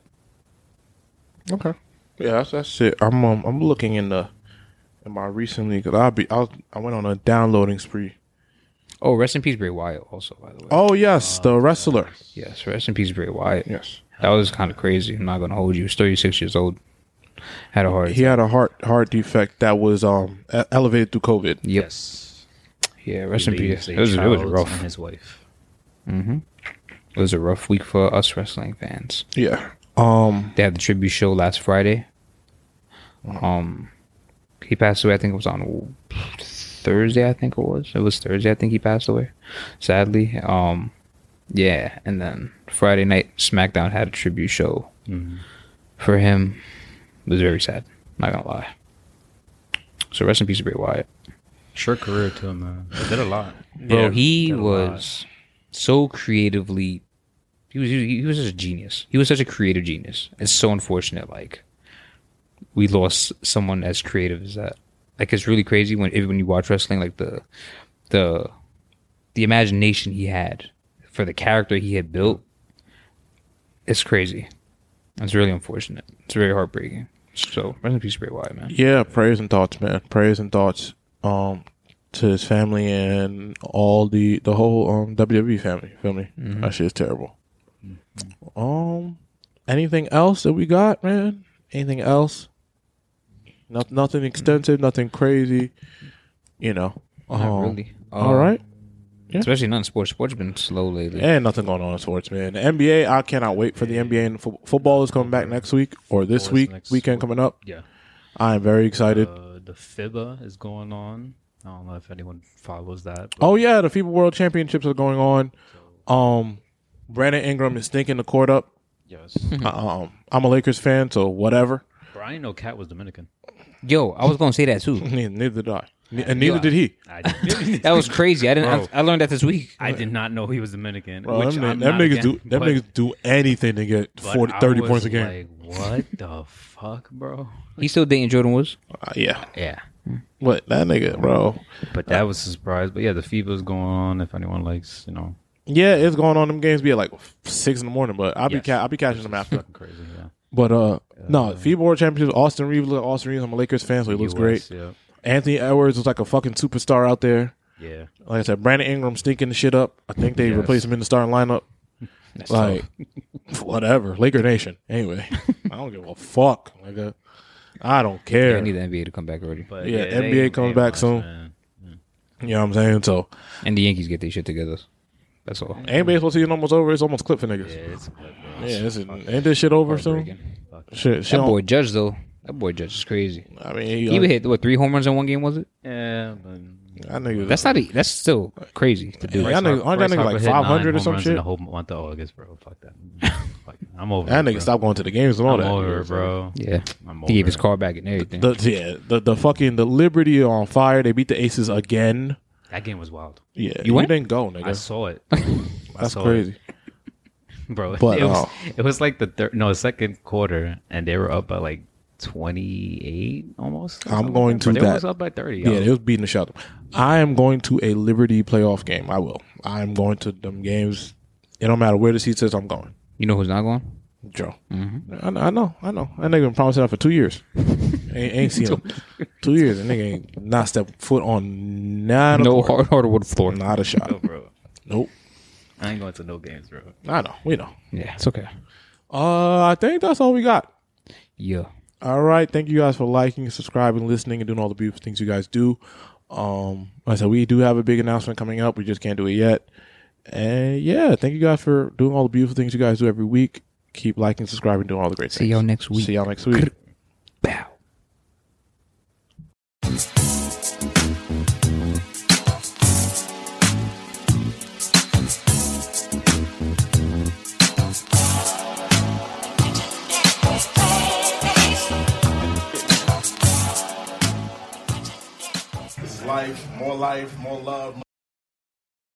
S1: Okay. Yeah, that's, that's it. I'm um, I'm looking in the in my recently because I be I, was, I went on a downloading spree.
S2: Oh, rest in peace, Bray Wyatt. Also, by the way.
S1: Oh yes, the wrestler.
S2: Yes, rest in peace, Bray Wyatt.
S1: Yes,
S2: That was kind of crazy. I'm not gonna hold you. He was 36 years old. Had a heart.
S1: he
S2: attack.
S1: had a heart heart defect that was um e- elevated through COVID.
S2: Yep.
S3: Yes.
S2: Yeah. Rest in
S3: Leaves
S2: peace.
S3: a
S2: It was it was
S3: child
S2: rough.
S3: And his wife.
S2: It was a rough week for us wrestling fans.
S1: Yeah. Um.
S2: They had the tribute show last Friday. Um, he passed away. I think it was on Thursday. I think it was. It was Thursday. I think he passed away. Sadly. Um, yeah. And then Friday night, SmackDown had a tribute show for him. It was very sad. Not gonna lie. So rest in peace, Bray Wyatt.
S3: Short career to him, man. He did a lot.
S2: Bro, he
S3: did a
S2: was so creatively. He was he, he was just a genius. He was such a creative genius. It's so unfortunate. Like we lost someone as creative as that. Like it's really crazy when even when you watch wrestling, like the the the imagination he had for the character he had built. It's crazy. It's really unfortunate. It's very heartbreaking. So rest in peace, Bray Wyatt, man.
S1: Yeah. Prayers and thoughts, man. Prayers and thoughts. Um. To his family and all the the whole um WWE family. Feel me?
S2: Mm-hmm.
S1: That shit is terrible. Um. Anything else that we got, man? Anything else? Not, nothing extensive. Nothing crazy. You know.
S2: Not
S1: Um,
S2: really.
S1: All
S2: Um,
S1: right.
S2: Especially not in sports. Sports has been slow lately.
S1: And nothing going on in sports, man. The NBA, I cannot wait for the NBA. And fo- football is coming back next week or this
S3: Football is
S1: week,
S3: next
S1: weekend
S3: week.
S1: coming up.
S3: Yeah.
S1: I am very excited.
S3: Uh, the FIBA is going on. I don't know if anyone follows that. but-
S1: oh yeah, the FIBA World Championships are going on. Um, Brandon Ingram is stinking the court up.
S3: Yes.
S1: Uh, um, I'm a Lakers fan, so whatever.
S3: Brian no cat was Dominican.
S2: Yo, I was gonna say that too.
S1: Neither, neither did I, Ne- and neither did he.
S3: I did,
S2: That was crazy. I didn't.
S3: Bro.
S2: I, I learned that this week.
S3: I did not know he was Dominican.
S1: Bro,
S3: which
S1: them,
S3: I'm
S1: them
S3: not
S1: niggas
S3: against,
S1: do them
S3: but-
S1: niggas do anything to get
S3: but
S1: 40,
S3: I
S1: 30
S3: was
S1: points a game.
S3: Like, what the fuck, bro?
S2: He's still dating Jordan Woods.
S1: Uh, yeah,
S3: Yeah.
S1: what that nigga, bro.
S3: But that was a surprise. But yeah, the FIBA's going on. If anyone likes, you know,
S1: Yeah, it's going on. Them games be at like six in the morning, but I'll be
S3: Yes.
S1: ca- I'll be catching them after.
S3: fucking crazy. Yeah.
S1: But uh, no, FIBA World Championships. Austin Reeves, look, Austin Reeves. I'm a Lakers fan, so he looks great.
S3: US, Yeah.
S1: Anthony Edwards was like a fucking superstar out there.
S3: Yeah.
S1: Like I said, Brandon Ingram stinking the shit up. I think they
S3: Yes.
S1: replaced him in the starting lineup. like whatever, Laker Nation. Anyway, I don't give a fuck. Like I don't care.
S2: I need the NBA to come back already.
S3: But
S1: Yeah,
S3: they
S1: NBA
S3: ain't-
S1: comes
S3: they ain't
S1: back
S3: much,
S1: soon.
S3: man.
S1: you know what I'm saying? So
S2: And the Yankees get their shit together. That's all.
S1: ain't baseball season almost over. It's almost clip for niggas.
S3: Yeah,
S1: Yeah,
S3: it's good, bro.
S1: this is, ain't this shit over soon?
S2: Heartbreaking.
S1: Shit, shit.
S2: That boy
S1: don't-
S2: Judge though. That boy Judge is crazy.
S1: I mean, he,
S2: He would hit what three home runs in one game was it?
S3: Yeah, but
S1: I uh, nigga,
S2: That's not. A, that's still crazy to do.
S1: Yeah, Y'all niggas- aren't y'all niggas like 500 or some
S3: In
S1: shit?
S3: the whole month of August, bro. Fuck that. Fuck it. I'm over.
S1: that
S3: it,
S1: nigga
S3: bro.
S1: stop going to the games and all
S3: I'm
S1: that.
S3: over, it, bro.
S2: Yeah,
S3: I'm
S2: he gave
S3: over
S2: his
S3: it.
S2: car back and everything.
S1: The yeah, the the fucking the Liberty are on fire. They beat the Aces again.
S3: That game was wild.
S1: Yeah, you,
S2: went?
S1: didn't go, nigga.
S3: I saw it,
S1: That's
S3: saw it.
S1: crazy.
S3: bro.
S1: But,
S3: it, was,
S1: uh,
S3: it was like the third, no, the second quarter, and they were up by like twenty eight almost. or
S1: I'm
S3: something
S1: going
S3: like that.
S1: to
S3: Bro, They
S1: that.
S3: was up by thirty.
S1: Yeah,
S3: yo.
S1: they was beating the shit out of them. I am going to a Liberty playoff game. I will. I am going to them games. It don't matter where the seat says I'm going.
S2: you know who's not going?
S1: Joe, I, know- I know, I know. That nigga been promising that for two years. ain't, ain't seen him. two years. That nigga ain't not stepped foot on not
S2: No
S1: a,
S2: hard hardwood floor.
S1: not a
S3: Yo,
S1: shot.
S3: bro.
S1: Nope.
S3: I ain't going to no games, bro.
S1: I know. We know.
S2: Yeah, it's okay.
S1: Uh, I think that's all we got.
S2: Yeah.
S1: All right. Thank you guys for liking, subscribing, listening, and doing all the beautiful things you guys do. Um, like I said, we do have a big announcement coming up. We just can't do it yet. And yeah, thank you guys for doing all the beautiful things you guys do every week. Keep liking, subscribing, doing all the great
S2: See
S1: things.
S2: y'all next week.
S1: See y'all next week.
S2: Bow.
S4: life, more life, more love.